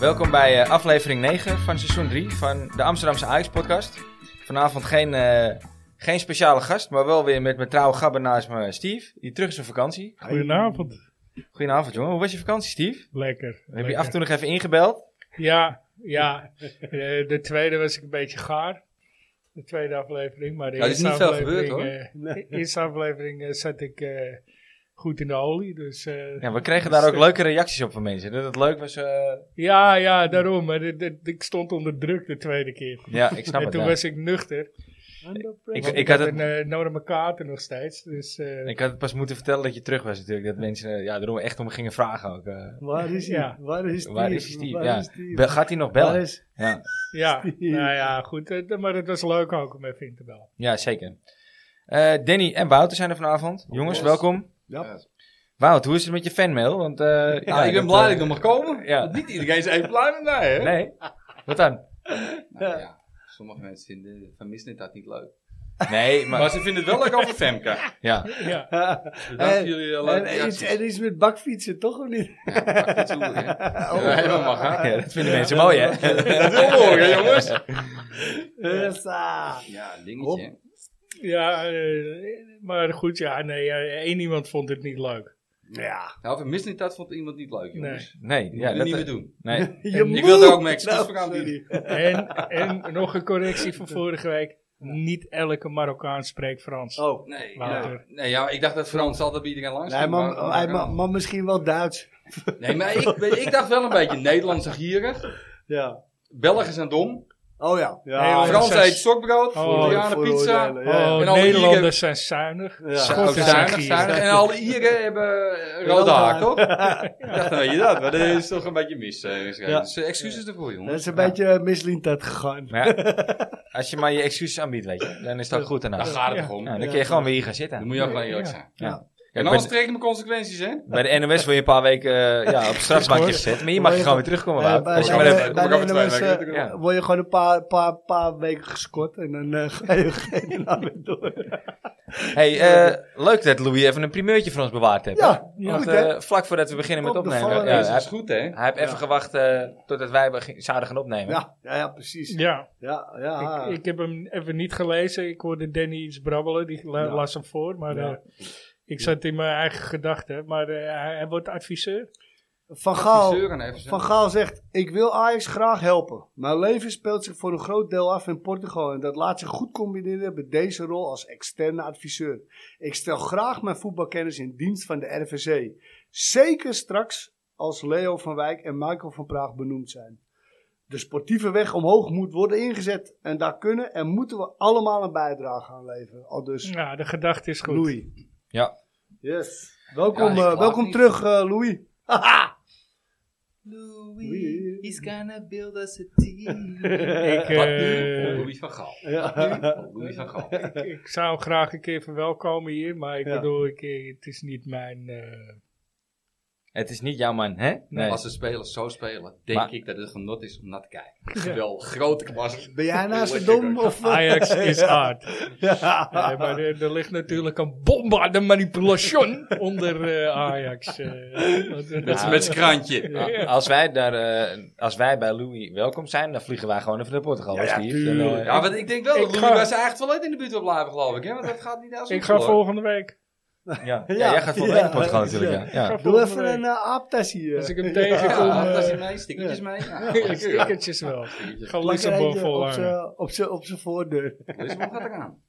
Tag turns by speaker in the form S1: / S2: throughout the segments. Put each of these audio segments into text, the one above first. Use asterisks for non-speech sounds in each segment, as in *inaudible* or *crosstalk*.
S1: Welkom bij eh, aflevering 9 van seizoen 3 van de Amsterdamse Ajax-podcast. Vanavond geen, eh, geen speciale gast, maar wel weer met mijn trouwe gabber naast me, Steve. Die terug is op vakantie.
S2: Goedenavond.
S1: Goedenavond, jongen. Hoe was je vakantie, Steve?
S2: Lekker.
S1: Heb
S2: lekker.
S1: je af en toe nog even ingebeld?
S2: Ja, ja. Eh, de tweede was ik een beetje gaar. De tweede aflevering. Maar de
S3: Ja, er is
S2: eerste
S3: niet veel
S2: aflevering, eh,
S3: gebeurd,
S2: de eerste aflevering eh, zat ik eh, goed in de olie. Dus eh,
S1: Ja, we kregen daar ook leuke reacties op van mensen. Dat het leuk was. eh,
S2: ja, ja, daarom. Maar dit- dit- ik stond onder druk de tweede keer.
S1: Ja, ik snap
S2: en
S1: het.
S2: toen
S1: ja.
S2: was ik nuchter.
S1: Ik,
S2: want
S1: ik, had
S2: heb
S1: het,
S2: een eh, enorme kater nog steeds. Dus eh,
S1: ik had het pas moeten vertellen dat je terug was natuurlijk. Dat mensen eh, ja, daarom echt om gingen vragen ook. eh.
S3: Waar is hij?
S2: Ja.
S3: Waar is Steve?
S1: waar is Steve?
S3: Waar
S1: ja.
S3: is Steve?
S1: Be- gaat hij nog
S3: Waar
S1: bellen?
S3: *laughs* is-
S1: Ja.
S2: ja, nou ja, goed. eh, maar het was leuk ook om even in te bellen.
S1: Ja, zeker. Eh, Danny en Wouter zijn er vanavond. Jongens,
S3: yes.
S1: welkom.
S3: Ja.
S1: Wout, hoe is het met je fanmail? Want, eh,
S3: *laughs* Ja,
S1: ja,
S3: Nou, ik
S1: dat,
S3: ben blij
S1: eh,
S3: dat ik nog mag komen.
S1: ja.
S3: Want Niet iedereen is even blij met mij, hè?
S1: Nee? Wat dan?
S3: Nou ja, sommige mensen vinden, van Misnet dat niet leuk.
S1: Nee, maar...
S3: Maar ze vinden het wel leuk over Femke.
S1: Ja,
S2: Ja,
S3: Dus dat
S4: En-
S3: jullie eh, leuke
S4: En, iets,
S3: reacties.
S4: en iets met bakfietsen, toch of niet?
S3: Dat is goed, hè?
S4: Oh.
S3: *laughs* Ja, helemaal mag, hè?
S1: ja, dat vinden mensen mooi, hè?
S3: Dat is wel mooi, hè, jongens?
S4: Hussa.
S3: Ja, een
S4: Hop.
S3: dingetje, hè?
S2: ja eh, maar goed. Ja, nee, eh, één iemand vond het niet leuk.
S4: Ja.
S3: Nou, van Misnet dat vond iemand niet leuk, jongens.
S1: Nee,
S3: Ja,
S1: ja,
S3: dat
S1: dat...
S3: niet meer doen.
S1: Nee,
S4: Je
S3: Ik
S4: moet.
S3: wilde ook mijn excuus
S4: Nou,
S3: voor aanbieden.
S4: sorry.
S2: En,
S4: *laughs*
S2: en nog een correctie van vorige week. Niet elke Marokkaan spreekt Frans.
S4: Oh.
S3: Nee,
S2: Later.
S3: ja. nee ja, ik dacht dat Frans altijd bij iedereen langs
S4: Nee,
S3: ging,
S4: maar, maar, maar, maar misschien wel Duits.
S3: Nee, maar ik, ik dacht wel een beetje Nederlands zijn gierig.
S4: Ja.
S3: Belgen zijn dom.
S4: Oh ja. ja,
S2: Nee, maar-
S4: ja.
S3: Frans
S2: dat is-
S3: eet stokbrood.
S2: Oh,
S3: Italianen pizza.
S4: vooroordelen, ja, ja.
S2: Oh,
S3: En alle
S2: Nederlanders
S3: Ieren-
S2: zijn zuinig.
S4: Ja.
S3: Ook
S2: Schotten zijn
S3: zuinig,
S2: gierig.
S3: zuinig. En alle Ieren hebben eh, rode haar, toch? *laughs* Ik dacht, nou, weet je dat? Maar dat is toch een beetje mis. eh, misgegaan.
S4: Ja.
S3: Dus eh, excuses ervoor,
S4: Dat
S3: jongens.
S4: is een beetje mislind dat gegaan.
S1: maar ja, als je maar je excuses aanbiedt, weet je, dan is dat goed daarna.
S3: Daar
S1: Ja, Nou,
S3: gaat het
S2: Ja.
S3: toch om.
S1: dan kun je gewoon weer hier gaan zitten.
S3: Dan moet je ook gewoon eerlijk zijn.
S1: Ja.
S3: En
S1: Kijk, bij,
S3: anders
S1: de,
S3: trekken mijn consequenties, hè?
S1: bij de NOS wil je een paar weken eh,
S3: *laughs*
S1: ja, op het strafbankje gezet, maar hier mag je gewoon weer terugkomen,
S4: Eh,
S1: Wout.
S4: bij
S1: Kom
S3: ik
S4: bij
S1: maar
S3: de-
S1: even-
S4: de-
S3: kom
S4: bij
S3: ik over
S4: de
S3: twee
S4: NOS
S3: weken
S4: eh,
S1: terug.
S4: word je gewoon een paar, paar, paar weken geschot en dan eh, ga je geen naam meer door.
S1: Hey, eh, leuk dat Louis even een primeurtje voor ons bewaard heeft.
S4: Ja,
S1: hè? Want,
S4: goed, hè?
S1: eh, vlak voordat we beginnen met
S4: Op de
S1: opnemen.
S4: vallen.
S1: Ja,
S3: Ja, dat
S1: hij,
S3: is goed, hè?
S1: hij heeft even gewacht eh, totdat wij beg- zouden gaan opnemen.
S4: *laughs* Ja, ja, ja, precies.
S2: Ja,
S4: Ja, ja.
S2: ik, ik heb hem even niet gelezen. Ik hoorde Danny iets brabbelen. Die la-
S4: Ja.
S2: las hem voor. Maar
S4: Ja.
S2: eh, ik zat in mijn eigen gedachten. Maar eh, hij, hij wordt adviseur.
S4: Van Gaal,
S3: Zeuren even.
S4: Van Gaal zegt, ik wil Ajax graag helpen. Mijn leven speelt zich voor een groot deel af in Portugal en dat laat zich goed combineren met deze rol als externe adviseur. Ik stel graag mijn voetbalkennis in dienst van de RVC. Zeker straks als Leo van Wijk en Michael van Praag benoemd zijn. De sportieve weg omhoog moet worden ingezet en daar kunnen en moeten we allemaal een bijdrage aan leveren. Al dus
S2: Nou, de gedachte is goed.
S4: Louis.
S1: Ja.
S4: Yes. Welkom, eh,
S3: ik klaag
S4: welkom
S3: niet.
S4: terug eh, Louis. *laughs* Haha.
S5: Louis,
S4: Louis.
S5: he's gonna build us a team.
S2: Ik, eh,
S3: Louis van Gaal.
S4: Ja.
S3: Louis van Gaal.
S2: ik zou hem graag een keer verwelkomen hier. Maar ik
S4: Ja.
S2: bedoel, ik, eh, het is niet mijn... eh,
S1: Het is niet jouw man, hè? Nee.
S3: Als de spelers zo spelen, denk
S1: Maar-
S3: ik dat het genot is om naar te kijken. Geweldig, grote klasse.
S4: Ben jij naast de dom? Of, eh?
S2: *laughs* Ajax
S4: *laughs*
S2: is hard.
S4: Ja.
S2: Nee, maar er, er ligt natuurlijk een bom aan de manipulation *laughs* onder eh, Ajax. eh. Want, eh,
S3: Dat is met zijn krantje.
S2: Ja.
S1: A- Als wij, daar, eh, als wij bij Louis welkom zijn, dan vliegen wij gewoon even naar Portugal.
S4: Ja,
S1: hoor,
S4: ja,
S1: Steve. Dan, eh,
S3: Ja, want ik denk wel
S2: Ik
S3: dat Louis
S2: ga-
S3: bij zijn eigen toilet in de buurt wil blijven, geloof ik. Hè? Want dat gaat niet als
S2: ik ga
S3: voor.
S2: volgende week.
S1: ja. Ja,
S4: Ja,
S1: jij gaat volgende week naar
S4: ja,
S1: Portugal
S4: ja.
S1: natuurlijk. Ja. Ja.
S2: Ik ga
S4: Doe
S2: volgende
S4: even
S2: week.
S4: een uh, aaptessie. eh.
S2: Als ik hem
S3: Ja,
S2: tegenkom,
S3: ja, dat is
S2: eh, *laughs*
S3: mee, stickertjes mee. Ja,
S2: ja, stickertjes wel. Ik ga
S4: Lekker
S2: Lissabon
S4: eentje op
S2: volhangen.
S4: z'n- op z'n- op zijn voordeur.
S3: Dus wat gaat er aan?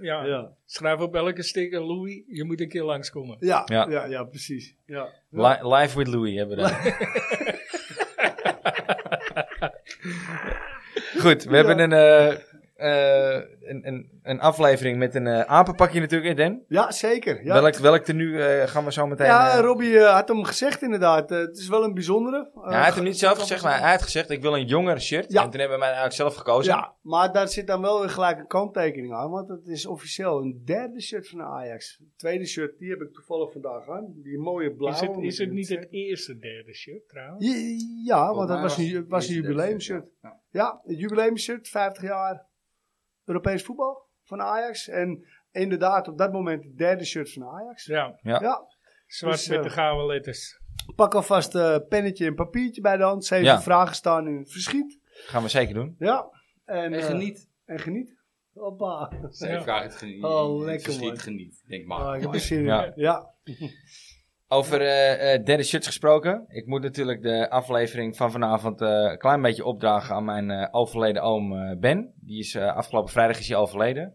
S2: Ja.
S4: Ja.
S2: Schrijf op elke sticker, Louis, je moet een keer langskomen.
S4: Ja,
S1: Ja.
S4: ja. ja, precies. Ja.
S1: Li- live with Louis hebben we dan. *laughs* Goed, we
S4: Ja.
S1: hebben een, eh, eh, een, een, een aflevering met een eh, apenpakje natuurlijk, hè, Dan?
S4: Ja, zeker. Ja,
S1: Welk, welk tenue eh, gaan we zo meteen...
S4: ja
S1: eh,
S4: Robbie eh, had hem gezegd inderdaad. Eh, het is wel een bijzondere. Eh,
S1: ja, hij heeft hem niet zelf gezegd, maar hij heeft gezegd, ik wil een jonger shirt.
S4: Ja.
S1: En toen hebben wij eigenlijk zelf gekozen.
S4: ja, maar daar zit dan wel weer gelijk een kanttekening aan. Want het is officieel een derde shirt van de Ajax. Het tweede shirt, die heb ik toevallig vandaag aan. Die mooie
S2: Is
S4: blauwe.
S2: het, is het niet het eerste derde shirt trouwens?
S4: Ja, Ja, want
S3: Volgens
S4: dat
S3: mij
S4: was een, was een
S3: het
S4: jubileumshirt.
S3: Ja.
S4: Ja, het jubileumshirt, 50 jaar Europees voetbal van Ajax. En inderdaad, op dat moment het derde shirt van Ajax.
S2: Ja,
S1: Ja.
S4: Ja,
S2: zwart
S4: Dus,
S2: met
S4: eh,
S2: de gouden letters.
S4: Pak alvast eh pennetje en papiertje bij de hand. Zeven
S1: Ja.
S4: vragen staan in het verschiet.
S1: Gaan we zeker doen.
S4: Ja. En,
S3: En
S4: eh,
S3: geniet. Ah,
S4: en geniet. Hoppa.
S3: Zij
S2: Ja.
S3: vragen het geniet.
S4: Oh,
S3: het
S4: lekker,
S3: verschiet
S4: man.
S3: geniet. Denk
S4: Ah,
S3: maar.
S4: ik heb er zin in.
S1: Ja.
S4: Ja.
S1: Over eh eh derde shirts gesproken. Ik moet natuurlijk de aflevering van vanavond eh, een klein beetje opdragen aan mijn eh, overleden oom eh, Ben. Die is eh, afgelopen vrijdag is hij overleden.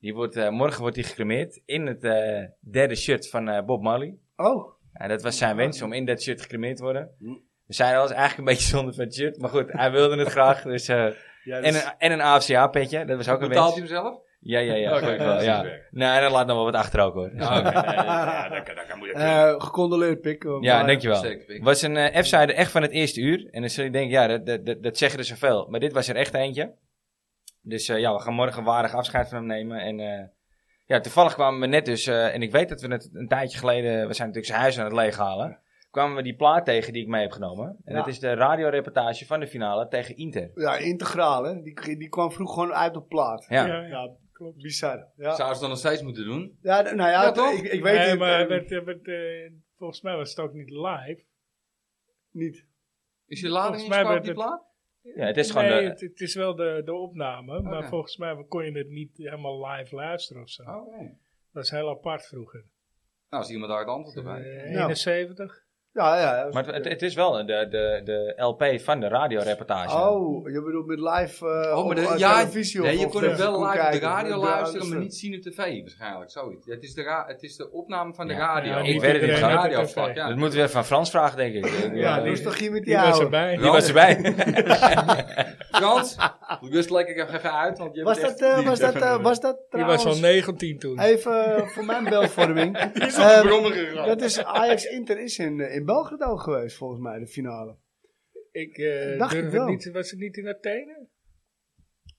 S1: Die wordt, eh, morgen wordt hij gecremeerd in het eh, derde shirt van eh, Bob Marley.
S4: Oh.
S1: Ja, dat was zijn wens, om in dat shirt gecremeerd te worden.
S3: Hm.
S1: We zijn al eens eigenlijk een beetje zonde van het shirt. Maar goed, hij wilde het graag. Dus,
S3: *laughs*
S1: eh,
S4: Ja,
S1: en
S4: dus-
S1: een, en een AFCA-petje, dat was ook een
S3: Betaalt
S1: wens.
S3: hij hem zelf?
S1: Ja, ja, ja.
S3: Oké,
S1: gelukkig wel,
S3: dat is
S1: ja.
S3: niet werk.
S1: Nee, en dan laat nog wel wat achter ook hoor.
S3: Ja, oké, nee, eh, ja, dat kan- dat kan moeilijk.
S4: eh, gecondoleerd, Pik. eh,
S1: Ja,
S4: Maar-
S1: dankjewel.
S3: Zeker, Pik.
S1: was een eh F-zijde echt van het eerste uur. En dan zul je denken, ja, dat, dat, dat, dat zeggen er zoveel. Maar dit was er echt eentje. Dus eh, ja, we gaan morgen waardig afscheid van hem nemen. En eh, ja, toevallig kwamen we net dus... eh, en ik weet dat we het een tijdje geleden... We zijn natuurlijk zijn huis aan het leeghalen. Kwamen we die plaat tegen die ik mee heb genomen. En
S4: Ja.
S1: dat is de radioreportage van de finale tegen Inter.
S4: Ja, integraal, hè. Die, die kwam vroeg gewoon uit op plaat.
S1: Ja,
S2: ja, ja.
S4: Ja, klopt. Bizar. Ja,
S3: Zouden ze dan nog steeds moeten doen?
S4: ja d- nou ja,
S3: Ja, toch?
S4: ik, ik weet
S2: Nee,
S4: het
S2: maar
S4: eh,
S2: werd, eh, werd, eh, volgens mij was het ook niet live.
S4: niet.
S3: Is je lading
S2: Volgens mij
S3: ingespaard op
S2: werd
S3: die
S2: het-
S3: plaat?
S1: ja het is gewoon...
S2: nee,
S1: de-
S2: het, het is wel de, de opname, maar
S3: Oké.
S2: volgens mij kon je het niet helemaal live luisteren of zo.
S3: Oké.
S2: Dat is heel apart vroeger.
S3: Nou, is iemand daar het antwoord op heeft.
S2: Eh,
S4: Ja.
S2: 71?
S4: Ja, ja. ja.
S1: maar het, het is wel de, de, de LP van de radioreportage.
S4: Oh, je bedoelt met live eh
S3: Oh, maar de,
S4: op, eh,
S3: ja,
S4: televisie
S3: nee,
S4: of-
S3: je
S4: of
S3: kon het wel live op de
S4: kijken.
S3: radio
S4: Ja,
S3: luisteren, maar
S4: dus,
S3: niet zien op tv waarschijnlijk, zoiets. Het is de, ra- het is de opname van de
S1: Ja.
S3: radio.
S2: Ja,
S1: ik weet het niet,
S3: de
S1: gaat het
S3: radio
S2: op tv?
S3: vlak, ja.
S1: Dat moeten we even aan Frans vragen, denk ik. Ik,
S4: Ja,
S1: eh,
S4: doe eens
S1: die,
S4: toch hier met die
S2: Die was
S4: ouwe.
S2: erbij.
S1: die was erbij. *laughs*
S3: *laughs* Frans, wist lekker even uit, want je
S4: Was
S3: bent
S4: dat,
S3: echt-
S4: eh, was, dat,
S3: *laughs*
S4: eh, was dat
S2: Die
S4: trouwens...
S2: was al 19 toen.
S4: Even eh, voor mijn beeldvorming.
S3: is op de
S4: Ehm,
S3: brommer gegaan.
S4: Dat is Ajax Inter is in, eh, in Belgrado geweest, volgens mij, de finale.
S2: Ik eh,
S4: Dacht
S2: durf
S4: ik
S2: het
S4: wel.
S2: niet. Was het niet in Athene?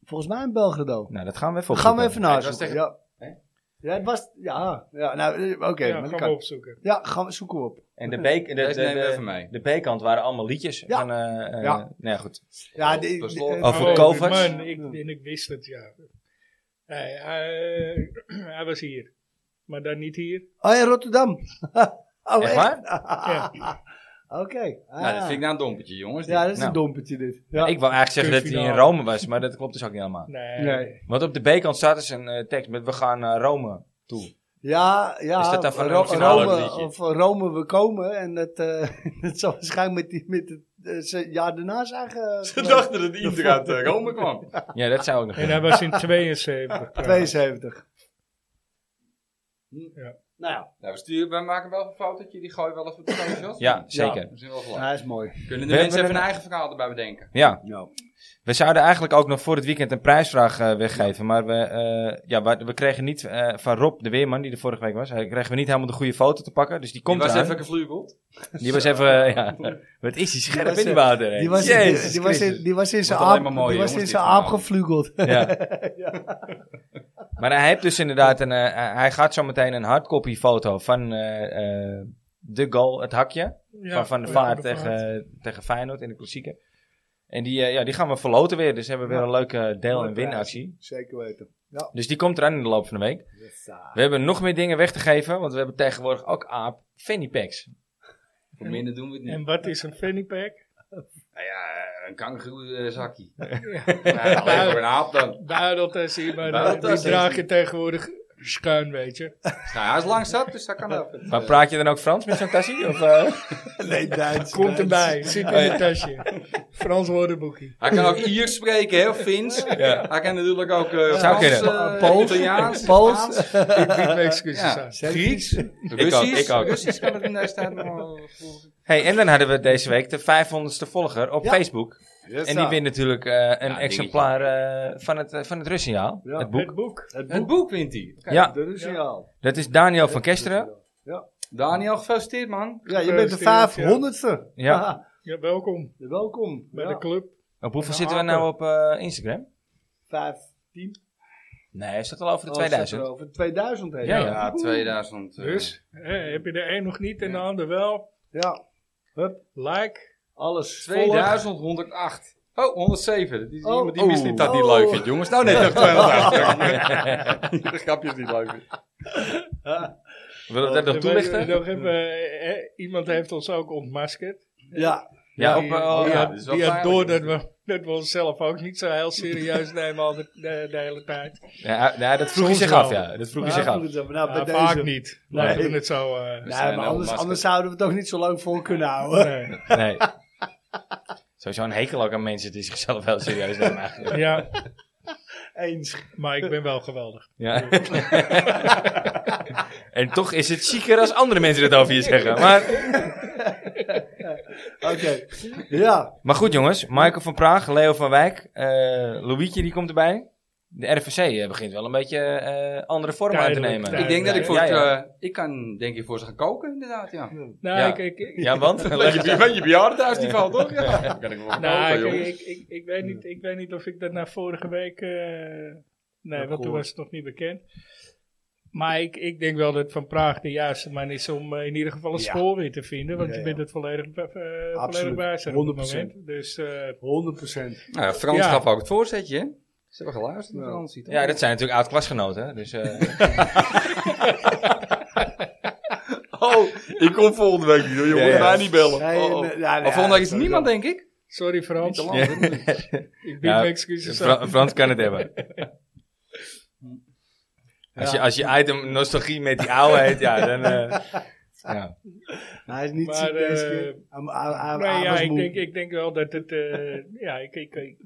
S4: Volgens mij in Belgrado.
S1: Nou, dat gaan we even
S4: Gaan we
S1: opzoeken.
S4: even
S3: Het was
S4: nazoeken.
S3: tegen-
S4: Ja.
S3: Hè?
S4: Ja, het was... Ja, ja nou, eh, oké.
S2: ja,
S4: maar dat
S2: gaan
S4: kan.
S2: we opzoeken.
S4: Ja, gaan we zoeken we op.
S1: En de, B- de, de,
S3: Deze nemen we
S1: de,
S3: even mee.
S1: de B-kant waren allemaal liedjes.
S4: Mhm. Ja.
S1: Van, eh, eh,
S4: Ja.
S1: Nou ja, goed.
S4: Ja, die-
S3: dat is
S4: die-
S3: wel-
S4: eh,
S1: Over
S2: Oh,
S1: Kovacs?
S2: man, ik, en ik wist het, ja. Nee, hij, *clears throat* hij was hier. Maar dan niet hier.
S4: Oh ja, Rotterdam. *laughs* oh,
S1: Echt
S4: *laughs*
S1: waar?
S2: Ja.
S4: Oké.
S3: Nou,
S4: ah.
S3: dat vind ik nou een dompertje, jongens.
S4: Ja, dat is
S1: Nou.
S4: een dompertje dit. Ja.
S1: Ik wou eigenlijk zeggen dat hij in
S2: Kutfinale.
S1: Rome was, maar dat klopt dus ook niet helemaal.
S2: Nee.
S4: Nee.
S1: Want op de B-kant staat dus een eh, tekst met we gaan naar Rome toe.
S4: Ja, ja.
S1: Is dat dan van
S4: Ro-
S1: Nationaal
S4: Rome,
S1: liedje?
S4: Of Rome, we komen. En dat, eh *laughs* dat zal waarschijnlijk met, die, met het eh, ze- jaar daarna zijn. ge-
S3: *laughs* Ze dachten dat iedereen uit eh, Rome kwam.
S1: Ja, dat zou ook nog
S2: En
S1: kunnen.
S2: hij was in
S4: *laughs*
S2: 72. trouwens.
S4: 72.
S2: Ja.
S4: Nou ja,
S3: Nou, we, sturen, we maken wel een fotootje, die gooien wel even op de socials.
S1: Ja, zeker.
S3: Dat is wel gelijk.
S4: hij is mooi.
S3: Kunnen
S1: We
S3: de
S1: hebben
S3: mensen even
S1: een-
S3: een eigen verhaal erbij bedenken?
S1: Ja,
S4: Ja.
S1: we zouden eigenlijk ook nog voor het weekend een prijsvraag eh, weggeven. Maar we, eh, ja, we, we kregen niet eh, van Rob, de weerman, die er vorige week was. Hij kregen we niet helemaal de goede foto te pakken. Dus die komt
S3: die was
S1: eraan.
S3: even gevlugeld.
S1: Die was even, eh, ja. *laughs* Wat is die scherp
S4: was,
S1: in die
S4: eh,
S1: water, hè?
S4: Die was, die,
S1: Jezus
S4: die was in,
S1: Christus.
S4: die was in zijn
S3: alleen
S4: aap,
S3: maar mooier,
S4: die was in
S3: jongens,
S4: zijn
S3: dit
S4: aap
S3: verhaal.
S4: gevlugeld.
S1: *laughs* Ja. Maar hij heeft dus inderdaad een. eh, eh, hij gaat zo meteen een hardcopy foto van eh, eh, de goal, het hakje.
S2: Ja, Oh
S1: van Van de
S2: ja,
S1: Vaart
S2: de Vaart.
S1: tegen, tegen Feyenoord in de klassieker. En die, eh, ja, die gaan we verloten weer. Dus hebben we weer een leuke deel- en
S4: Mooi
S1: winactie.
S4: *laughs* Zeker weten.
S1: Dus die komt eraan in de loop van de week.
S4: Yes, ah.
S1: We hebben nog meer dingen weg te geven. Want we hebben tegenwoordig ook aap fanny packs.
S3: Voor minder doen we het niet.
S2: En wat is een fanny pack?
S3: Nou ja, een kangeroezakje. Ja, alleen voor een aap dan.
S2: Buideltas Nou, hier, maar
S3: Buideltas,
S2: die
S3: heeft
S2: draag je
S3: hij.
S2: tegenwoordig schuin, weet je.
S3: Nou, hij is lang zat, dus dat kan wel.
S1: Maar praat je dan ook Frans met zo'n tassie? Of, eh?
S4: *laughs* Nee, Duits.
S2: Komt
S4: Duits.
S2: erbij, zit in het tasje. Frans woordenboekje.
S3: Hij kan ook Iers spreken, hè, of Fins.
S1: Ja.
S3: Hij kan natuurlijk ook eh
S1: Zou
S3: Frans,
S1: kunnen.
S3: eh,
S4: Pools.
S3: Italiaans,
S4: Pools.
S3: Spaans,
S2: Ik bied mijn excuses
S3: Ja.
S2: aan.
S3: Grieks,
S1: ook,
S3: Russisch.
S1: ik ook.
S3: Russisch kan het in deze tijd nog wel voor-
S1: hey, en dan hadden we deze week de 500ste volger op
S4: Ja.
S1: Facebook.
S4: Yes,
S1: En die
S4: ah.
S1: wint natuurlijk eh, een
S3: dingetje.
S1: exemplaar eh, van het, eh, van het Russiaal.
S4: Ja.
S1: Het boek.
S2: Het boek.
S4: Het
S3: Het
S4: boek.
S3: boek wint hij. Oké.
S1: Ja,
S4: De Russiaal.
S1: dat is Daniel van Kesteren.
S3: Daniel, gefeliciteerd, man.
S4: Ja, je bent de 500ste.
S1: Ja.
S4: Haha.
S2: Ja, welkom
S4: Welkom.
S2: bij
S4: Ja.
S2: de club.
S1: Op hoeveel
S2: Ja,
S1: zitten we
S2: Aken.
S1: nou op eh, Instagram?
S4: 15.
S1: Nee, is dat al over de
S4: Oh,
S1: 2000?
S4: zit er Over 2000 heen.
S1: Ja, ja.
S3: 2000. eh,
S2: Dus, eh, heb je de een nog niet en de ander wel?
S4: Ja. Hup,
S2: Like.
S4: alles. volg.
S3: 2108. Oh, 107. Dat is
S4: Oh.
S3: iemand die misliep dat niet
S4: Oh.
S3: leuk vindt, jongens.
S1: *laughs*
S3: Nou, net nog 208. De grapje is niet leuk. vindt.
S1: Wil je dat nog
S2: We-
S1: toelichten?
S2: we- nog even, eh, eh, iemand heeft ons ook ontmaskerd.
S4: Ja,
S1: Ja, op,
S2: Die-
S1: eh,
S2: die
S1: ja,
S2: had-
S3: dat is wel
S2: die had
S3: pijnlijk.
S2: door dat we, dat we onszelf ook niet zo heel serieus *laughs* nemen al de, de, de hele tijd.
S1: ja, nou, dat vroeg je
S2: Soms
S1: zich
S2: wel.
S1: af, ja. Dat vroeg je zich af.
S4: Nou, bij
S2: Ja,
S4: deze. Nou,
S2: vaak niet. Maar
S1: Nee.
S2: we doen het zo. eh,
S1: zijn
S4: Nee, maar
S1: wel
S4: anders,
S1: maskers.
S4: anders zouden we het ook niet zo lang vol kunnen houden.
S2: nee.
S1: Nee. *laughs* Sowieso een hekel ook aan mensen die zichzelf wel serieus nemen eigenlijk.
S2: Ja,
S4: Eens.
S2: maar ik ben wel geweldig.
S1: Ja. *laughs* en toch is het zieker als andere mensen het over je zeggen. Maar,
S4: *laughs* Oké. Ja.
S1: maar goed jongens, Michael van Praag, Leo van Wijk, eh Louietje die komt erbij. De RVC eh, begint wel een beetje eh, andere vorm aan te
S2: Tijdelijk,
S1: nemen.
S2: tijdelijk.
S3: Ik denk dat ik voor
S1: Ja,
S3: het,
S1: ja.
S3: eh, ik kan denk ik voor ze gaan koken inderdaad, ja.
S2: Nou,
S1: Ja.
S2: ik, ik, ik-
S3: eh,
S1: Ja, want?
S3: *laughs*
S1: Leg eens-
S3: je, met je bejaardenhuisniveau, toch? Ja. kan ik wel gaan
S2: nou,
S3: koken,
S2: ik,
S3: jongens.
S2: ik, ik, ik weet niet, ik weet niet of ik dat na vorige week... eh, nee, want toen
S4: gehoord.
S2: was het nog niet bekend. Maar ik, ik denk wel dat Van Praag de juiste man is om eh, in ieder geval een
S4: Ja.
S2: spoor weer te vinden. Want
S4: Ja,
S2: je
S4: ja.
S2: bent het volledig, eh, volledig
S4: Absoluut,
S2: bij zijn op het
S4: 100%.
S2: moment. Dus eh,
S4: 100%.
S3: Nou, ja, Frans
S2: Ja.
S3: gaf ook het voorzetje, hè? Ze hebben geluisterd naar
S4: Ja.
S3: Frans. toch?
S1: Ja, dat zijn natuurlijk oud-klasgenoten. hè, Dus, eh,
S3: Oh, ik kom volgende week niet, hoor, jongen.
S1: Ja, ja.
S3: Mij niet bellen.
S4: Nee,
S3: Oh, oh.
S4: nee, ja, nee,
S3: Maar volgende week is
S4: ja,
S3: er niemand, denk ik.
S2: sorry Frans,
S3: Niet te
S2: *laughs* ik
S3: lang, hè?
S2: bied
S1: Ja,
S2: mijn excuses aan.
S1: Fra- Frans kan het
S2: *laughs*
S1: hebben. Als, je, als je item nostalgie met die oude heet, ja, dan... eh, ja.
S4: Maar hij is niet
S2: Maar,
S4: ziek deze
S2: eh,
S4: keer. Hij- hij- hij-
S2: Nee,
S4: hij
S2: ja,
S4: was
S2: ik
S4: moe.
S2: denk, ik denk wel dat het. eh, ja, ik, ik, ik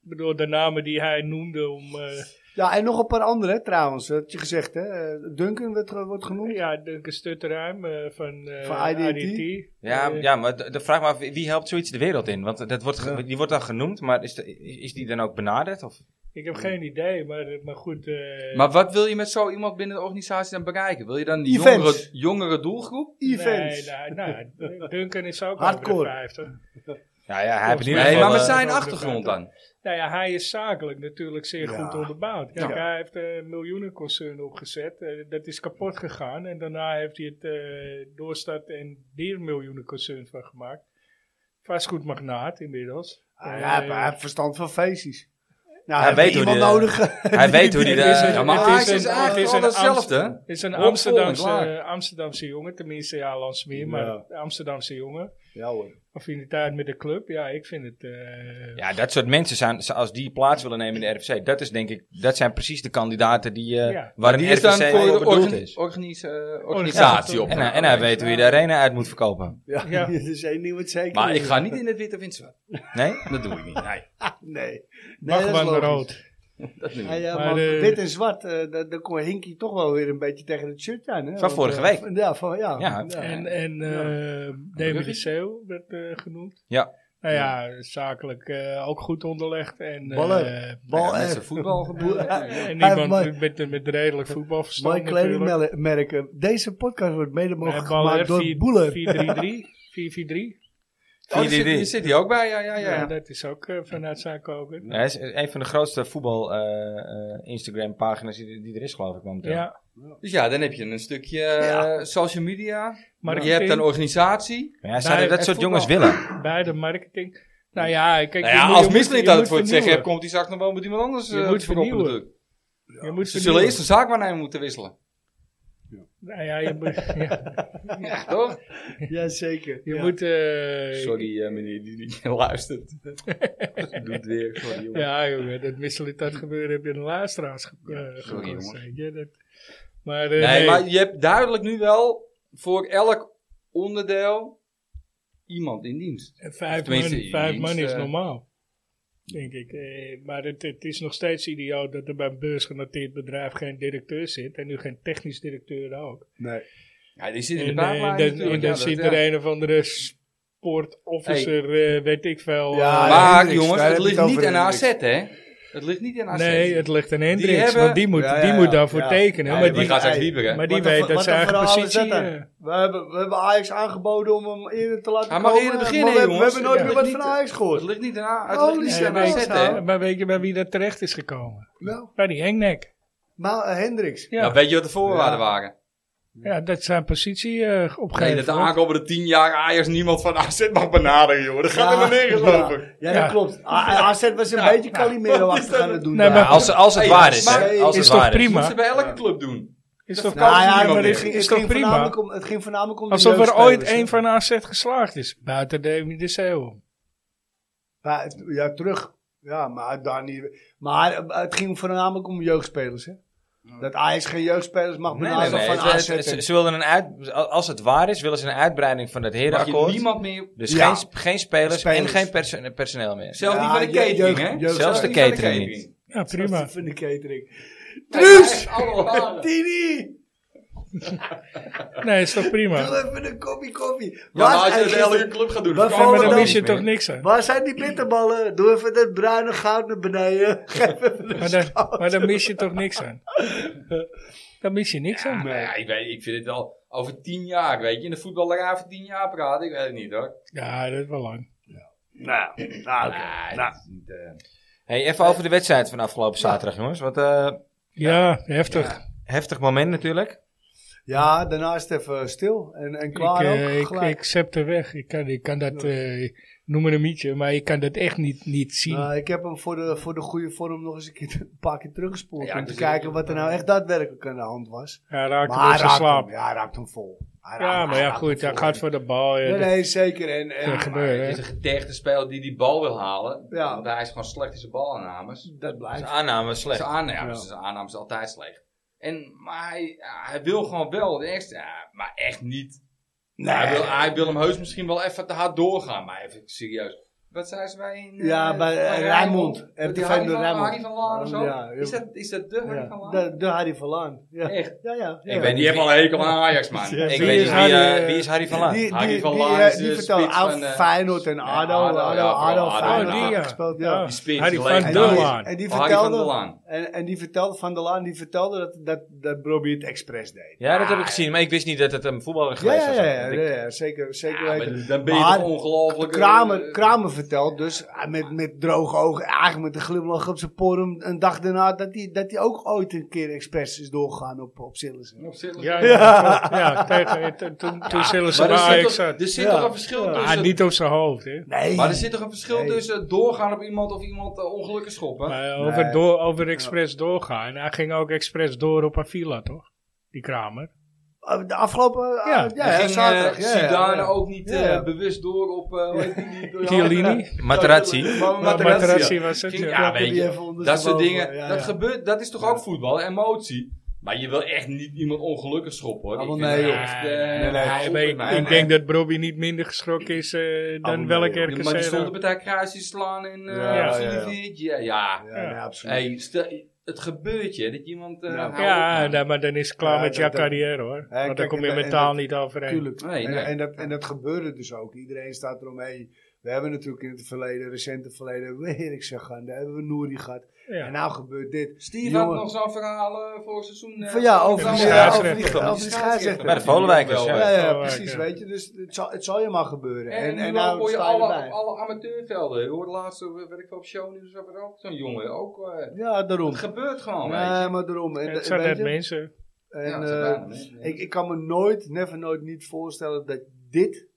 S2: bedoel, de namen die hij noemde om. eh,
S4: Ja, en nog een paar andere hè, trouwens. Dat had je gezegd, hè? Eh, Duncan werd, ge- wordt genoemd.
S2: ja, Duncan Stutterheim eh, van, eh
S4: Van IDT.
S2: IDT.
S1: Ja,
S2: Eh,
S1: ja, maar de- de vraag maar wie wie helpt zoiets de wereld in? Want dat wordt, ge- die wordt dan genoemd, maar is, de- is die dan ook benaderd? Of?
S2: Ik heb geen idee, maar, maar goed. eh,
S3: Maar wat wil je met zo iemand binnen de organisatie dan bereiken? Wil je dan die
S4: Events.
S3: jongere, jongere doelgroep?
S4: Events.
S2: Nee, nee, nou,
S4: *laughs*
S2: Duncan is ook
S4: Hardcore.
S2: over de 50.
S1: Ja, ja, hij heeft in ieder
S3: Nee,
S1: geval...
S3: maar met
S1: eh,
S3: zijn achtergrond dan.
S2: Nou ja, hij is zakelijk natuurlijk zeer
S4: Ja.
S2: goed onderbouwd. Kijk,
S4: Ja.
S2: hij heeft eh, een miljoenenconcern opgezet. Eh, dat is kapot gegaan. En daarna heeft hij het eh doorstart en weer een miljoenenconcern van gemaakt. Vastgoedmagnaat inmiddels.
S4: Ah, Hij,
S2: Eh,
S4: hij- hij heeft verstand van feestjes. Nou,
S1: Hij
S4: hij weet
S1: weet hoe
S4: iemand
S1: die- eh,
S4: nodig.
S1: *laughs* hij weet
S4: *laughs*
S1: hoe die...
S2: Het is
S1: daar.
S2: een-
S1: ja,
S3: Ja, maar
S2: het
S3: Ajax is
S2: een-
S3: eigenlijk
S2: het is
S3: al
S2: een Amst-
S3: hetzelfde. hè?
S2: Het is een
S3: Opvolgend,
S2: Amsterdamse, eh,
S3: klaar.
S2: Amsterdamse jongen. Tenminste, ja, Landsmeer, maar
S4: Ja.
S2: een Amsterdamse jongen.
S4: Ja hoor.
S2: Affiniteit met de club. Ja, ik vind het... eh,
S1: ja, dat soort mensen zijn, ze- als die plaats willen nemen in de RFC, dat is denk ik, dat zijn precies de kandidaten die, eh,
S2: Ja.
S1: waar
S3: Die
S1: een
S3: is
S1: RFC
S3: dan voor
S1: voor
S3: de
S1: bedoeld
S3: organi-
S1: is.
S3: organis- eh,
S2: Ja.
S3: organisatie op.
S1: En, hij- en hij weet hoe je de arena uit moet verkopen.
S4: Ja,
S2: Ja.
S4: dat is één ding wat zeker
S3: Maar
S4: is.
S3: ik ga niet in het witte
S2: *laughs*
S3: winstwad.
S1: Nee?
S3: Dat doe ik niet. Nee,
S4: Nee. nee dat is
S2: Nachtwand
S4: logisch.
S2: rood.
S3: dat doe ik
S4: Ja,
S3: niet.
S4: ja,
S2: Maar
S4: maar
S2: de-
S4: wit en zwart, eh daar daar kon Hinkie toch wel weer een beetje tegen het shirt aan. Hè?
S1: Van
S4: Want,
S1: vorige
S4: eh,
S1: week.
S4: van- Ja, van, ja.
S1: Ja.
S2: En, en eh David de Zeeuw werd eh, genoemd.
S1: Ja.
S2: Nou ja, zakelijk eh, ook goed onderlegd. En, eh,
S4: Ballen. Bal
S3: Ja, met
S4: eh,
S3: zijn
S4: *laughs*
S3: voetbal
S2: en
S4: Hij heeft
S2: iemand
S4: mooi-
S2: met, met, met redelijk voetbalverstand
S4: Mooi
S2: natuurlijk.
S4: kledingmerken. Deze podcast wordt mede mogelijk
S2: En Ballen
S4: gemaakt door Boeler.
S2: 4-3-3.
S4: *laughs*
S2: 4-4-3.
S3: *laughs* Oh, die zit, die zit hier ook bij, ja, ja, ja.
S2: Ja,
S3: ja.
S2: dat is ook eh, vanuit zijn koken.
S1: Hij is een van de grootste voetbal eh, eh, Instagram pagina's die, die er is geloof ik momenteel.
S2: Ja,
S3: Dus ja, dan heb je een stukje eh, social media.
S2: maar
S3: je hebt een organisatie.
S1: Maar ja, zouden
S2: Nee,
S1: dat soort
S3: voetbal.
S1: jongens willen?
S2: beide marketing. Nou ja, kijk,
S3: Nou
S2: je
S3: ja,
S2: moet-
S3: als
S2: je moet-
S3: Mislinit
S2: je
S3: dat
S2: moet
S3: het voor het zeggen
S2: vernieuwen.
S3: heeft, komt die zaak nog wel met iemand anders
S2: Je
S3: eh,
S2: moet
S3: verkopen
S2: vernieuwen.
S3: natuurlijk.
S2: Je moet
S3: Ze zullen eerst
S2: vernieuwen.
S3: een zaakwaarnemer moeten wisselen.
S2: Nou ja, je moet...
S3: *laughs*
S2: ja.
S3: Ja, toch?
S4: Jazeker.
S2: Je
S4: *laughs* Ja.
S2: moet eh,
S3: Sorry eh, meneer die *laughs* niet luistert.
S2: *laughs*
S3: Doet weer, sorry jongen.
S2: Ja, jongen, dat misselijk dat gebeuren heb je in de luisteraars ge eh,
S3: sorry,
S2: gekost,
S3: jongens.
S2: weet je, dat- Maar, eh,
S3: Nee,
S2: nee,
S3: maar je hebt duidelijk nu wel voor elk onderdeel iemand in dienst.
S2: vijf man,
S3: tenminste,
S2: vijf
S3: iets,
S2: man is
S3: eh,
S2: normaal. Denk ik. Eh, maar het, het is nog steeds idioot dat er bij een beursgenoteerd bedrijf geen directeur zit. En nu geen technisch directeur ook.
S4: Nee.
S3: Ja, die zit in
S2: En,
S3: de
S2: eh,
S3: pijplijn
S2: dat-
S3: natuurlijk.
S2: en
S3: ja,
S2: dan
S3: dat-
S2: zit
S3: ja.
S2: er een of andere sportofficer, eh, weet ik veel.
S4: Ja,
S2: eh,
S3: Maar
S4: Hendricks,
S3: jongens,
S4: daar
S3: het
S4: heb je
S3: ligt
S4: het
S3: niet
S4: over,
S3: aan AZ
S4: Hendricks.
S3: hè. Het ligt niet aan AZ.
S2: nee, het ligt aan Hendricks.
S3: hebben-
S2: want die moet,
S4: Ja, ja,
S2: die moet
S4: ja,
S2: daarvoor
S4: ja.
S2: tekenen. maar die,
S3: die gaat
S4: maar-
S3: echt liever hè.
S2: maar die
S4: Wat een-
S2: weet dat
S4: wat
S2: ze
S4: een
S2: eigen
S4: verhaal is
S2: positie...
S4: dat dan?
S2: eh,
S4: We hebben, we hebben Ajax aangeboden om hem eerder te laten
S3: Hij mag
S4: komen.
S3: eerder beginnen,
S4: maar we, hebben- we
S3: jongens.
S4: hebben nooit
S3: Ja.
S4: meer wat
S3: Niet-
S4: van Ajax
S3: Het
S4: gehoord.
S3: ligt niet aan, het
S4: Oh,
S3: ligt niet
S4: Lisa,
S3: aan
S4: nou,
S3: AZ
S4: nou.
S3: hè.
S2: Ja, maar weet je bij wie dat terecht is gekomen?
S4: Nou,
S2: Bij die hengnek.
S4: maar eh, Hendricks.
S2: Ja,
S3: Nou, weet je wat de voorwaarden
S4: Ja.
S3: waren?
S2: ja dat zijn positie eh opgegeven
S3: Nee, dat de
S2: wordt.
S3: aankomende tien jaar Ajaars niemand van AZ mag benaderen, joh. Dat gaat
S4: Ja,
S3: helemaal nergens
S4: ja.
S3: over.
S4: Ja,
S2: Ja.
S4: dat klopt. A- AZ was een beetje Calimero aan het gaan doen.
S2: Nee,
S4: daar.
S2: maar-
S1: als, als het
S3: Hey,
S1: waar is,
S3: maar-
S1: hè? Als
S2: is
S1: het
S2: toch
S1: waar is.
S2: prima?
S3: Moeten ze bij elke club doen.
S2: Is toch
S4: Nou ja,
S2: prima?
S4: maar het
S2: Is,
S4: ging,
S2: is
S4: het
S2: toch
S4: ging voornamelijk
S2: prima?
S4: om, het ging voornamelijk om de
S2: Alsof er
S4: jeugdspelers,
S2: ooit
S4: hè.
S2: een van AZ geslaagd is. Buiten Davy de Zeeuw.
S4: Maar het- ja, terug. Ja, maar daar niet. Maar eh, het ging voornamelijk om jeugdspelers, hè? Dat Ajax geen jeugdspelers mag
S1: Nee,
S4: benaderen
S1: nee, nee.
S4: van
S1: Het-
S4: AZ.
S1: het- het- ze-
S4: en-
S1: ze willen een uit, als het waar is, willen ze een uitbreiding van dat
S3: Mag je
S1: herenakkoord.
S3: niemand meer...
S1: Dus
S4: Ja.
S1: geen, sp- geen spelers, en
S4: Spelers.
S1: geen perso- personeel meer.
S3: Zelfs
S4: Ja,
S3: niet van de
S4: je-
S3: catering,
S4: jeugd-
S3: hè?
S4: jeugd-
S1: Zelfs de
S3: niet van
S1: catering niet.
S2: Ja, prima.
S4: Van de catering.
S3: Truus!
S4: Truus! Tini!
S2: Nee, is toch prima?
S4: Wil even een kopje koffie.
S3: Ja, maar
S4: Waar
S3: als
S4: is
S3: je het
S4: eigenlijk-
S3: hele club gaat doen...
S4: Waar
S3: dan
S4: vinden
S2: Ja, maar
S4: we
S3: kan het
S2: dan
S4: dan
S3: ook
S2: mis
S4: niet
S2: je
S3: niet
S2: toch
S3: meer.
S2: niks aan.
S4: Waar zijn die bitterballen? Doe even dat bruine goud naar
S3: *laughs*
S4: beneden. Geef even een
S2: Maar dan, maar dan mis je toch niks aan. Dan mis je niks aan.
S3: Nou ja, ik, weet, ik vind het wel over tien jaar, weet je. In de voetballerij over tien jaar praten, ik weet het niet hoor.
S2: Ja, dat is wel lang.
S4: Nou, nou oké. Nou.
S3: Nee, dat is niet, eh.
S1: Hey, even over de wedstrijd van afgelopen zaterdag, jongens. Wat eh
S2: Ja, heftig.
S1: heftig moment natuurlijk.
S4: Ja, daarna is het even stil. En, en
S2: Ik,
S4: klaar
S2: eh,
S4: ook
S2: ik,
S4: gelijk.
S2: ik zep er weg. Ik kan, ik kan dat, eh noem het een mietje, maar ik kan dat echt niet, niet zien.
S4: Nou, ik heb hem voor de, voor de goede vorm nog eens een, keer, *laughs* een paar keer teruggespoeld.
S3: Ja,
S4: om
S3: ik
S4: te
S3: zie het.
S4: kijken wat er nou echt daadwerkelijk aan de hand was.
S2: Hij raakte
S4: Maar
S2: door
S4: hij
S2: zijn
S4: raakt,
S2: slaap.
S4: hem, ja, hij raakt hem vol. Hij
S2: Ja,
S4: raakt-
S2: maar
S4: hij
S2: ja,
S4: raakt
S2: goed,
S4: hem
S2: hij
S4: vol.
S2: gaat voor de bal. ja,
S4: Nee,
S2: dat
S4: nee, zeker. En, en,
S2: kan gebeuren.
S3: Het is
S2: hè.
S3: een getergde speler die die bal wil halen.
S4: Ja.
S3: Want hij is gewoon slecht in zijn balaannames.
S4: dat
S1: Zijn
S4: blijft.
S1: aanname was slecht.
S3: Zijn aannames, zijn aannames is altijd slecht. En, maar hij, ja, hij wil gewoon wel de eerste. Ja, maar echt niet. Hij, wil, hij wil hem heus misschien wel even te hard doorgaan. Maar even serieus. Wat zijn ze bij in, eh,
S4: Ja, bij, eh, Rijnmond.
S3: Bij
S4: RTV
S3: die Harry van,
S4: Rijnmond.
S3: Harry van Laan of zo.
S4: Ja,
S3: is, dat, is dat de Harry
S4: Ja,
S3: van Laan?
S4: de, de Harry van Laan. Ja.
S3: Echt?
S4: Ja, ja. ja.
S1: Ik weet
S3: Die hebben al een hekel aan Ajax, man.
S4: Ja,
S1: Ik
S2: Wie
S1: weet
S2: is
S1: niet wie,
S2: Harry,
S1: eh,
S2: eh,
S1: wie is Harry van Laan.
S4: Die, die,
S3: Harry
S4: die,
S3: van
S4: die,
S3: Laan
S4: eh,
S3: is
S4: die
S3: de
S4: vertelde
S3: spits
S4: aan
S3: van, eh,
S4: Feyenoord en ADO.
S3: ADO, ja,
S4: ADO,
S3: vooral
S4: ADO,
S3: ADO,
S2: Oh,
S4: Feyenoord
S3: ja.
S4: had gespeeld. Ja.
S3: Die spits,
S2: Harry
S3: die
S2: eh, van
S3: leek-
S4: En die,
S2: Laan.
S4: en, die
S3: Oh, Harry van der
S4: vertelde,
S3: Laan.
S4: en, en die vertelde van de Laan, die vertelde dat, dat, dat Robbie het expres deed.
S1: Ja, dat heb ik gezien. Maar ik wist niet dat het een voetballer
S4: Ja,
S1: geweest
S4: ja,
S1: was.
S4: ja, ja,
S1: Dat ik-
S4: ja, ja, zeker, zeker
S3: Ja,
S4: weten.
S3: maar dan ben je
S4: Maar
S3: toch ongelooflijk... eh,
S4: Kramer, Kramer vertelt dus ah, met, met droge ogen, eigenlijk met een glimlach op zijn porum, een dag daarna, dat hij dat hij ook ooit een keer expres is doorgegaan op, op Sillissen.
S3: Op zich-
S4: *laughs*
S2: Ja, ja, ja, tegen, eh, toen- toen, toen zullen ze
S3: Maar
S2: bij
S3: er zit
S2: Ajax
S3: toch,
S2: zat.
S3: er zit
S4: Ja.
S3: toch een verschil
S4: Ja.
S3: tussen...
S2: Ah, niet op zijn hoofd, hè.
S4: Nee,
S3: Maar er zit toch een verschil
S4: Nee.
S3: tussen doorgaan op iemand of iemand eh, ongelukkig schoppen?
S2: Maar over, door, over expres doorgaan. En hij ging ook expres door op Avila, toch? Die Kramer.
S4: Ah, de afgelopen, ah,
S2: Ja,
S4: ja,
S3: Hij
S4: ja,
S3: ging, eh,
S4: zaterdag. ja, ja,
S3: Zidane
S4: ja.
S3: ook niet eh,
S4: Ja.
S3: bewust door op... eh, hoe heet
S1: *laughs*
S3: die, die
S2: Chiellini.
S1: Materazzi.
S3: Maar
S2: Maar
S3: Materazzi,
S2: Materazzi
S3: ja.
S2: was het,
S3: Ging-
S2: ja.
S3: ja,
S4: Die
S3: weet je,
S4: even onder
S3: dat
S4: zijn
S3: soort
S4: boven,
S3: dingen,
S4: ja,
S3: dat
S4: ja.
S3: gebeurt, dat is toch ook voetbal, emotie. Maar je wil echt niet iemand ongelukkig schoppen, hoor. Ik
S4: Allemaal
S3: vind
S4: Ah, nee,
S3: het
S4: joh.
S3: echt, eh,
S4: Nee, nee.
S3: hij-
S2: Ik weet-
S3: maar-
S2: ik denk dat Bobby niet minder geschrokken is eh, dan
S4: Oh, nee,
S2: welk
S4: joh.
S2: RKC.
S3: Maar die stonden
S2: dan.
S3: met haar kruisjes slaan en... eh,
S4: Ja,
S3: of
S4: ja, ja.
S3: Olivier, Ja, ja.
S4: Ja, nee, absoluut.
S3: Hey, stel- het gebeurt je, dat je iemand... eh,
S4: Ja.
S3: houdt,
S2: Ja,
S3: man.
S2: nou, maar dan is het klaar
S4: Ja,
S2: met
S4: dat-
S2: jouw
S4: dat-
S2: carrière, hoor. Want daar
S4: kijk,
S2: kom je
S4: en- en
S2: mentaal
S4: dat-
S2: niet overheen.
S4: Tuurlijk.
S3: Nee,
S4: en,
S3: nee.
S4: En, dat, en dat gebeurde dus ook. Iedereen staat eromheen. We hebben natuurlijk in het verleden, recente verleden, *laughs* weer Eriksen gehad. Daar hebben we Nouri gehad. En
S2: Ja.
S4: nou gebeurt dit.
S3: Steve
S4: Jongen.
S3: had nog zo'n verhaal eh, vorig seizoen. eh,
S4: Van ja, over
S2: die
S3: over
S2: scheidsrechter.
S4: Over die scheidsrechter.
S1: Bij de Volenwijkers,
S4: Ja,
S1: Ja,
S4: ja,
S3: eh.
S2: ja,
S4: precies.
S2: ja.
S4: Weet je, dus het zal, het zal je maar gebeuren.
S3: En,
S4: En, en
S3: nu
S4: nou
S3: hoor je
S4: sta je
S3: alle,
S4: erbij.
S3: alle amateurvelden. Je hoort laatst, eh, weet ik veel, op shownieuws of er ook zo'n jongen. Ook, eh,
S4: Ja, daarom.
S3: het gebeurt gewoon, weet
S4: Nee, maar daarom. En,
S2: Het
S4: weet
S2: zijn net
S4: je,
S2: mensen.
S3: je. Ja,
S4: en,
S3: het is
S4: eh,
S3: bijna, hè.
S4: ik, ik kan me nooit, never nooit niet voorstellen dat dit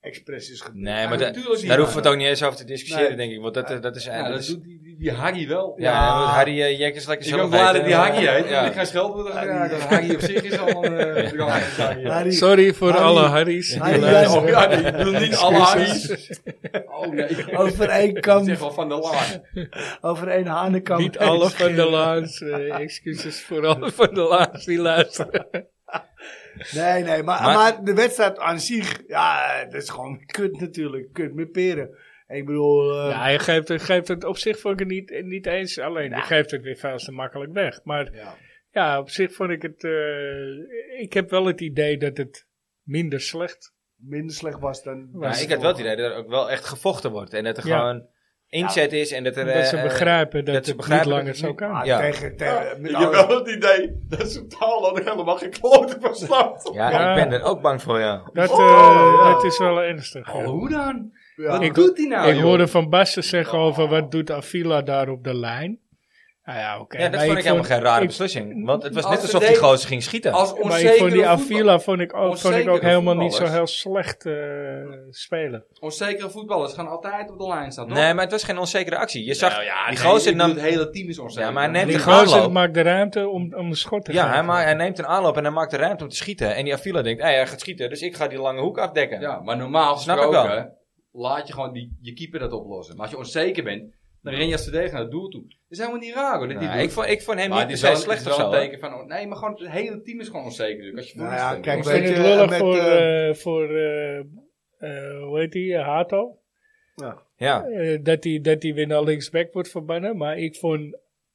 S4: expres is gebeurd.
S1: Nee, maar
S3: Ja,
S1: da-
S3: natuurlijk niet,
S1: daar hoeven we
S3: maar-
S1: het ook niet eens over te discussiëren,
S4: Nee.
S1: denk ik. Want dat, eh, dat is...
S3: ja, dat doet die, die, die Harry wel.
S1: Ja,
S4: Ja.
S1: want Harry uh, Jekkers lekker
S3: Ik
S1: zelf
S3: ben blij dat die
S1: weten.
S3: Harry heet.
S1: Ja.
S3: Ik ga scheld worden geraakt. Harry op zich is al een eh, belangrijk.
S4: Harry,
S2: Sorry voor
S4: Harry-
S2: alle Harry's.
S4: Harry,
S2: die
S4: jij
S2: luisteren.
S3: Oh ja, nee, ik bedoel niet alle Harry's. Oh nee.
S4: over
S3: *laughs*
S4: één
S3: Ik
S4: kam,
S3: zeg wel van de laan.
S4: over één hanekam.
S2: Niet alle van de Laans. eh, excuses voor alle van de Laans die luisteren.
S4: Nee, nee, maar, maar,
S1: Maar-
S4: de wedstrijd aan zich, ja, dat is gewoon *laughs* kut natuurlijk. Kut met peren. Ik bedoel, eh,
S2: Ja, hij geeft, het- geeft het op zich vond ik het niet, niet eens. Alleen, hij geeft het weer veel te makkelijk weg. Maar
S4: ja.
S2: ja, op zich vond ik het... eh, ik heb wel het idee dat het minder slecht...
S4: minder slecht was dan...
S1: Ja,
S2: Was
S1: ik had wel het idee dat er ook wel echt gevochten wordt. En dat er
S2: Ja.
S1: gewoon inzet is en dat er...
S2: dat ze
S1: eh,
S2: begrijpen dat,
S1: dat ze
S2: het
S1: begrijpen
S2: niet
S1: dat
S2: langer
S1: het
S2: zo
S1: niet-
S2: kan.
S4: Maar
S1: Ja.
S4: tegen, tegen, met
S3: Ik heb
S4: alle-
S3: wel het idee dat ze taal hadden helemaal geen klote van snapt.
S1: Ja,
S2: Ja.
S1: ik ben er ook bang voor, ja.
S2: Dat, eh,
S4: Oh, ja.
S2: dat is wel
S1: Oh,
S2: ernstig. ja.
S3: hoe dan?
S4: ja.
S2: Ik-
S3: doet hij nou?
S2: Ik hoorde Van Basten zeggen over wat doet Avila daar op de lijn. Nou ja, oké.
S1: Ja, dat
S2: maar
S1: vond ik helemaal
S2: vond-
S1: geen rare
S2: ik-
S1: beslissing. Want het was
S3: Als
S1: net alsof die
S3: verdediger-
S1: gozer ging schieten.
S3: Als
S2: Maar ik vond die
S3: onzekere, voetbal,
S2: Avila vond ik ook, vond ik
S3: Onzekere
S2: ook helemaal niet zo heel
S3: voetballers.
S2: slecht eh, spelen.
S3: onzekere voetballers gaan altijd op de lijn staan. toch?
S1: Nee, maar het was geen onzekere actie. Je
S3: Nou
S1: zag,
S3: ja,
S1: die
S3: nee,
S1: gozer
S3: ik
S1: nam...
S3: bedoel, Het hele team is onzeker.
S1: Ja, maar net
S2: Die
S1: de
S2: gozer
S1: aanloop.
S2: maakt de ruimte om, om een schot te
S1: Ja,
S2: geven.
S1: hij, ma- hij neemt een aanloop en hij maakt de ruimte om te schieten. En die Avila denkt, hey, hij gaat schieten, dus ik ga die lange hoek afdekken.
S3: Ja, maar normaal
S1: Snap ik
S3: gesproken laat je gewoon die, je keeper dat oplossen. Maar als je onzeker bent, dan ren je als verdediger naar het doel toe. Dat is helemaal niet raar hoor. Dat
S1: Nou,
S3: die
S1: ik, vond, ik vond hem
S3: maar
S1: niet
S3: het
S1: per
S3: is
S1: se
S3: wel, het
S1: slecht
S3: is
S1: of
S3: wel
S1: zo.
S3: een
S1: hoor.
S3: teken van... Nee, maar gewoon het hele team is gewoon onzeker. natuurlijk. Als je
S4: Nou
S3: voorin
S4: ja,
S3: staat,
S4: kijk,
S2: Ik
S3: jongens.
S2: vind
S4: Weet
S2: het
S4: je,
S2: lullig
S4: met,
S2: voor,
S4: eh,
S2: eh, voor eh, eh, hoe heet die, eh, Hato.
S1: Ja.
S2: Eh, dat hij dat die weer naar linksback wordt verbannen. Maar ik vond,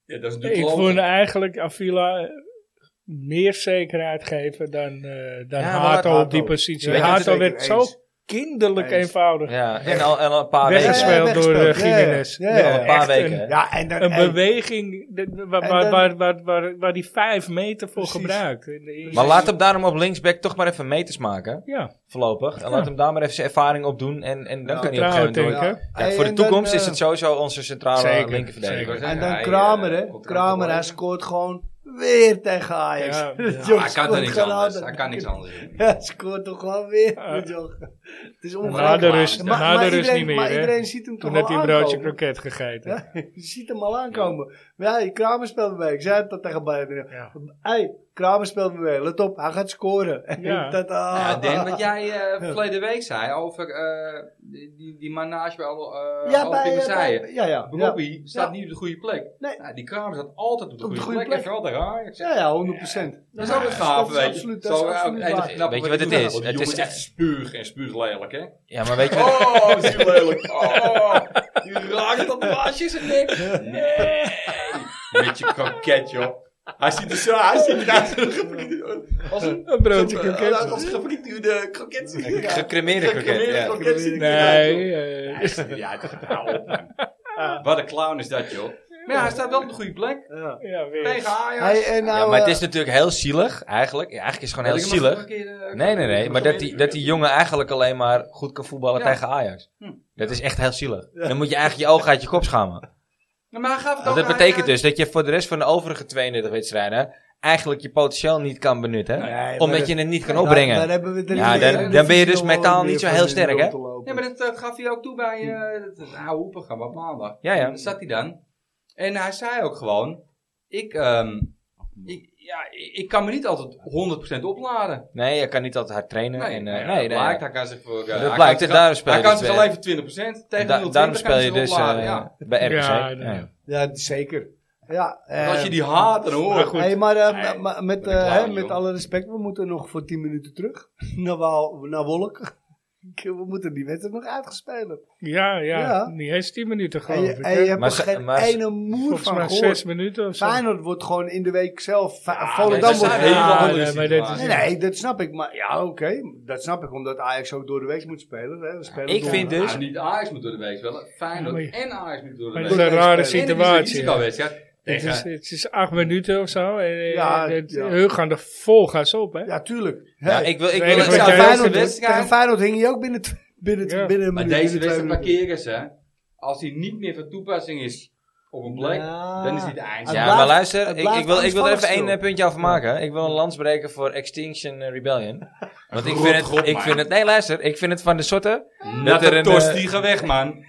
S3: Ja, dat is natuurlijk
S2: ik
S3: logisch.
S2: vond eigenlijk Avila meer zekerheid geven dan, eh, dan
S1: Ja, maar
S2: Hato
S4: Hato-
S2: op die positie.
S4: Ja, ik ben het
S2: Hato
S4: zeker
S2: werd zo
S4: eens.
S2: kinderlijk
S4: Eens.
S2: eenvoudig.
S1: ja. En al, en al een paar weken.
S4: Weggespeeld.
S2: Weggespeeld door eh,
S4: weggespeeld. Ja, ja.
S2: Gimenez.
S4: Ja, ja, ja.
S1: Al een paar
S2: Echt een-
S1: weken. hè.
S4: Ja, en dan,
S2: Een
S4: en-
S2: beweging de- de- waar,
S4: en
S2: waar,
S4: dan-
S2: waar, waar, waar, waar die vijf meter voor
S4: Precies.
S2: gebruikt. En- en-
S1: Maar laat hem daarom op linksback toch maar even meters maken.
S2: Ja,
S1: Voorlopig. En
S2: Ja.
S1: laat hem daar maar even zijn ervaring op doen. En, en dan kan hij
S4: Ja,
S1: op een
S2: trouw
S1: gegeven
S2: denk
S1: moment
S2: ik.
S1: door.
S2: hè?
S4: Ja.
S1: Ja, voor de
S4: En dan,
S1: toekomst is
S4: eh,
S1: het sowieso onze centrale
S2: Zeker,
S1: linkerverdediger.
S2: zeker.
S4: En
S3: Ja,
S4: dan
S3: hij,
S4: Kramer,
S3: eh,
S4: hè?
S3: komt
S4: Kramer,
S3: uit
S4: hij
S3: de
S4: scoort gewoon weer tegen Ajax. *laughs*
S2: Ja,
S4: De
S2: ja.
S4: jongen
S3: Hij kan er
S4: scoort
S3: niks
S4: gewoon
S3: anders.
S4: harder.
S3: Hij
S4: *laughs*
S3: kan niks anders. doen.
S4: Hij scoort toch gewoon weer.
S2: Ja.
S4: de jongen. Het is
S2: na
S4: ongelooflijk.
S2: de rust,
S3: Maar-
S2: na de rust
S4: iedereen,
S2: niet meer.
S4: maar
S2: hè?
S4: iedereen ziet hem toch
S2: Toen
S4: wel
S2: had hij een broodje
S4: aankomen.
S2: kroket gegeten.
S4: Ja, *laughs* je ziet hem al aankomen. Maar ja, die Kramer speelt me mee. Ik zei het al tegen Bayern.
S2: Ja.
S4: Hey, Kramer speelt me mee. Let op, hij gaat scoren. *laughs* En
S2: Ja.
S4: dat, ah.
S3: Ja, Dan, wat jij eh verleden week zei over eh, die, die, die manage bij al, eh
S4: ja,
S3: al
S4: bij,
S3: die
S4: ja,
S3: Marseille.
S4: bij- ja, ja, ja.
S3: Bobby staat niet op de goede plek.
S4: Nee.
S3: Nou, die Kramer staat altijd op de, goede, plek. En vooral de Ajax.
S4: Ja, ja, 100 procent.
S3: Dat is ook een gaaf,
S4: Dat is
S3: weet je. eh,
S4: absoluut, dat is absoluut waar.
S1: Weet je wat het is? Het
S3: Het
S1: is
S3: is
S1: echt-
S3: echt spuug en spuuglelijk,
S4: *laughs*
S3: hè?
S1: Ja, maar weet je wat?
S3: Oh, is die lelijk. *laughs* Oh, die raakt dat baasje zijn nek. Nee. Met je kroket, joh. Hij ziet er zo, hij ziet eruit als een gefrituurde- als een...
S2: Een broodje
S3: eh,
S2: kroket.
S3: Als een gefrituurde kroket. ziet hij eruit.
S1: Gecremeerde kroket.
S3: Gecremeerde
S1: Ja.
S3: kroket ziet hij eruit, joh.
S2: Nee, eh,
S3: Hij ziet er niet uit. Hou op, man. Wat een clown is dat, joh. Maar ja, hij staat wel op de goede plek.
S4: Ja.
S2: ja, weer.
S3: Tegen Ajax.
S4: Hey, en nou,
S1: Ja, maar het
S4: eh,
S1: is natuurlijk heel zielig, eigenlijk. Ja, eigenlijk is het gewoon heel zielig.
S3: eh,
S1: Nee, nee, nee. Maar dat die, dat die jongen eigenlijk alleen maar goed kan voetballen
S3: Ja.
S1: tegen Ajax.
S3: Hm.
S1: Dat is echt heel zielig. Dan moet je eigenlijk je ogen uit je kop schamen.
S3: Maar eh, hij gaf het
S1: Want
S3: ook
S1: dat
S3: aan-
S1: betekent dus dat je voor de rest van de overige 32 wedstrijden eigenlijk je potentieel niet kan benutten.
S4: eh, Nee, maar
S1: omdat
S4: dat-
S1: je het niet kan
S4: daar- daar
S1: opbrengen.
S4: hebben we de
S1: Ja,
S4: Eredivisie
S1: dan- dan ben je dus
S4: nog wel
S1: mentaal
S4: wat
S1: niet
S4: meer
S1: zo
S4: van
S1: heel
S4: in de
S1: sterk, hè?
S4: rond te lopen.
S3: Ja, maar dat eh, gaf hij ook toe bij eh, het oude programma op maandag.
S1: Ja, ja.
S3: En daar zat hij dan. En hij zei ook gewoon, ik, ehm, ik, ja, ik ik kan me niet altijd 100% opladen.
S1: Nee, je kan niet altijd hard trainen.
S3: Nee,
S1: en, eh,
S3: nee,
S1: nee,
S3: dat
S1: nee.
S3: blijkt. Hij kan zich voor... eh,
S1: Dat
S3: hij
S1: blijkt,
S3: kan
S1: en daarom
S3: zich-
S1: speel je
S3: Hij kan
S1: dus
S3: zich
S1: bij-
S3: alleen voor 20%.
S1: En
S3: Tegen
S1: da-
S3: 0,20
S1: daarom
S3: kan
S1: speel
S3: hij
S1: je
S3: zich
S1: dus
S3: opladen,
S1: eh,
S3: ja.
S1: bij RKC.
S2: Ja,
S1: Ja,
S2: nee.
S4: Ja, zeker. Ja,
S3: Want Als je
S4: eh,
S3: die haat, dan hoor
S2: Maar
S3: je
S2: goed.
S4: hey, maar eh,
S3: Nee,
S4: ma- ma- met,
S3: ben ik
S4: eh,
S3: klaar,
S4: hè, met
S3: joh.
S4: alle respect, we moeten nog voor 10 minuten terug *laughs* naar, Waal, naar Wolk. *laughs* We moeten die wedstrijd nog uitgespelen.
S2: Ja, ja,
S4: Ja.
S2: Niet eens 10 minuten
S4: En
S2: geloof
S4: je,
S2: ik.
S4: en je
S2: hè.
S4: hebt
S1: Maar
S4: er
S1: ze-
S4: geen
S1: maar ze-
S4: ene moer
S2: Volgens
S4: van
S2: mij
S4: gehoord.
S2: 6 minuten of zo.
S4: Feyenoord wordt gewoon in de week zelf. Va-
S3: maar
S4: Volendam
S3: dat
S4: wordt...
S3: zijn
S2: Ja,
S3: hele andere
S2: nee, maar dit is-
S3: situaties.
S4: Nee, nee, dat snap ik. Maar ja, oké. Dat snap ik, omdat Ajax ook door de week moet spelen. Hè. We spelen
S1: Ik
S4: door-
S1: vind
S3: Dus?
S1: dus-
S3: Ah, niet Ajax moet door de week spelen.
S2: Maar
S3: Feyenoord
S2: je-
S3: en Ajax moet door de
S2: Maar
S3: week
S2: dat is
S3: spelen.
S2: een
S4: Door de
S2: rare
S4: week spelen.
S2: situatie. hè.
S3: wedstrijd.
S2: Het is,
S3: Tegen...
S2: het is 8 minuten of zo. En, eh,
S4: Ja,
S2: het-
S4: ja.
S2: Hun gaan er vol gas op, hè?
S4: Ja, tuurlijk.
S1: Nou,
S4: Hè.
S1: ik wil, ik
S2: Nee,
S1: wil,
S2: dat
S1: ik zou
S2: weet jij
S4: tegen,
S1: fijn-
S2: ook.
S4: Feyenoord,
S3: wedstrijd-
S4: tegen Feyenoord hing je ook binnen, tw- binnen,
S2: Ja.
S4: binnen een
S3: Maar
S4: minuut.
S3: deze
S4: binnen twee
S3: wedstrijd
S4: minuten.
S3: markeren ze. Als hij niet meer van toepassing is op een plek,
S4: Ja.
S3: dan is hij het eind.
S1: ja,
S4: blijft-
S1: maar
S4: het
S1: luister, ik,
S4: blijft
S1: ik wil, ik wil er even
S4: aanvallig
S1: één
S4: stil.
S1: eh, puntje over maken. Ik wil een lans breken voor Extinction eh, Rebellion. Want ik
S3: Rot,
S1: vind, het,
S3: rot,
S1: ik
S3: man.
S1: vind het, nee luister, ik vind het van de soorten,
S3: Dat
S1: er
S3: er
S1: een, eh,
S3: een tosti, ga weg
S4: *laughs*
S3: man.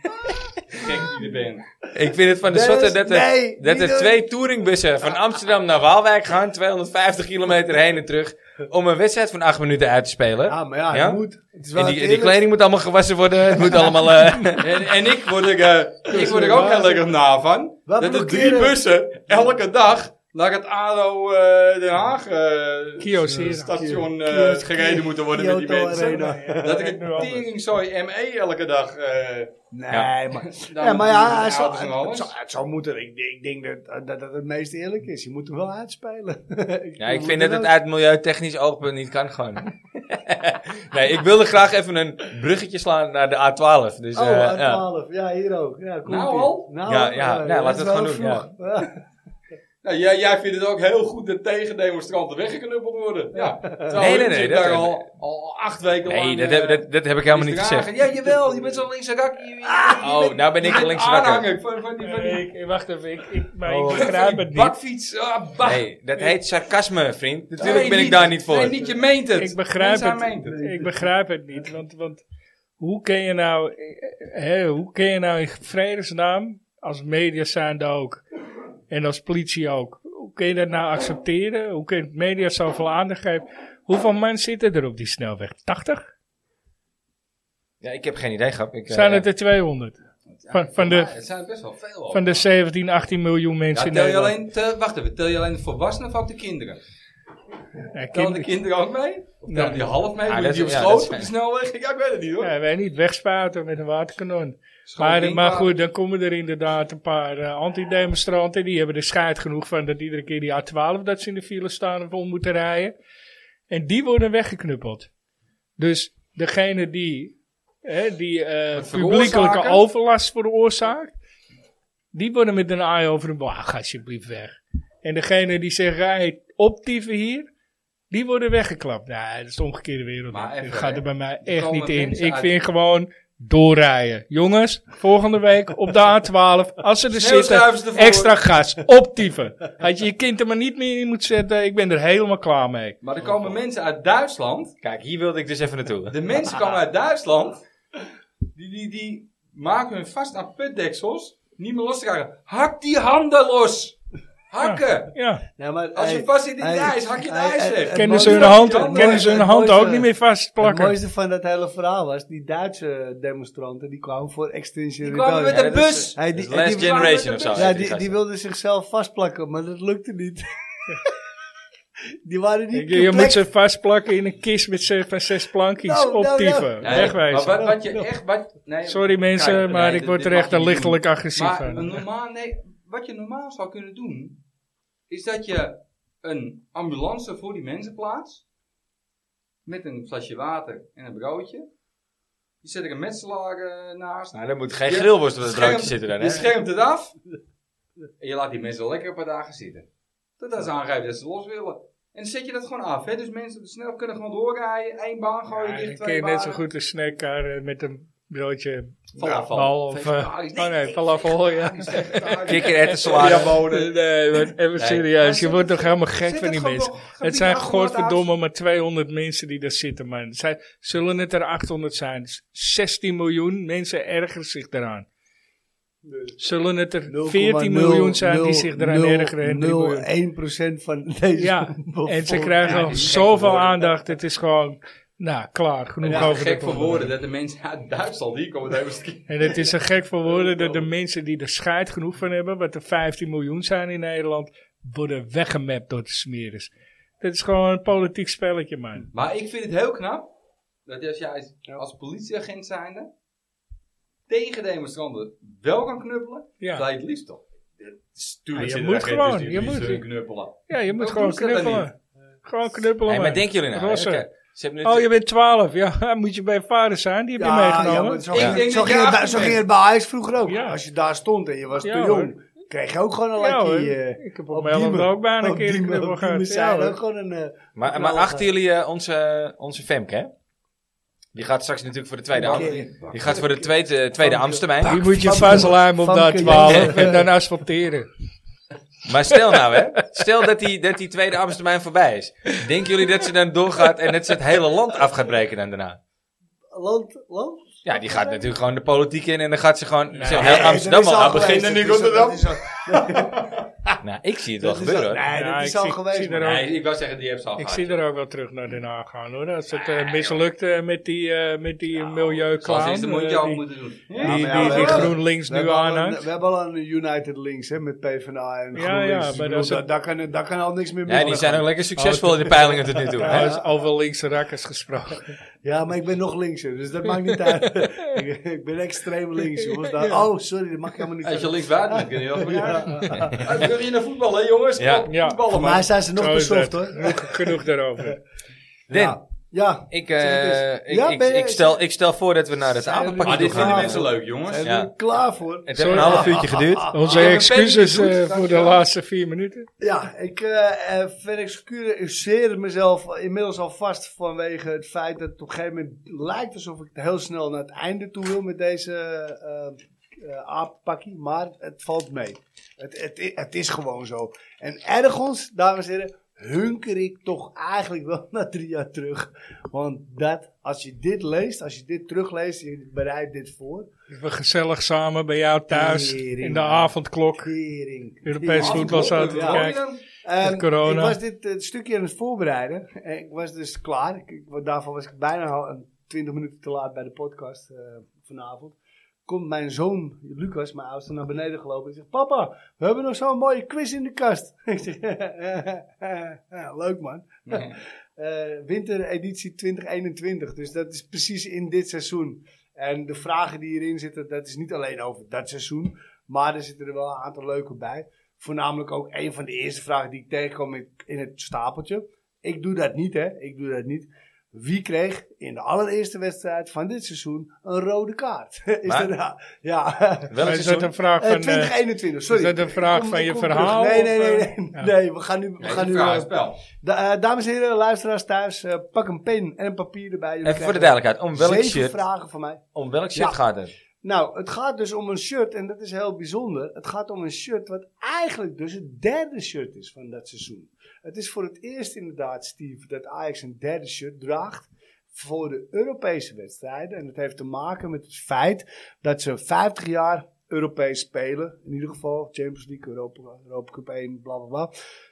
S3: Gek die er bent.
S1: ik vind het van de
S4: Dennis,
S1: soorten dat er,
S4: nee,
S1: dat
S4: niet
S1: er
S4: doen.
S1: twee touringbussen van Amsterdam naar Waalwijk gaan, 250 kilometer heen en terug, om een wedstrijd van acht minuten uit te spelen.
S4: Ja, maar ja,
S1: Ja?
S4: het moet. Het is wel
S1: En die, die
S4: eerlijk.
S1: kleding moet allemaal gewassen worden, het moet allemaal... eh, *laughs*
S3: En, en ik word er, eh, ik word er ook heel lekker na van.
S4: Wat
S3: dat er
S4: blokkeren?
S3: drie bussen elke dag naar het ADO eh, Den Haag eh,
S2: Kyocera.
S3: station eh,
S4: Kyocera.
S3: gereden moeten worden met die
S4: Kyoto *laughs*
S3: mensen.
S4: Arena.
S3: Dat ik
S2: Nu
S3: een
S2: anders.
S3: teringzooi ME elke dag... eh
S4: Nee,
S1: Ja.
S4: maar...
S3: dan
S4: ja, maar ja,
S3: die
S4: hij zal,
S3: auto's en
S4: het,
S3: alles.
S4: zal, het zal moeten. Ik, ik denk dat, dat dat het meest eerlijk is. Je moet hem wel uitspelen. *laughs*
S1: Ja, ik vind dat het uit milieutechnisch oogpunt niet kan gewoon. *laughs* nee, ik wilde graag even een bruggetje slaan naar de A12. Dus,
S4: Oh,
S1: eh,
S4: uit
S1: ja.
S4: 12. Ja, hier ook. Ja, komt
S3: Nou
S4: ie.
S3: al?
S4: Nou,
S1: Ja, ja, ja, laten we het
S4: dat is
S1: gewoon
S4: wel
S1: doen,
S4: vroeg. *laughs* Ja.
S3: Ja, Nou, jij, jij vindt het ook heel goed dat tegendemonstranten weggeknuppeld worden. Ja. Terwijl
S1: Nee, nee,
S3: hun
S1: nee,
S3: zit
S1: dat-
S3: daar al, al acht weken
S1: Nee,
S3: lang...
S1: dat heb,
S3: eh,
S1: dat, dat heb ik helemaal niet
S3: iets
S1: gezegd.
S3: dragen. Ja, jawel, je bent zo'n linkse rakkie. je- je- je
S1: Oh,
S3: bent-
S1: nou ben ik
S3: je
S1: een
S3: bent
S1: linkse rakker.
S3: aanhanger van, van die, van die,
S2: Eh, ik, wacht even, ik, ik, maar
S1: Oh.
S2: ik
S3: van die
S2: begrijp het niet.
S3: bakfiets. ah, bah.
S1: Nee, dat heet sarcasme, vriend.
S3: Nee,
S1: Natuurlijk ben ik
S3: niet-
S1: daar niet voor.
S3: Nee, niet je meent het.
S2: Ik begrijp
S3: Mensen,
S2: het,
S3: hij meent het.
S2: ik begrijp het niet. Want, want hoe kun je nou, eh, hè, hoe kun je nou in vredesnaam, als media zijnde ook, en als politie ook, hoe kun je dat nou accepteren? Hoe kun je het media zoveel aandacht geven? Hoeveel mensen zitten er op die snelweg? 80?
S1: Ja, ik heb geen idee, grap. Ik, eh,
S2: Zijn het er 200? Van, van,
S3: Ja,
S2: de,
S3: het zijn Ah, er best wel veel. hoor.
S2: van de 17, 18 miljoen
S3: Ja,
S2: mensen in
S3: tel je
S2: Nederland.
S3: alleen, te- wacht even, tel je alleen de volwassenen of ook de kinderen?
S2: Ja,
S3: Tellen
S2: kind-
S3: de kinderen ook mee? Of tellen
S2: Nee.
S3: die half mee?
S1: Ah,
S3: Worden
S1: dat
S3: die op
S1: is- ja,
S3: schoot
S1: dat
S3: op de
S1: is-
S3: snelweg? Ja, ik weet het niet hoor.
S2: Ja, wij niet wegspuiten met een waterkanon.
S3: Schoon
S2: Maar,
S3: ding,
S2: maar goed, dan komen er inderdaad een paar eh, antidemonstranten. Die hebben er scheid genoeg van dat iedere keer die A12 dat ze in de file staan of om moeten rijden. En die worden weggeknuppeld. Dus degene die, hè, die eh,
S3: Het
S2: publiekelijke
S3: veroorzaken?
S2: overlast veroorzaakt, die worden met een aai over de boog. Ga alsjeblieft weg. En degene die zeggen, hey, optieven hier, die worden weggeklapt. Nou, dat is de omgekeerde wereld.
S3: Maar
S2: Dat
S3: even,
S2: gaat
S3: hè.
S2: er bij mij
S3: Er
S2: echt
S3: komen
S2: niet in.
S3: mensen
S2: Ik
S3: uit-
S2: vind gewoon doorrijden. Jongens, volgende week op de A12, als ze er
S3: Sneeuwschuivers
S2: zitten,
S3: ervoor.
S2: extra gas, optieven. Had je je kind er maar niet meer in moet zetten, ik ben er helemaal klaar mee.
S3: Maar er komen mensen uit Duitsland.
S1: Kijk, hier wilde ik dus even naartoe.
S3: De mensen komen uit Duitsland. Die, die, die maken hun vast aan putdeksels. Niet meer los te krijgen. Hak die handen los! Hakken!
S2: Ja,
S4: Ja, nou, maar,
S3: Als je
S4: hey,
S3: vast zit in het
S4: hey,
S3: ijs, hak je het
S4: hey,
S3: ijs
S4: hey,
S3: weg.
S4: hey,
S2: kennen ze
S4: mooiste-
S2: hun hand,
S3: het
S2: kennen ze hun
S4: mooiste-
S2: hand
S4: het
S2: ook
S4: mooiste-
S2: niet meer
S4: Het
S2: vastplakken.
S4: mooiste van dat hele verhaal was, die Duitse demonstranten, die kwamen voor Extinction
S3: Die
S4: Rebellion.
S3: kwamen met
S1: Ja,
S3: de
S1: dat is-
S3: bus!
S4: Hey,
S1: Dat is
S4: die-
S1: last
S4: die-
S1: generation of zo.
S4: Ja,
S1: heet
S4: die, die
S1: gast.
S4: wilden zichzelf vastplakken, maar dat lukte niet. *laughs* die waren niet
S2: Je, je moet
S4: complex.
S2: ze vastplakken in een kist met zes, van zes plankjes,
S4: Nou, nou, nou.
S2: optieven,
S3: Nee,
S2: wegwijzen.
S3: Maar wat, wat je echt... Wat, nee,
S2: Sorry mensen,
S3: kijk,
S2: maar
S3: nee,
S2: ik word
S3: dit
S2: er echt
S3: mag je niet doen.
S2: lichtelijk agressief
S3: Maar een
S2: van.
S3: normaal, nee, wat je normaal zou kunnen doen, is dat je een ambulance voor die mensen plaatst. Met een flesje water en een broodje. Je zet er een metselaar eh, naast.
S1: Nou, daar moet geen
S3: Je-
S1: grillworst op dat
S3: schermt-
S1: broodje zitten dan,
S3: Je
S1: hè?
S3: schermt het af. En je laat die mensen lekker een paar dagen zitten. Totdat ze aangeven dat ze los willen. En dan zet je dat gewoon af. Hè? Dus mensen snel kunnen gewoon doorrijden. één baan gooien,
S2: Ja,
S3: dicht
S2: dan kun
S3: twee
S2: je
S3: banen.
S2: net zo goed een snackcar eh, met een broodje
S3: Falafel.
S2: bal of... eh,
S3: Vegetarisch.
S2: oh nee, falafel, ja.
S3: *laughs*
S1: Kikkererwtensalade.
S2: Nee, nee, maar even serieus. Je wordt toch helemaal gek
S3: Zet
S2: van
S3: het
S2: die
S3: gewoon
S2: mensen.
S3: wel gebied
S2: Het zijn
S3: achter elkaar.
S2: godverdomme maar 200 mensen die daar zitten, man. Zij, zullen het er 800 zijn? S- 16 miljoen mensen ergeren zich daaraan. Zullen het er 14 miljoen zijn die zich daaraan ergeren? en 3 miljoen?
S4: 0,01% van deze *laughs*
S2: Ja, en ze
S4: bevolking.
S2: krijgen
S3: die is gek
S2: zoveel
S3: geworden.
S2: aandacht. Het is gewoon, nou, klaar. Genoeg
S3: Ja,
S2: over
S3: gek
S2: dit
S3: voor
S2: onderwerp.
S3: woorden dat de mensen uit Duitsland hier komen. Dat was het-
S2: En het is een gek voor woorden dat de mensen die er scheid genoeg van hebben, wat er 15 miljoen zijn in Nederland, worden weggemapt door de smeres. Dat is gewoon een politiek spelletje, man.
S3: Maar ik vind het heel knap dat als jij als- als politieagent zijnde tegen demonstranten wel kan knuppelen,
S2: Ja.
S3: terwijl je het liefst toch.
S2: Ja,
S3: Tuurlijk
S2: je
S3: zitten
S2: moet
S3: er geen
S2: gewoon,
S3: tussen dus die
S2: je
S3: het liefst
S2: moet.
S3: willen knuppelen.
S2: Ja, je moet
S3: Waarom
S2: gewoon
S3: doen ze dat dan
S2: knuppelen. Gewoon knuppelen,
S1: Nee, maar
S2: man.
S1: denk jullie nou?
S2: Rossen.
S1: Kijk, Ze hebben nu
S2: Oh, je bent 12. Ja, *laughs* moet je bij je vader zijn. Die heb je
S4: Ja, ja,
S2: meegenomen.
S4: maar zo,
S3: Ik
S4: ging,
S3: denk
S4: zo,
S3: dat
S4: ging
S3: je
S4: het, bij-
S3: achter
S4: zo
S3: bent.
S4: ging het bij Ajax vroeger ook.
S2: Ja.
S4: Als je daar stond en je was
S2: Ja,
S4: te jong, kreeg je ook gewoon een
S2: Ja, hoor.
S4: lekkie. eh,
S2: ik heb
S4: op
S2: op Melland
S4: Diemen.
S2: ook bijna een
S4: op
S2: keer een
S4: die-
S2: knuppel
S4: op die
S2: gehad. Ja,
S4: zijn
S2: hoor.
S4: ook gewoon een... eh,
S1: Maar, maar achten jullie eh, onze, onze Femke, hè? Die gaat straks natuurlijk voor de tweede, Am-
S4: Oké.
S1: die gaat voor de tweede, eh, tweede Amstermijn.
S2: Die moet je
S4: Famke-
S2: vastlijmen op de
S4: Famke
S2: A12
S4: Jansen.
S2: en dan asfalteren.
S1: Maar stel nou, hè? Stel dat die, dat die tweede Amstermijn voorbij is. Denken jullie dat ze dan doorgaat en dat ze het hele land af gaat breken dan daarna?
S4: Land, land?
S1: Ja, die gaat natuurlijk gewoon de politiek in en dan gaat ze gewoon ze
S2: Nee,
S1: heel Amsterdam al aan
S4: geweest.
S1: beginnen.
S4: Dat
S3: in
S4: is al- Dus
S3: Rotterdam.
S4: dat is al-
S1: Nou, ik zie het wel
S4: dat is al-
S1: gebeuren, hoor.
S4: Nee,
S2: Ja,
S4: dat
S2: ik
S4: is
S2: zie-
S4: al
S2: ik zie
S4: geweest.
S2: daar
S4: man.
S2: ook-
S3: Nee, ik wou zeggen, die hebben ze al
S2: Ik
S3: gehad.
S2: zie er ook wel terug naar Den Haag gaan hoor. Als het eh, mislukt eh, met die, eh met die milieuclown.
S3: Nou, Zoals eerst de
S2: eh,
S3: mondje open
S2: die-
S3: moeten doen.
S2: die,
S4: Ja,
S2: die,
S4: maar ja,
S2: die
S4: we hebben-
S2: GroenLinks
S4: We
S2: nu
S4: hebben, al een,
S2: aanhangt.
S4: we hebben al een United Links hè, met PvdA en
S2: Ja,
S4: GroenLinks.
S2: ja,
S4: Dus ik
S2: maar
S4: bedoel,
S2: dat is-
S4: daar, daar kan, daar kan al niks meer
S1: Ja,
S4: mis
S1: die
S4: mee
S1: zijn
S4: gaan.
S1: ook lekker succesvol in de peilingen tot nu toe.
S2: Ja,
S1: hè?
S2: is over linkse rakkers gesproken.
S4: Ja, maar ik ben nog linkser, dus dat maakt niet uit. ik, ik ben extreem links, jongens. Daar- oh, sorry, dat mag ik helemaal niet
S3: Als je
S4: zeggen.
S3: links buiten bent, kun je heel goed uit. Terug je naar voetbal, hè jongens?
S1: Ja.
S3: Voetballen,
S2: Ja.
S4: Voor
S3: man.
S4: mij zijn ze nog
S2: Zo is
S4: besoft,
S2: dat.
S4: hoor.
S2: Genoeg, genoeg daarover.
S1: Den,
S4: Ja. Ja,
S1: Ik, eh,
S4: Zeg het
S1: ik,
S4: Ja,
S1: ik,
S4: ben je-
S1: ik stel, ik stel voor dat we naar het
S4: Zijn jullie
S1: apenpakje
S3: Maar dit
S1: toe
S3: vinden
S4: Ja.
S3: mensen leuk, jongens.
S4: en
S1: Ja.
S4: er klaar voor.
S1: Het heeft
S2: Sorry. Ah,
S1: een half uurtje geduurd.
S2: Onze
S3: Ik heb een
S2: excuses
S3: pen niet
S2: eh,
S3: goed,
S2: voor de
S3: dankjewel.
S2: laatste vier minuten.
S4: Ja, ik eh eh, verificeer mezelf inmiddels alvast vanwege het feit dat het op een gegeven moment lijkt alsof ik heel snel naar het einde toe wil met deze eh eh, aappakkie, maar het valt mee. Het, het, i- het is gewoon zo. En ergens, dames en heren, hunker ik toch eigenlijk wel *laughs* naar drie jaar terug. Want dat, als je dit leest, als je dit terugleest, je bereidt dit voor.
S2: We gezellig samen bij jou thuis
S4: Tering.
S2: in de avondklok.
S4: Kering.
S2: Europees
S4: Ja.
S2: voetbal zaten te
S4: Ja.
S2: kijken.
S4: Ehm,
S2: Met corona.
S4: Ik was dit eh, stukje aan het voorbereiden. En ik was dus klaar. Ik, ik- daarvan was ik bijna al een 20 minuten te laat bij de podcast eh, vanavond. Komt mijn zoon Lucas, mijn oudste, naar beneden gelopen. En zegt: Papa, we hebben nog zo'n mooie quiz in de kast. *laughs* ik zeg: "Ja, Leuk man.
S2: Mhm.
S4: *laughs* Eh, wintereditie 2021. Dus dat is precies in dit seizoen. En de vragen die hierin zitten, dat is niet alleen over dat seizoen. Maar er zitten er wel een aantal leuke bij voornamelijk ook een van de eerste vragen die ik tegenkwam in- in het stapeltje. Ik doe dat niet, hè? Ik doe dat niet. Wie kreeg in de allereerste wedstrijd van dit seizoen een rode kaart? *laughs* Is
S1: Maar-
S4: dat, nou- ja,
S1: Welk
S2: Is dat
S1: seizoen?
S2: een vraag
S4: Eh,
S2: van... eh,
S4: 2021, sorry.
S2: is dat een vraag
S4: Ik kom-
S2: van
S4: ik
S2: je
S4: kom
S2: verhaal,
S4: terug. Nee, nee,
S2: of,
S4: nee.
S2: eh,
S4: Nee,
S2: ja.
S4: nee we gaan nu... We
S3: Nee,
S4: gaan
S3: een
S4: nu eh,
S3: vrouwenspel.
S4: da- eh, dames en heren, luisteraars thuis, eh, pak een pen en papier erbij. Jullie
S1: Even voor de
S4: krijgen
S1: duidelijkheid. Om welk
S4: Zeven
S1: shirt,
S4: vragen van mij.
S1: om welk shirt
S4: Ja.
S1: gaat het?
S4: Nou, het gaat dus om een shirt en dat is heel bijzonder. Het gaat om een shirt wat eigenlijk dus het derde shirt is van dat seizoen. Het is voor het eerst inderdaad, Steve, dat Ajax een derde shirt draagt voor de Europese wedstrijden. En dat heeft te maken met het feit dat ze 50 jaar Europees spelen. In ieder geval Champions League, Europa, Europa Cup 1, bla bla bla.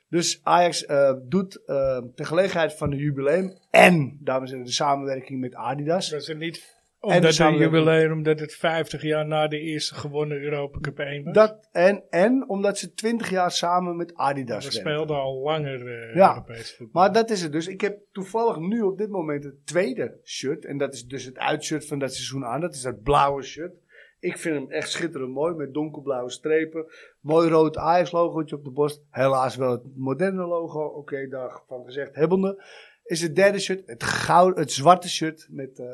S4: Dus Ajax eh, doet eh ter gelegenheid van de jubileum en, dames en heren, de samenwerking met Adidas.
S2: Dat is het niet
S4: En de
S2: omdat het
S4: samenleving.
S2: jubileum, omdat het 50 jaar na de eerste gewonnen Europa Cup 1 was.
S4: Dat, en, en omdat ze 20 jaar samen met
S2: we
S4: Adidas werken.
S2: speelden al langer eh
S4: Ja,
S2: Europees voetbal.
S4: Maar dat is het dus. Ik heb toevallig nu op dit moment het tweede shirt. En dat is dus het uitshirt van dat seizoen aan. Dat is dat blauwe shirt. Ik vind hem echt schitterend mooi. Met donkerblauwe strepen. Mooi rood Ajax logootje op de borst. Helaas wel het moderne logo. Oké, daarvan gezegd hebbende. Is het derde shirt. Het, goud, het zwarte shirt met eh,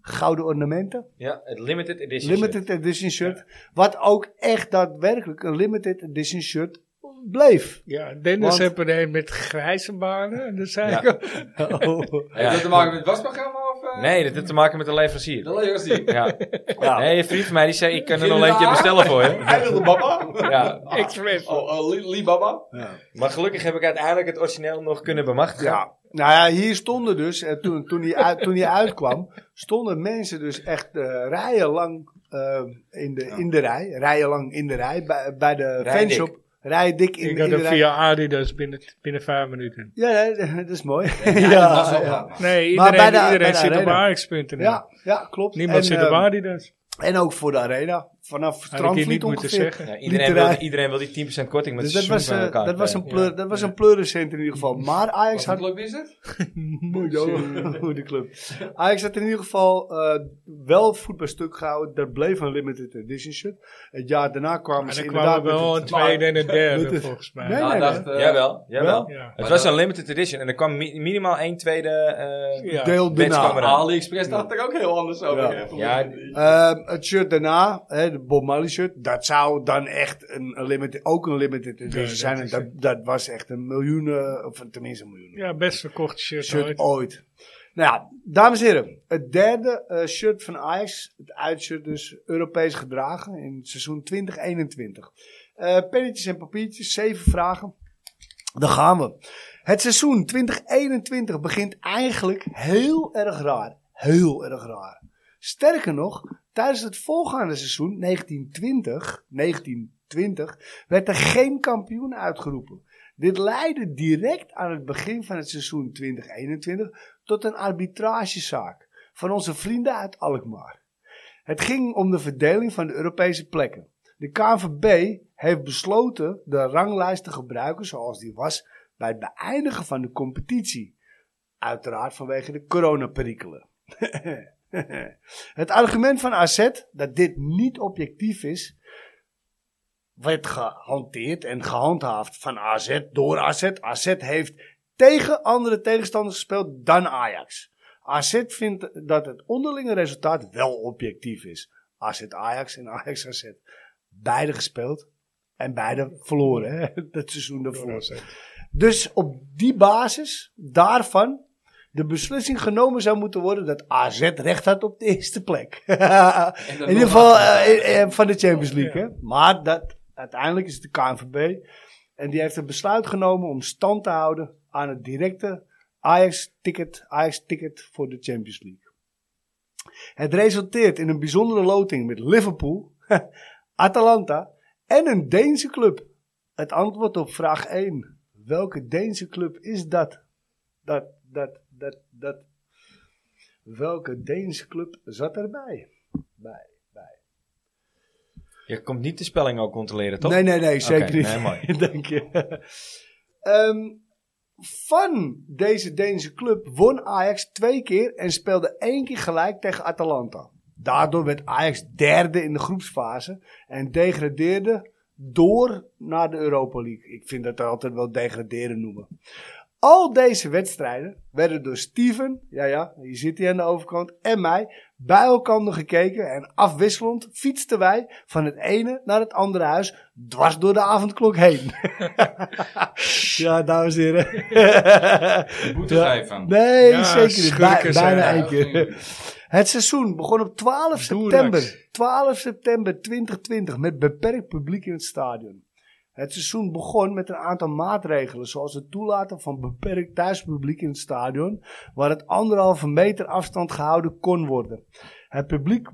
S4: gouden ornamenten.
S1: Ja, het limited edition shirt.
S4: Limited edition shirt. Wat ook echt daadwerkelijk een limited edition shirt
S2: *laughs*
S4: bleef.
S2: ja, Dennis
S4: want-
S2: heeft er een met grijze banen. En dat zei
S1: Ja.
S2: ik al.
S1: Ja.
S2: Oh.
S3: Heeft dat te maken met het wasprogramma? Of, eh?
S1: Nee, dat heeft te maken met een leverancier.
S3: Dat leuk die.
S1: Ja.
S4: *laughs* *laughs* Ja.
S1: Nee, een vriend van mij die zei, ik kan er
S3: Geen
S1: nog eentje
S3: raar.
S1: bestellen voor
S4: *laughs*
S1: je.
S3: Hij wilde Baba.
S1: Ja.
S4: Ah,
S2: Express.
S3: Oh, oh, Li- Li Baba.
S1: Maar gelukkig heb ik uiteindelijk het origineel nog kunnen bemachtigen.
S4: Ja. Nou ja, hier stonden dus, eh, toen, toen, hij uit, toen hij uitkwam, stonden mensen dus echt eh, rijenlang eh, in, de, in de rij. Rijenlang in de rij, bij, bij de
S1: Rijdik.
S4: fanshop. Rijen dik in,
S2: Ik
S4: in
S2: had
S4: de
S2: hem
S4: rij.
S2: via Adidas binnen, binnen vijf minuten.
S4: Ja, nee, *laughs* dat is mooi. Ja,
S3: was wel
S4: ja,
S3: grappig.
S2: Nee,
S4: Maar
S2: iedereen,
S4: bij de- bij
S2: iedereen
S4: de
S2: zit op
S4: arena.
S2: Ajax.nl.
S4: ja, ja, klopt.
S2: Niemand
S4: En,
S2: zit op
S4: eh,
S2: Adidas.
S4: En ook voor de arena. Vanaf
S2: Had ik hier
S4: Strandvliet
S2: niet moeten
S4: ongeveer.
S2: zeggen.
S1: Ja, iedereen,
S4: Literair.
S1: wil, iedereen wil die 10% korting met
S4: Dus
S1: de
S4: dat was, eh,
S1: seizoenskaart.
S4: dat was een
S1: eh.
S4: pleur, dat was een pleuriscent in ieder
S2: *laughs*
S4: geval. Maar Ajax
S3: Wat voor
S4: had...
S3: club is het?
S4: *laughs* Goede club. Ajax had in ieder geval eh, wel voet bij stuk gehouden. Dat bleef een limited edition shirt. Het jaar daarna kwamen
S2: Maar
S4: ze
S2: er
S4: inderdaad
S2: kwamen wel
S4: met
S2: een
S4: het-
S2: tweede en een
S4: met
S2: derde
S4: het-
S2: volgens mij.
S4: Nee,
S3: Ja,
S4: nee,
S3: dacht,
S4: nee.
S3: eh,
S1: Jawel, jawel.
S2: Ja.
S1: Het was een limited edition en er kwam mi- minimaal één tweede... eh,
S2: Ja.
S4: Deel
S1: Mensen
S4: daarna.
S1: kwamen eraan.
S3: AliExpress dacht er ook heel anders over.
S4: Ja.
S1: Ja,
S4: Ehm, het shirt daarna, hè, de Bob Marley shirt, dat zou dan echt een, een limited, ook een limited edition
S2: Ja, dat
S4: zijn. En
S2: is
S4: dat, dat was echt een miljoenen, of tenminste een miljoen.
S2: Ja, best verkocht shirt,
S4: shirt
S2: ooit.
S4: ooit. Nou ja, dames en heren. Het derde eh, shirt van Ajax. Het uitshirt dus Europees gedragen in het seizoen 2021. Eh pennetjes en papiertjes, zeven vragen. Daar gaan we. Het seizoen 2021 begint eigenlijk heel erg raar. Heel erg raar. Sterker nog, tijdens het volgaande seizoen 1920, 1920 werd er geen kampioen uitgeroepen. Dit leidde direct aan het begin van het seizoen 2021 tot een arbitragezaak van onze vrienden uit Alkmaar. Het ging om de verdeling van de Europese plekken. De KNVB heeft besloten de ranglijst te gebruiken zoals die was bij het beëindigen van de competitie. Uiteraard vanwege de coronaperikelen. *laughs* het argument van AZ dat dit niet objectief is, werd gehanteerd en gehandhaafd van AZ door AZ. AZ heeft tegen andere tegenstanders gespeeld dan Ajax. AZ vindt dat het onderlinge resultaat wel objectief is. AZ Ajax en Ajax AZ. Beide gespeeld en beide verloren hè, *laughs* dat seizoen daarvoor. Dus op die basis daarvan de beslissing genomen zou moeten worden dat AZ recht had op de eerste plek. *laughs* in ieder geval eh, eh, van de Champions League. Hè? Maar dat, uiteindelijk is het de KNVB. En die heeft een besluit genomen om stand te houden aan het directe Ajax-ticket Ajax -ticket voor de Champions League. Het resulteert in een bijzondere loting met Liverpool, *laughs* Atalanta en een Deense club. Het antwoord op vraag 1. Welke Deense club is dat? Dat, dat, dat, dat. Welke Deense club zat erbij? Bij, bij.
S1: Je komt niet de spelling ook controleren, toch?
S4: Nee, nee, nee, zeker
S1: Oké,
S4: niet.
S1: nee, mooi.
S4: *laughs* Dank je. Ehm, van deze Deense club won Ajax twee keer en speelde één keer gelijk tegen Atalanta. Daardoor werd Ajax derde in de groepsfase en degradeerde door naar de Europa League. Ik vind dat altijd wel degraderen noemen. Al deze wedstrijden werden door Steven, ja ja, je zit hier aan de overkant, en mij bij elkaar gekeken en afwisselend fietsten wij van het ene naar het andere huis dwars door de avondklok heen. *laughs* ja, dames en heren.
S3: Boete
S4: Ja.
S3: geven.
S4: Nee,
S2: Ja,
S4: zeker niet. Bij-
S2: schurken zijn
S4: bijna
S2: wij.
S4: één keer. Het seizoen begon op 12
S2: Doe
S4: september,
S2: niks.
S4: 12 september 2020 met beperkt publiek in het stadion. Het seizoen begon met een aantal maatregelen, zoals het toelaten van beperkt thuispubliek in het stadion, waar het anderhalve meter afstand gehouden kon worden. Het publiek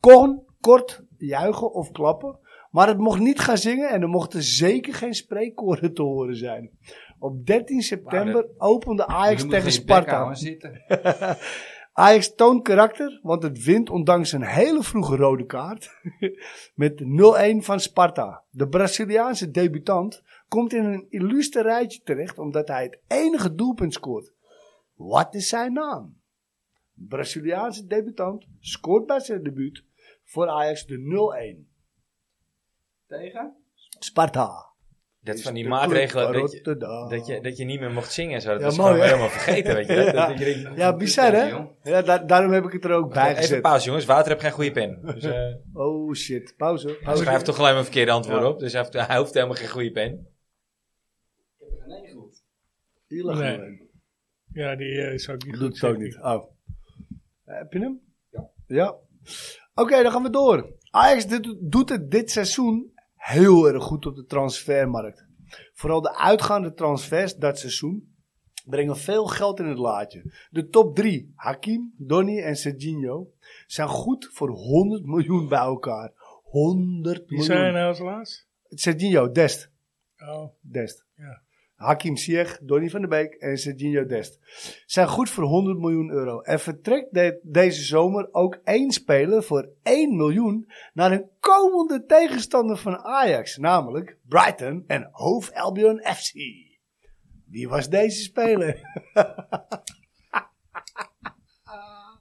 S4: kon kort juichen of klappen, maar het mocht niet gaan zingen en er mochten zeker geen spreekkoren te horen zijn. Op 13 september opende Ajax tegen Sparta.
S3: Zitten.
S4: Ajax toont karakter, want het wint ondanks een hele vroege rode kaart *laughs* met 0-1 van Sparta. De Braziliaanse debutant komt in een illustre rijtje terecht omdat hij het enige doelpunt scoort. Wat is zijn naam? Braziliaanse debutant scoort bij zijn debuut voor Ajax de 0-1.
S3: Tegen?
S4: Sparta.
S1: Dat van die
S4: Is de club
S1: maatregelen
S4: van
S1: dat je,
S4: Rotterdam.
S1: dat, je, dat je niet meer mocht zingen en zo. Dat
S4: Ja,
S1: was
S4: mooi,
S1: gewoon
S4: hè?
S1: helemaal vergeten, weet je. Dat, dat je
S3: "Nou,
S1: denkt,
S4: *laughs* Ja, bizar hè? Ja, da- daarom heb ik het er ook bij
S1: even
S4: gezet.
S1: pauze jongens, Wouter heeft geen goede pen. Dus, eh,
S4: Oh shit, pauze.
S1: hij
S4: pauze.
S1: schrijft toch alleen maar verkeerde antwoorden
S4: Ja.
S1: op. Dus hij heeft, hij hoeft helemaal geen goede pen.
S3: Nee, goed.
S4: Illegaal.
S2: Nee. Ja, die eh, zou ik niet
S4: Doet
S2: goed
S4: het ook
S2: zeggen.
S4: niet. Oh. Eh, Heb je hem?
S3: Ja.
S4: Ja. Oké, dan gaan we door. Ajax dit- doet het dit seizoen heel erg goed op de transfermarkt. Vooral de uitgaande transfers dat seizoen brengen veel geld in het laadje. De top drie, Hakim, Donny en Serginho, zijn goed voor 100 miljoen bij elkaar. 100
S2: Wie zijn er
S4: miljoen.
S2: nou als laatst?
S4: Serginho, Dest.
S2: Oh,
S4: Dest.
S2: Ja.
S4: Hakim Ziyech, Donny van der Beek en Serginho Dest. Zijn goed voor 100 miljoen euro. En vertrekt de- deze zomer ook één speler voor 1 miljoen naar een komende tegenstander van Ajax. Namelijk Brighton en Hove Albion FC. Wie was deze speler?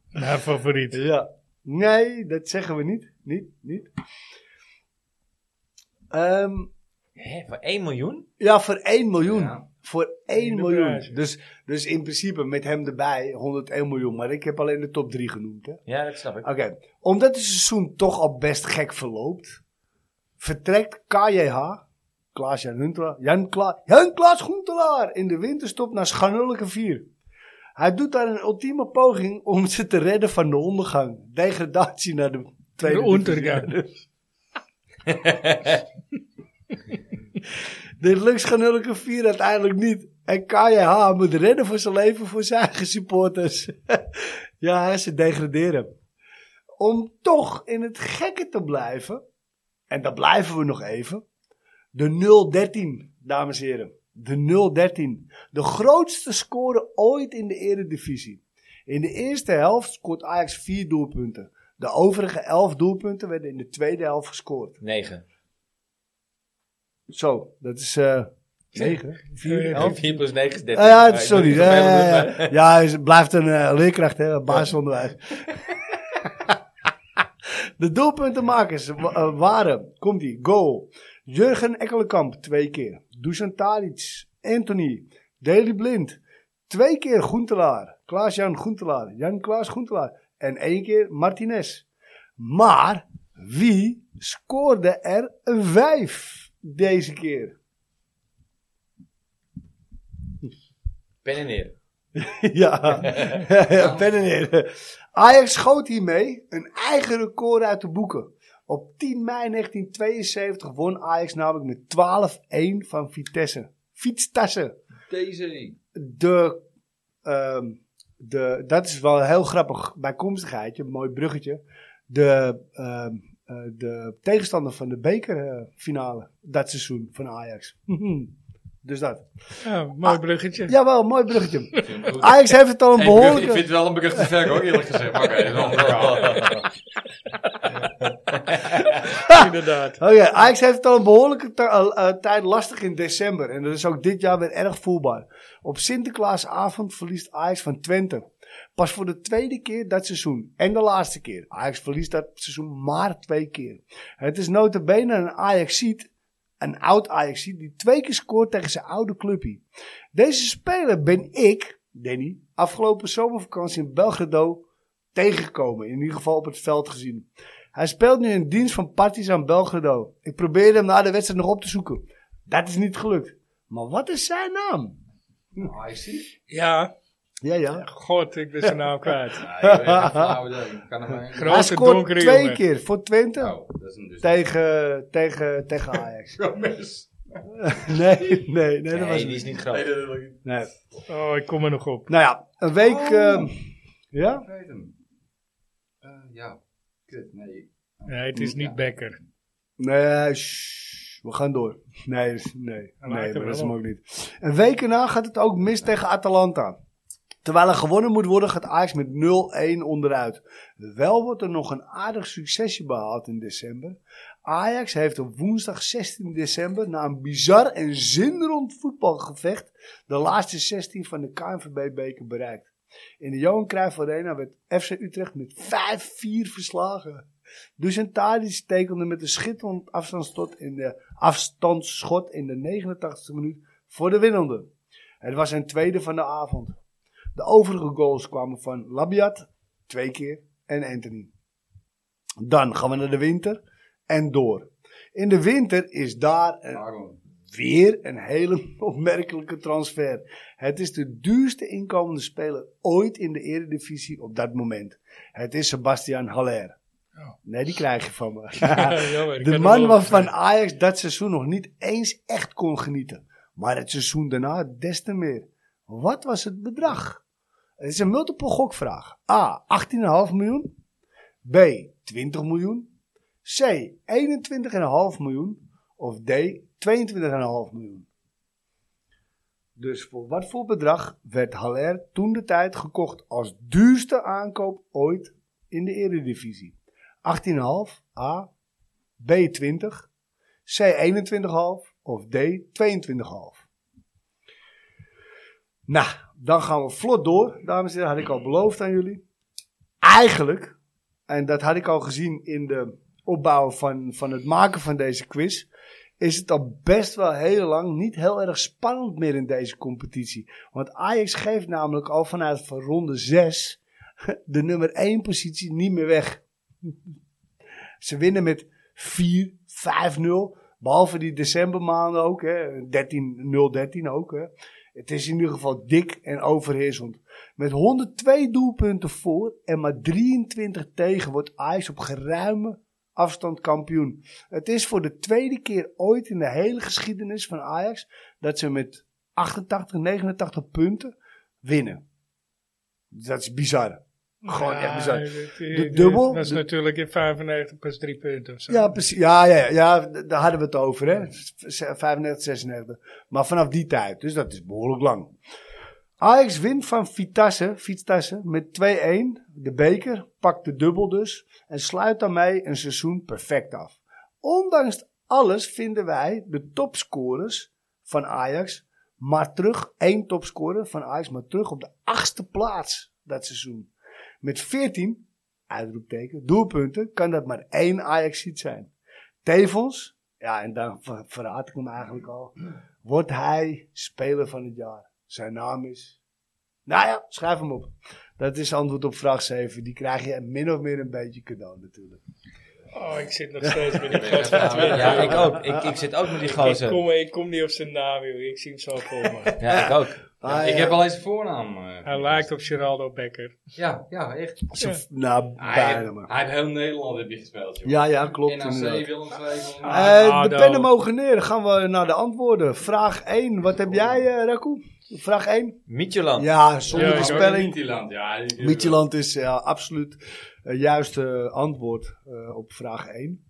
S2: mijn favoriet.
S4: Ja. Nee, dat zeggen we niet. Niet, niet. Ehm,
S1: Hè, voor 1 miljoen?
S4: Ja, voor 1 miljoen.
S3: Ja.
S4: Voor 1
S2: de
S4: miljoen.
S2: prijs.
S4: Dus, dus in principe met hem erbij 101 miljoen. Maar ik heb alleen de top 3 genoemd. Hè?
S1: Ja, dat snap ik.
S4: Oké, omdat het seizoen toch al best gek verloopt, vertrekt KJH, Klaas-Jan Huntelaar, Jan, Kla Jan Klaas Huntelaar in de winterstop naar Scharnulke 4. Hij doet daar een ultieme poging om ze te redden van de ondergang. Degradatie naar de tweede
S2: De Untergang.
S4: *laughs* Dit lukt Schanulke 4 uiteindelijk niet. En KJH moet redden voor zijn leven voor zijn eigen supporters. *laughs* ja, ze degraderen. Om toch in het gekke te blijven. En daar blijven we nog even. De 013, dames en heren. De 013. De grootste score ooit in de eredivisie. In de eerste helft scoort Ajax 4 doelpunten. De overige 11 doelpunten werden in de tweede helft gescoord.
S1: 9.
S4: Zo, dat is eh 9, 4,
S2: Eh,
S4: 11.
S1: 4 plus 9 is 13. Maar
S4: Ah, ja,
S1: ik
S4: sorry.
S1: doe het
S4: Ja,
S1: toch
S4: ja,
S1: helemaal
S4: ja,
S1: niet,
S4: ja. Ja, hij is- blijft een eh, leerkracht,
S1: *laughs*
S4: hè, basisonderwijs. De doelpuntenmakers wa- eh, waren, komt ie, goal. Jurgen Ekkelenkamp twee keer. Dusan Tadic, Anthony, Daley Blind, twee keer Goentelaar. Klaas-Jan Goentelaar. Jan-Klaas Goentelaar. En één keer Martinez. Maar wie scoorde er een vijf deze keer?
S1: Ben en neer.
S4: *laughs*
S3: *laughs*
S4: ja, Ja, pen en neer. Ajax schoot hiermee een eigen record uit de boeken. Op 10 mei 1972 won Ajax namelijk met 12-1 van Vitesse. Fietstassen.
S3: Deze niet.
S4: de, ehm, de, dat is wel een heel grappig bijkomstigheidje, een mooi bruggetje. De, ehm, eh, de tegenstander van de bekerfinale dat seizoen van Ajax. *laughs* dus dat.
S2: Ja, mooi
S4: Ah,
S2: bruggetje.
S4: Jawel, mooi bruggetje.
S3: Ik vind het goed.
S4: Ajax heeft het al een
S3: Hey, brug- ik
S4: behoorlijke...
S3: vind het wel een brug te ver, hoor, eerlijk gezegd. Maar oké, dat is wel een verhaal.
S2: Inderdaad.
S4: Oh ja, Ajax heeft het al een behoorlijke ta- eh, eh, tijd lastig in december. En dat is ook dit jaar weer erg voelbaar. Op Sinterklaasavond verliest Ajax van Twente. Pas voor de tweede keer dat seizoen. En de laatste keer. Ajax verliest dat seizoen maar twee keer. Het is notabene een Ajaxiet. Een oud Ajaxiet die twee keer scoort tegen zijn oude clubje. Deze speler ben ik, Danny, afgelopen zomervakantie in Belgrado tegengekomen. In ieder geval op het veld gezien. Hij speelt nu in dienst van Partizan Belgrado. Ik probeerde hem na de wedstrijd nog op te zoeken. Dat is niet gelukt. Maar wat is zijn naam?
S3: Ah, ik zie.
S2: Ja,
S4: Ja, ja.
S2: god, ik ben zijn naam kwijt.
S3: Ja, joh, echt een flauwe deuk. nou Kan er maar één.
S2: Grote
S4: Hij scoort
S2: donkere
S4: twee
S2: jongen. Nou.
S4: keer voor Twente
S3: Oh, dat is een dus. Oh,
S4: tegen, tegen, tegen Ajax.
S3: Gomez.
S4: *laughs* nee, nee, nee, dat was
S1: Nee,
S4: het
S1: die
S4: niet.
S1: is niet
S3: Nee,
S1: groot.
S3: dat wil ik niet.
S4: Nee.
S2: Oh, ik kom er nog op.
S4: Nou ja, een week... ehm, ja?
S3: Ik weet hem. Eh, Ja, kut, nee.
S2: Nee, het is niet Becker.
S4: Nee, shh, we gaan door. Nee, dus, nee,
S2: Hij
S4: nee
S2: maakt
S4: maar
S2: hem
S4: dat is
S2: wel
S4: hem ook niet. Een week erna gaat het ook mis tegen Atalanta. Terwijl er gewonnen moet worden, gaat Ajax met 0-1 onderuit. Wel wordt er nog een aardig succesje behaald in december. Ajax heeft op woensdag 16 december, na een bizar en zinderend voetbalgevecht, de laatste 16 van de KNVB-beker bereikt. In de Johan Cruijff Arena werd FC Utrecht met 5-4 verslagen. Dus Tadic tekende met een schitterend afstandsschot in de, afstandsschot in de 89e minuut voor de winnende. Het was zijn tweede van de avond. De overige goals kwamen van Labiat, twee keer, en Anthony. Dan gaan we naar de winter en door. In de winter is daar een
S3: Aaron.
S4: weer een hele *laughs* opmerkelijke transfer. Het is de duurste inkomende speler ooit in de eredivisie op dat moment. Het is Sebastian Haller. Nee, die krijg je van
S2: *laughs*
S4: me.
S2: Jammer, ik
S4: de
S2: had
S4: man
S2: hem wel *laughs*
S4: waarvan Ajax dat seizoen nog niet eens echt kon genieten. Maar het seizoen daarna des te meer. Wat was het bedrag? Het is een multiple gokvraag. A. 18,5 miljoen. B. 20 miljoen. C. 21,5 miljoen. Of D. 22,5 miljoen. Dus voor wat voor bedrag werd Haller toen de tijd gekocht als duurste aankoop ooit in de Eredivisie? 18,5 A, B20, C21,5 of D22,5? Nou, dan gaan we vlot door, dames en heren. Had ik al beloofd aan jullie. Eigenlijk, en dat had ik al gezien in de opbouw van, van het maken van deze quiz, is het al best wel heel lang niet heel erg spannend meer in deze competitie. Want Ajax geeft namelijk al vanuit van ronde 6 *laughs* de nummer 1 positie niet meer weg. Ze winnen met 4, 5-0. Behalve die decembermaanden ook. hè. 13, 0-13 ook. Hè. Het is in ieder geval dik en overheersend. Met 102 doelpunten voor en maar 23 tegen wordt Ajax op geruime afstand kampioen. Het is voor de tweede keer ooit in de hele geschiedenis van Ajax dat ze met 88, 89 punten winnen. Dat is bizar. Gewoon
S2: Ja,
S4: echt bizar.
S2: het-
S4: De
S2: het-
S4: dubbel-
S2: Dat is
S4: de-
S2: natuurlijk in 95 pas drie punten of zo.
S4: Ja, precies. Ja, ja, ja, d- daar hadden we het over, hè? Z- 95, 96. Maar vanaf die tijd, dus dat is behoorlijk lang. Ajax wint van Vitesse, Vitesse met 2-1. De beker, pakt de dubbel dus. En sluit daarmee een seizoen perfect af. Ondanks alles vinden wij de topscorers van Ajax maar terug. één topscorer van Ajax maar terug op de achtste plaats dat seizoen. Met 14 uitroepteken, doelpunten, kan dat maar één Ajax-ziet zijn. Tevens, ja, en dan ver- verraad ik hem eigenlijk al, wordt hij speler van het jaar. Zijn naam is. Nou ja, schrijf hem op. Dat is antwoord op vraag 7. Die krijg je min of meer een beetje cadeau natuurlijk.
S2: Oh, ik *laughs* zit nog steeds met die
S1: *laughs* Ja,
S2: gozer.
S1: ik ook. Ik, ik zit ook met die
S2: Ik
S1: gozer.
S2: kom, ik kom niet op zijn naam, joh. Ik zie hem zo voor *laughs* me.
S1: Ja, ik ook.
S4: Ah,
S3: Ik
S4: ja.
S3: heb al eens een voornaam. eh,
S2: Hij lijkt op Geraldo Becker.
S3: Ja, ja, echt.
S4: Zo- Nou,
S3: Hij,
S4: bijna maar.
S3: hij heeft heel Nederland heb je gespeeld, joh.
S4: Ja, ja, klopt.
S3: NAC,
S4: inderdaad.
S3: Willem II.
S4: Eh,
S3: Willem-
S2: Ah,
S4: de
S2: Ado.
S3: nou.
S4: pennen mogen neer. Dan gaan we naar de antwoorden. Vraag 1. Wat heb jij, eh Raku? Vraag 1?
S1: Mietjeland.
S4: Ja, zonder
S2: Ja,
S4: de
S2: ik
S3: Oh,
S4: spelling.
S3: Mietjeland, ja. die-
S4: Mietjeland is ja, absoluut het juiste antwoord eh, op vraag 1.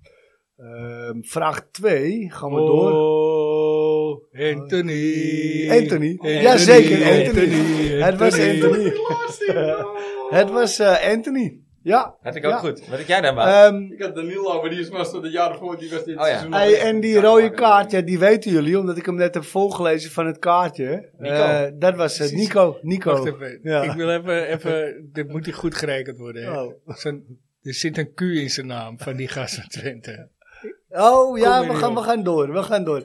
S4: Ehm, vraag 2 gaan we door.
S2: Oh, Anthony.
S4: Anthony. Jazeker, Anthony. Het was Anthony.
S3: Lastig, joh.
S4: *laughs* Het was eh, Anthony. Ja.
S1: Had ik ook
S4: Ja.
S1: goed. Wat ik jij dan wou.
S4: Ehm,
S3: Ik had Danilo, maar die is maar de jaar voor die was dit
S1: Oh, ja.
S3: seizoen. nog
S4: hey,
S3: niet.
S4: en die
S3: Ja,
S4: rode
S3: maar-
S4: kaart, ja, die weten jullie, omdat ik hem net heb volgelezen van het kaartje.
S1: Nico.
S4: Eh, dat was het.
S2: Precies.
S4: Nico. Nico.
S2: Wacht even.
S4: Ja.
S2: Ik wil even, even... Dit moet niet goed gerekend worden, hè.
S4: Oh.
S2: Zo'n- er zit een Q in zijn naam van die gast van Twente.
S4: Oh ja,
S2: Kom
S4: we
S2: hier,
S4: gaan, we
S2: joh.
S4: gaan door. We gaan door.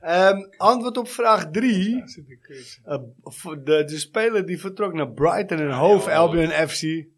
S4: Ehm, antwoord op vraag 3.
S2: Er zit een Q in zijn
S4: Eh, de, de speler die vertrok naar Brighton en Hove Albion FC.
S2: naam.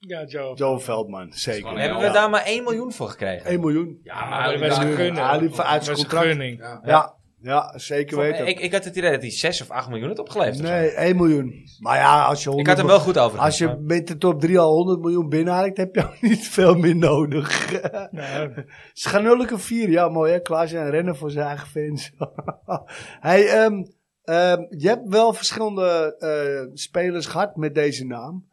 S2: Ja, Joe.
S4: Joe Veldman, zeker.
S3: Gewoon
S1: Hebben we daar maar 1 miljoen voor gekregen?
S4: 1 miljoen.
S3: Ja,
S2: Maar
S3: maar
S2: wij
S3: daar-
S2: zijn gunnen.
S4: Hij liep uit
S2: Dat
S4: zijn
S2: is een
S4: contract.
S2: gunning.
S3: Ja.
S4: Ja, ja, zeker weten.
S1: Ik, ik had het idee dat hij 6 of 8 miljoen had opgeleverd. of zo.
S4: nee, 1 miljoen. Maar ja, als je,
S1: Ik
S4: 100
S1: had hem wel goed over.
S4: als je met de top 3 al 100 miljoen binnenhaalt, heb je ook niet veel meer nodig. *laughs*
S2: Nou,
S4: Schanulleke 4, ja mooi hè. Klaas en rennen voor zijn eigen fans. *laughs* hey, ehm, ehm, je hebt wel verschillende eh, spelers gehad met deze naam.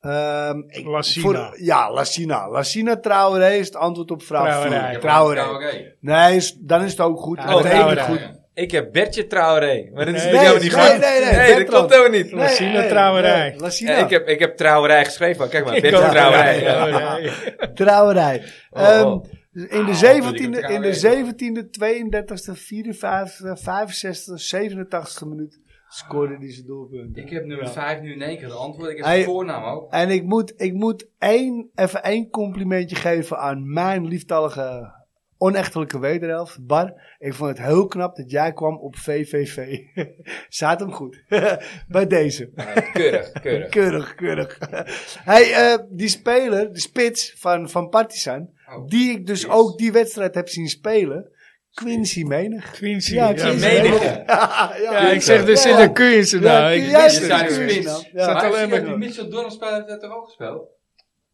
S4: Ehm, ik-
S2: Lassina.
S4: ja, Lassina. Lassina Trouweré is het antwoord op vraag
S2: Traoré.
S4: 4.
S2: Ja,
S4: Trouweré. Nee, is- dan is het ook goed.
S2: Ja,
S4: Maar dat
S1: Traoré.
S4: heet niet goed.
S1: Ik heb Bertje Traoré. Maar dat is
S2: Nee,
S1: natuurlijk helemaal niet
S4: nee,
S1: goed.
S4: nee, nee,
S1: dat
S4: Bertrand.
S1: klopt helemaal niet.
S4: Nee, nou.
S2: Lassina
S4: nee,
S2: Traoré.
S4: nee, Lassina.
S1: Ja, ik, heb, ik heb Traoré geschreven. maar Kijk maar, Bertje
S2: ook.
S1: Traoré. Ja.
S2: Ja, ja.
S4: Trouwerij.
S1: Oh,
S4: Ehm,
S1: oh.
S4: in de
S3: Ah,
S4: 17e, in
S3: Traoré.
S4: de 17e 32e, 54e, 65e, 87e minuut scoorde hij zijn doelpunt.
S3: Ik heb nummer 5 nu in één keer de antwoord. Ik heb
S4: Hij-
S3: zijn voornaam ook.
S4: En ik moet, ik moet één, even één complimentje geven aan mijn lieftallige onechtelijke wederhelft, Bar. Ik vond het heel knap dat jij kwam op *laughs* VVV. Staat hem goed. *laughs* Bij deze.
S1: Keurig, keurig.
S4: Keurig, keurig. hey, eh, die speler, de spits van, van Partizan,
S3: Oh,
S4: die ik dus
S3: yes.
S4: ook die wedstrijd heb zien spelen, Quincy Menig.
S2: Quincy.
S4: Ja,
S2: Ja,
S4: Quincy
S1: Menig.
S4: Menig.
S1: Ja.
S4: *laughs* Ja,
S2: Ja, ik zeg, er zit een Q in zijn
S4: Ja,
S2: naam. Ik
S4: ja,
S2: wist
S4: ja,
S2: het.
S4: ja,
S3: zijn
S4: ja,
S3: spits.
S4: ja.
S3: Maar
S2: Zat
S3: heb
S2: alleen
S3: je- heb
S2: maar-
S3: je Mitchell Donnerspeler heeft dat toch ook gespeeld?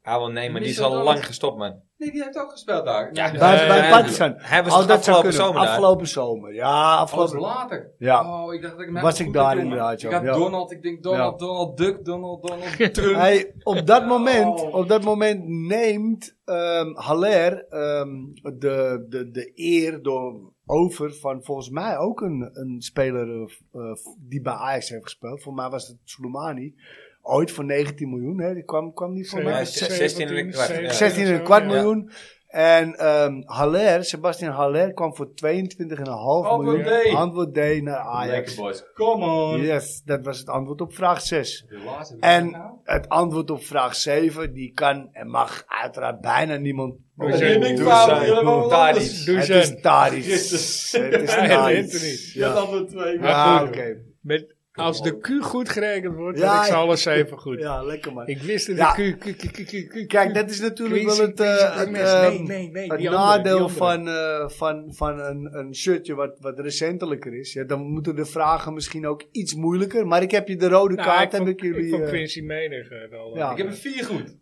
S1: Ah, wel nee, maar die is al
S3: Mitchell
S1: lang
S3: Donald.
S1: gestopt, man.
S3: Nee, die heeft ook gespeeld daar.
S1: Ja,
S3: Nee,
S4: Bij,
S3: nee,
S4: bij
S1: Eh,
S4: Partizan.
S1: Hij was
S4: Oh,
S1: toch
S4: dat zou
S1: afgelopen
S4: kunnen.
S1: zomer daar?
S4: Afgelopen zomer. Ja,
S3: Oh, dat is
S4: afgelopen
S3: later.
S4: Ja.
S3: Oh, ik dacht dat ik hem
S4: Was
S3: even
S4: ik
S3: goed
S4: daar
S3: heb,
S4: inderdaad,
S3: jongen.
S4: ja.
S3: Ik
S4: Ja.
S3: had Donald, ik denk Donald, Donald Duck, Donald,
S4: *laughs*
S3: Donald Trump.
S4: Hij, op, dat moment,
S3: Oh.
S4: op dat moment neemt ehm Haller ehm, de, de, de eer door, over van volgens mij ook een, een speler eh, eh, die bij Ajax heeft gespeeld. Voor mij was het Soleimani. Ooit voor 19 miljoen. Hè? Die kwam, kwam niet voor mij.
S1: Ja, zes- zestien en een kwart, ja.
S4: 16 en een kwart miljoen. En ehm Haller, Sebastian Haller kwam voor 22,5
S3: Antwoord
S4: miljoen.
S3: D.
S4: Antwoord D naar Ajax.
S3: Lekker boys, come on.
S4: Yes, dat was het antwoord op vraag 6.
S3: De laatste heb ik
S4: En-
S3: niet gedaan.
S4: Het antwoord op vraag 7, die kan en mag uiteraard bijna niemand.
S2: Doe
S4: Oh,
S2: zijn.
S4: doe
S2: Doe
S3: zijn.
S4: zijn.
S3: Jullie hebben wel
S1: Daar
S3: wat
S1: is-
S2: Doe
S4: Het
S2: zijn.
S4: is Tadic.
S3: Christus.
S4: Het is
S2: Ja,
S4: Tadic.
S2: Anthony.
S3: Je
S4: Ja,
S3: had antwoord twee.
S2: Maar
S4: Ja,
S2: goed.
S4: oké.
S2: Met, als de Q goed gerekend wordt,
S4: Ja,
S2: dan is
S4: ja.
S2: alles even goed.
S4: Ja, lekker man.
S2: Ik wist het.
S4: Ja.
S2: de Q, Q, Q, Q, Q, Q.
S4: Kijk, dat is natuurlijk
S2: Crazy,
S4: wel het, eh,
S2: crazy
S4: het,
S2: mess.
S4: ehm,
S2: Nee, nee, nee,
S4: het
S2: die andere, die
S4: nadeel
S2: andere.
S4: van, eh, van, van een, een shirtje wat, wat recentelijker is. Ja, dan moeten de vragen misschien ook iets moeilijker. Maar ik heb je de rode
S2: Nou,
S4: kaart,
S2: ik vond-
S4: heb ik jullie...
S2: Ik vond
S4: eh,
S2: Quincy Menig eh, wel.
S4: Ja.
S2: Ja.
S3: Ik heb er vier goed.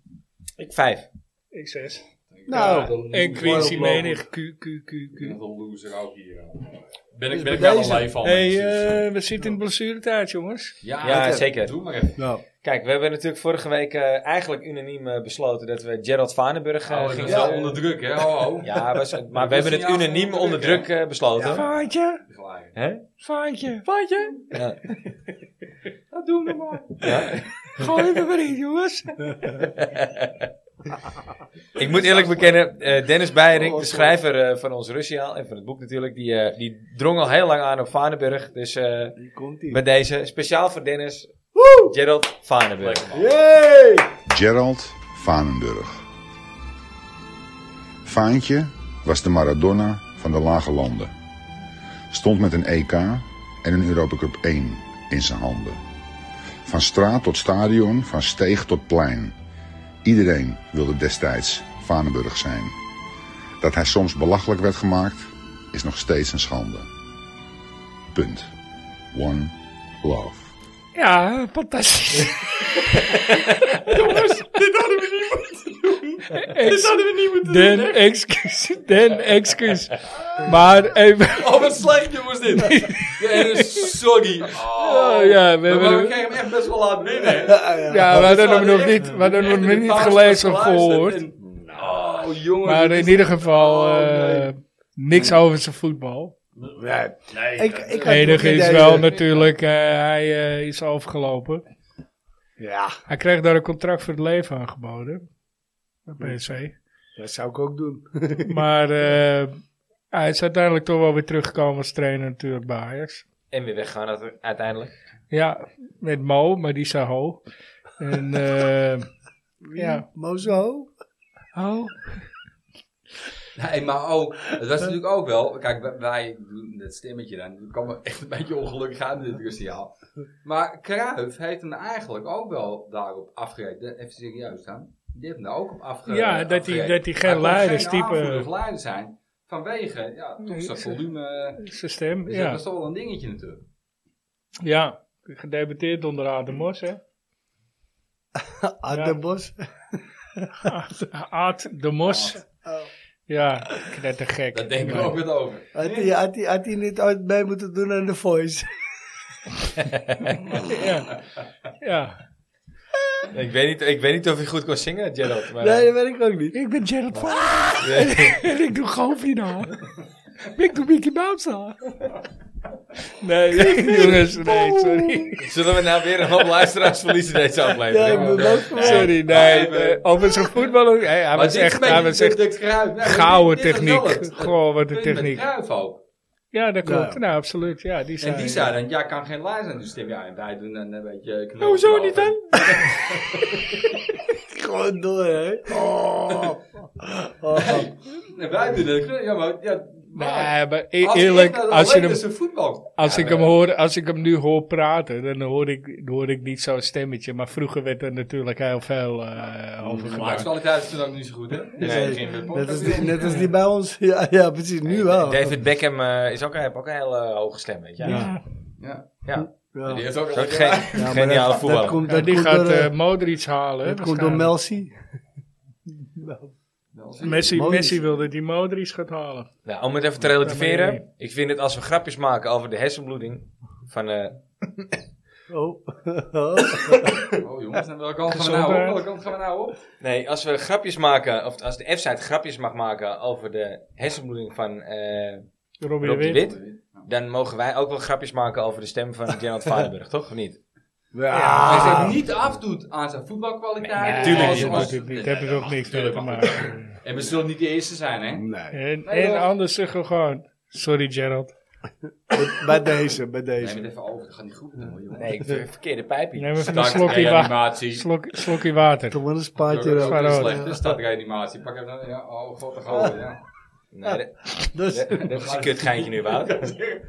S1: Ik vijf.
S2: Ik zes.
S4: nou,
S2: En Quincy
S3: Waarom
S2: Menig, Q, Q, Q, Q.
S3: Wat een loser ook hier. eh,
S2: Mhm.
S3: Ben
S4: Dus
S3: ik, ben ik
S4: bij
S3: wel
S4: deze.
S3: alleen van.
S2: hey,
S3: mensen.
S2: eh, we zitten in de blessuretijd, jongens.
S3: ja,
S1: Ja,
S3: dat-
S1: zeker.
S3: Doe maar even.
S4: nou,
S1: Kijk, we hebben natuurlijk vorige week eh, eigenlijk unaniem eh, besloten dat we Gerald Vanenburg eh,
S3: Oh, dat
S1: gingen
S3: is wel
S1: eh,
S3: onder druk, hè? Oh, oh.
S1: Ja,
S3: *laughs*
S1: was, maar we
S3: Dat is
S1: hebben het
S3: signaal van
S1: unaniem
S3: onder
S1: onder
S3: druk,
S1: druk eh, besloten.
S4: Ja.
S2: Vaantje, *laughs*
S3: Gelijk.
S1: Hè?
S2: vaantje, vaantje.
S1: Ja.
S2: *laughs* Dat doen we maar.
S1: Ja.
S2: Gooi even weer in, jongens.
S1: Ik moet eerlijk bekennen, eh, Dennis Beiring,
S4: Oh,
S1: de
S4: sorry.
S1: schrijver eh, van ons Russiaal en van het boek natuurlijk, die, eh, die drong al heel lang aan op Vanenburg. Dus eh,
S4: hier komt ie.
S1: bij deze, speciaal voor Dennis, Gerald Vanenburg.
S3: Lekker, man.
S4: Yay!
S6: Gerald Vanenburg. Vaantje was de Maradona van de lage landen. E Stond met een EK en een Europa Cup 1 in zijn handen. Van straat tot stadion, van steeg tot plein. Iedereen wilde destijds Vaneburg zijn. Dat hij soms belachelijk werd gemaakt, is nog steeds een schande. Punt. One love.
S2: Ja,
S3: *laughs*
S2: fantastisch.
S3: Dit hadden we niet moeten doen. Dit hadden we niet moeten
S2: Den
S3: doen.
S2: excuus, den excuus. Maar even...
S3: Oh, wat slecht jongens dit. En sorry. Oh.
S2: Ja, ja, we
S3: maar
S2: hebben
S3: we
S2: hem-
S3: kregen hem echt best wel laat binnen.
S2: Ja, we hadden hem
S3: We zouden
S2: nog
S3: echt-
S2: niet, we hadden hem
S3: Echt in
S2: nog
S3: de
S2: niet
S3: pauze
S2: gelezen of
S3: geluisterd
S2: gehoord.
S3: en- Nou, jongen.
S2: Maar
S3: dit
S2: in
S3: is-
S2: ieder geval
S3: Oh,
S2: eh,
S3: nee.
S2: niks over zijn voetbal.
S4: Nee.
S3: Nee,
S4: Ik,
S3: dat-
S4: ik
S2: Het
S4: had
S2: enige
S4: het
S2: is
S4: idee
S2: wel
S4: dat-
S2: natuurlijk, eh, hij eh, is overgelopen.
S4: Ja,
S2: Hij kreeg daar een contract voor het leven aangeboden. Bij PSV.
S4: dat zou ik ook doen.
S2: Maar eh, hij is uiteindelijk toch wel weer teruggekomen als trainer natuurlijk bij Ajax.
S1: En weer weggaan uite- uiteindelijk.
S2: Ja, met Mo, maar die zei ho. En eh, ja,
S4: Mozo.
S2: ho.
S3: Nee, maar ook, het was natuurlijk ook wel, kijk, wij- wij doen dat stemmetje dan, dat kwam me echt een beetje ongelukkig aan dit Christiaal. Maar Kruif heeft hem eigenlijk ook wel daarop afgereden, even serieus dan, die heeft hem daar ook op afgereden.
S2: Ja, dat hij, dat hij
S3: Hij
S2: geen
S3: kon
S2: leiderstype...
S3: Geen aanvoerder of leider zijn, vanwege, ja, toch zijn volume,
S2: Zijn stem,
S3: dus
S2: ja.
S3: dat was toch wel een dingetje natuurlijk.
S2: Ja, gedebuteerd onder Ademos, hè?
S4: Aan
S2: Ja.
S4: de bos.
S2: Aad de Mos. Ja, knettergek.
S3: Daar denken we
S2: Maar-
S3: ook wat over.
S4: Had hij- Had hij- had hij niet ooit mee moeten doen aan The Voice?
S2: Ja. ja.
S1: Ik weet, niet, ik weet niet of hij goed kon zingen, Gerald. Maar,
S4: Nee, dat weet ik ook niet.
S2: Ik ben Gerald van. en ik doe Goofina. ik doe Mickey Mouse Nee, *laughs* jongens, nee, sorry.
S1: Zullen we nou weer een hoop luisteraars verliezen deze
S4: Ja, ik
S1: aflevering?
S4: ben ook voor.
S2: Sorry, nee. eh, Over zijn voetbal, hey, hij was echt, hij was echt gouden techniek. Gewoon wat een techniek.
S3: Kruif ook.
S2: Ja, dat klopt.
S4: Ja.
S2: Nou, absoluut. Ja, die
S3: En
S2: zijn.
S3: die zei dan, ja, ik kan geen lijn zijn. Dus Tim, ja, en wij doen dan een beetje... eh, knopen
S2: Nou, Hoezo
S3: erover.
S2: niet dan?
S4: Gewoon door, hè. Oh. Oh.
S3: En wij doen dat. kno- Ja, maar... Ja, maar
S2: Nee, maar e-
S3: als
S2: eerlijk,
S3: ik dat
S2: als je
S3: alleen
S2: hem
S3: dus een voetbal...
S2: Als,
S3: Ja,
S2: ik hem
S3: maar-
S2: hoor, als ik hem nu hoor praten, dan hoor ik, dan hoor ik niet zo'n stemmetje. Maar vroever werd er natuurlijk heel veel eh, over
S3: Maar de
S2: gemaakt.
S3: kwaliteit is toen ook niet zo goed, hè? Dus
S1: Nee.
S3: ik ging weer
S4: Net
S3: podcast
S4: als, die,
S3: doen.
S4: net als die bij ons. Ja, ja precies. Nu wel.
S1: David Beckham eh, is ook, heeft ook een heel eh, hoge stem, weet je. Ja.
S3: Ja.
S4: Ja.
S3: Die heeft ook
S1: Is ook
S3: een
S1: geen,
S4: Ja, maar
S1: geniale
S4: dat,
S1: voetballer.
S4: dat komt,
S2: Ja,
S4: dat
S2: die
S4: komt
S2: gaat
S4: door, eh,
S2: eh Modric halen.
S4: dat komt door
S2: waarschijnlijk.
S4: Melsi.
S2: Messi,
S4: Modric.
S2: Messi wilde die Modric gaat halen.
S1: Nou, om het even te
S2: Ja, maar
S1: relativeren. Ik vind het als we grapjes maken over de hersenbloeding van... eh,
S4: Oh.
S3: Oh, jongens, aan welke kant gaan we nou
S2: Gezondheid.
S3: op? Welke kant gaan we nou op?
S1: nee, als we grapjes maken, of als de F-site grapjes mag maken over de hersenbloeding van eh
S2: Robbie
S1: Rob
S2: de
S1: de
S2: Wit.
S1: Wit... Dan mogen wij ook wel grapjes maken over de stem van *laughs* Gerald Varenburg, toch? Of niet?
S3: Als hij
S4: Ja.
S3: het niet afdoet aan zijn voetbalkwaliteit...
S2: Ja,
S1: tuurlijk
S3: als-
S1: niet,
S3: als-
S2: natuurlijk niet.
S3: Nee,
S2: Daar hebben ze ook
S3: ach,
S2: niks mee
S3: tuurlijk
S2: te
S3: mag
S2: maken.
S3: En we zullen niet de eerste zijn, hè?
S4: Nee.
S2: En,
S3: Nee,
S2: en
S3: hoor.
S2: anders zeggen we gewoon... Sorry Gerald.
S4: Bij deze, bij
S3: Neem het
S4: deze.
S3: even over, dat gaat niet goed doen, hoor, jongen.
S1: Nee, ik vind verkeerde pijpje.
S2: Neem even een
S3: Start
S2: slokje, wa
S3: reanimatie.
S2: slok, slokje water.
S4: Toch wel een
S3: Dat
S4: spaatje
S3: is
S2: Zwaar
S4: erop.
S2: rood.
S3: een slechte startreanimatie. Pak even dan, ja, oh god, daar gaan we, ja.
S1: Nee, dat,
S4: Dus,
S1: dat is *laughs* een kutgeintje nu,
S3: *laughs*
S1: Wout.
S3: Ik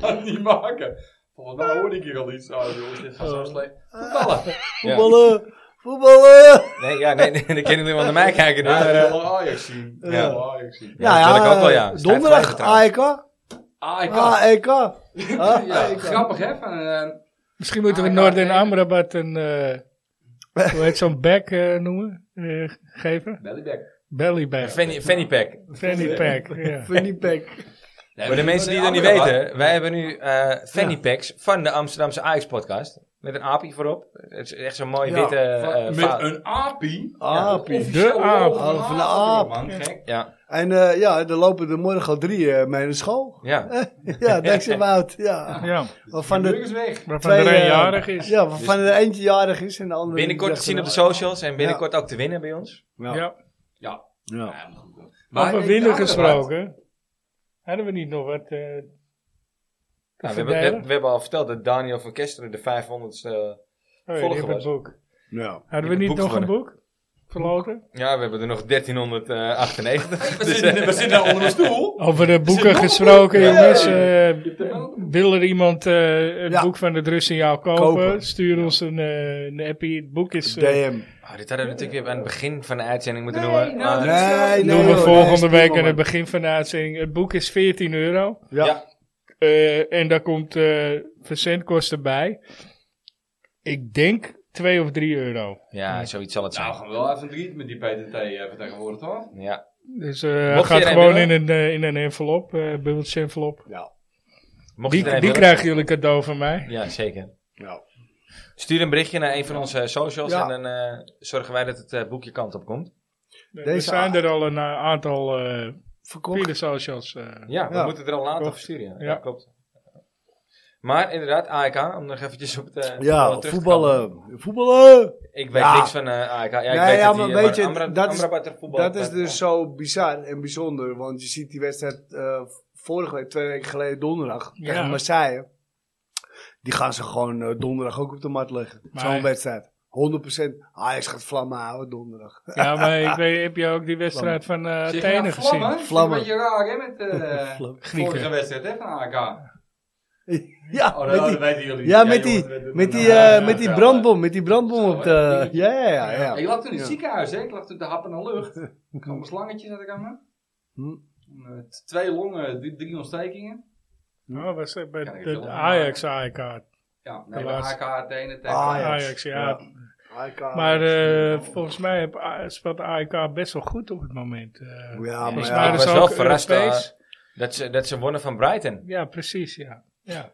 S3: kan het niet maken. Volgens mij hoorde ik hier al iets. Oh jongens, dit gaat zo slecht. Voetballen.
S4: voetballen! Voetballen!
S1: Nee, ja, nee, *laughs* nee, dan kunnen jullie wel naar mij kijken. nu,
S3: Ja,
S1: maar,
S3: dat
S1: eh,
S3: wil Ajax zien. Dat
S4: Ja.
S3: wil Ajax zien.
S1: Ja, dat wil ik ook wel, ja. Stijf
S4: Donderdag, E
S1: blijven trouwens.
S4: AEK.
S3: Ah, ik kan.
S4: AEK. Ah,
S3: *laughs* Ja,
S4: AEK.
S3: grappig hè, van eh,
S2: Misschien moeten we
S3: Ah, ja,
S2: Norden
S3: nee.
S2: Amrabat een... eh, hoe heet zo'n back eh, noemen? Eh, geven?
S3: Bellyback.
S2: Belly back.
S1: Fanny, fanny pack.
S2: Fanny pack, ja.
S4: *laughs* Fanny Pack.
S3: Nee,
S1: Voor de mensen die dat niet
S3: andere
S1: weten, wij hebben nu eh, fanny packs van de Amsterdamse Ajax-podcast. Met een aapje voorop. Het is echt zo'n mooie
S4: Ja,
S1: witte...
S3: wat-
S1: eh,
S3: Van-
S1: va-
S3: Met een api.
S4: Api.
S2: De aap.
S4: Oh, van de aap.
S3: Man, gek.
S1: Ja,
S4: En eh, ja, er lopen er morgen al drie eh, mee naar school. *laughs*
S3: Eh,
S1: ja.
S4: ja, dankzij Wout. Ja.
S2: Ja,
S4: Waarvan
S3: De
S4: de
S3: druk is weg.
S2: waarvan
S4: twee...
S2: er
S4: eh,
S2: een jarig is.
S4: Ja, waarvan er eentje jarig is en de andere...
S1: Binnenkort te zien op de
S3: nou,
S1: socials en binnenkort ook te winnen bij ons.
S4: Ja.
S2: Ja.
S3: Ja.
S4: Ja.
S3: Ja, maar goed. Maar
S2: Over
S3: ik
S2: winnen
S3: dacht er wat.
S2: gesproken. Hadden we niet nog wat... eh
S1: Nou, we, hebben, we,
S2: verdelen?
S1: we hebben al verteld dat Daniel van Kesteren de eh, 500ste...
S2: Oh, ja, die
S1: volgen
S2: hebben het boek.
S4: Ja.
S2: Hadden
S1: Ik
S2: we
S1: heb
S2: niet
S1: het
S2: nog
S1: boek
S2: een boek? geloten?
S1: Ja, we hebben er nog Dus, eh, 1398.
S3: *laughs* We zitten, we zitten daar onder een stoel.
S2: Over de
S3: nog
S2: boeken
S3: een
S2: gesproken,
S3: boek?
S2: jongens.
S3: Ja.
S2: eh, wil er iemand eh, het
S4: Ja.
S2: boek van het Russiaal kopen?
S4: Kopen.
S2: Stuur ons een, eh, een appie. Het boek is... eh,
S4: DM.
S1: Oh, dit hadden we natuurlijk weer aan het begin van de uitzending moeten
S3: Nee,
S1: doen. Ah,
S3: nou,
S1: maar-
S3: dat-
S4: Nee, nee.
S2: Doen we
S4: joh,
S2: volgende
S4: nee,
S2: week aan
S4: prima,
S2: het
S4: man.
S2: begin van de uitzending. Het boek is 14 euro.
S4: Ja.
S2: Eh, en daar komt eh verzendkosten bij. Ik denk 2 of 3 euro.
S1: ja, zoiets zal het zijn.
S3: Nou, we gaan wel even een driet met die PTT eh, vertegenwoordigd hoor.
S1: Ja.
S2: Dus eh, hij
S1: Mocht je
S2: gaat
S1: er een
S2: gewoon in
S1: willen?
S2: een, eh, in een envelop, eh bubbeltje envelop.
S4: Ja.
S1: Mocht je er
S2: Die,
S1: een
S2: die
S1: willen-
S2: krijgen jullie cadeau van mij.
S1: Ja, zeker.
S4: Nou,
S1: Stuur een berichtje naar een van onze socials
S4: Ja.
S1: en dan eh, zorgen wij dat het eh, boekje kant op komt.
S2: er
S4: Deze
S2: zijn er al een eh, aantal eh
S4: verkocht.
S2: via de socials. eh.
S1: Ja, we
S4: Ja.
S1: moeten er al later
S2: Klopt.
S1: op sturen. Ja.
S2: Ja.
S1: Ja, klopt. Maar inderdaad, AEK, om nog eventjes op het... eh,
S4: Ja,
S1: terug te komen.
S4: voetballen. Voetballen!
S1: Ik weet
S4: Ja.
S1: niks van eh AEK. Ja, ik
S4: Nee,
S1: weet
S4: ja,
S1: dat
S4: maar
S1: die, eh,
S4: weet je, dat
S1: dat
S4: is- Dat is dus zo bizar en bijzonder. Want je ziet die wedstrijd eh, vorige week, twee weken geleden donderdag
S2: Ja.
S4: tegen Marseille. Die gaan ze gewoon eh, donderdag ook op de mat leggen.
S2: Maar-
S4: Zo'n wedstrijd. 100% Ajax gaat vlammen houden donderdag.
S2: Ja, maar ik weet, heb je ook die wedstrijd van eh
S3: Zeg je
S2: Athene
S3: nou
S2: gezien?
S3: vlammen? Is
S4: Vlammen.
S3: Een beetje raar hè met eh
S4: *laughs*
S2: *laughs*
S4: Vlammen.
S3: vorige wedstrijd hè van AK.
S4: ja,
S3: Oh,
S4: met
S3: dat
S4: die,
S3: dat weten jullie.
S4: ja, met die,
S3: jongens, dat doen
S4: met
S3: we
S4: die,
S3: nou.
S4: eh,
S3: Ja,
S4: met die
S3: ja.
S4: brandbom. Met die brandbom op de...
S3: Zo,
S4: Ja, ja, ja. ja.
S3: Ik lag toen in het
S4: Ja.
S3: ziekenhuis, hè? ik lag toen te happen naar
S4: *laughs*
S3: lucht. Ik had mijn slangetje zat ik aan me.
S4: Hm.
S3: Eh, t- Twee longen, drie, drie ontstekingen.
S2: Nou, was het bij
S3: Ja, ik wil
S2: de
S3: hem
S2: Ajax E AEK.
S3: Ja, nee, bij
S2: Helaas.
S3: AK het ene tegen.
S4: Ah, ja.
S2: Ajax, ja.
S4: Ja. AEK.
S2: Maar eh, volgens mij heb A- speelt AEK best wel goed op het moment. eh.
S4: ja, maar
S2: volgens
S1: ik
S2: mij
S4: ja.
S1: was
S2: dus
S1: wel
S2: ook
S1: verrast eh,
S2: Europees.
S1: dat, ze, dat ze wonnen van Brighton.
S2: Ja, precies, ja. ja.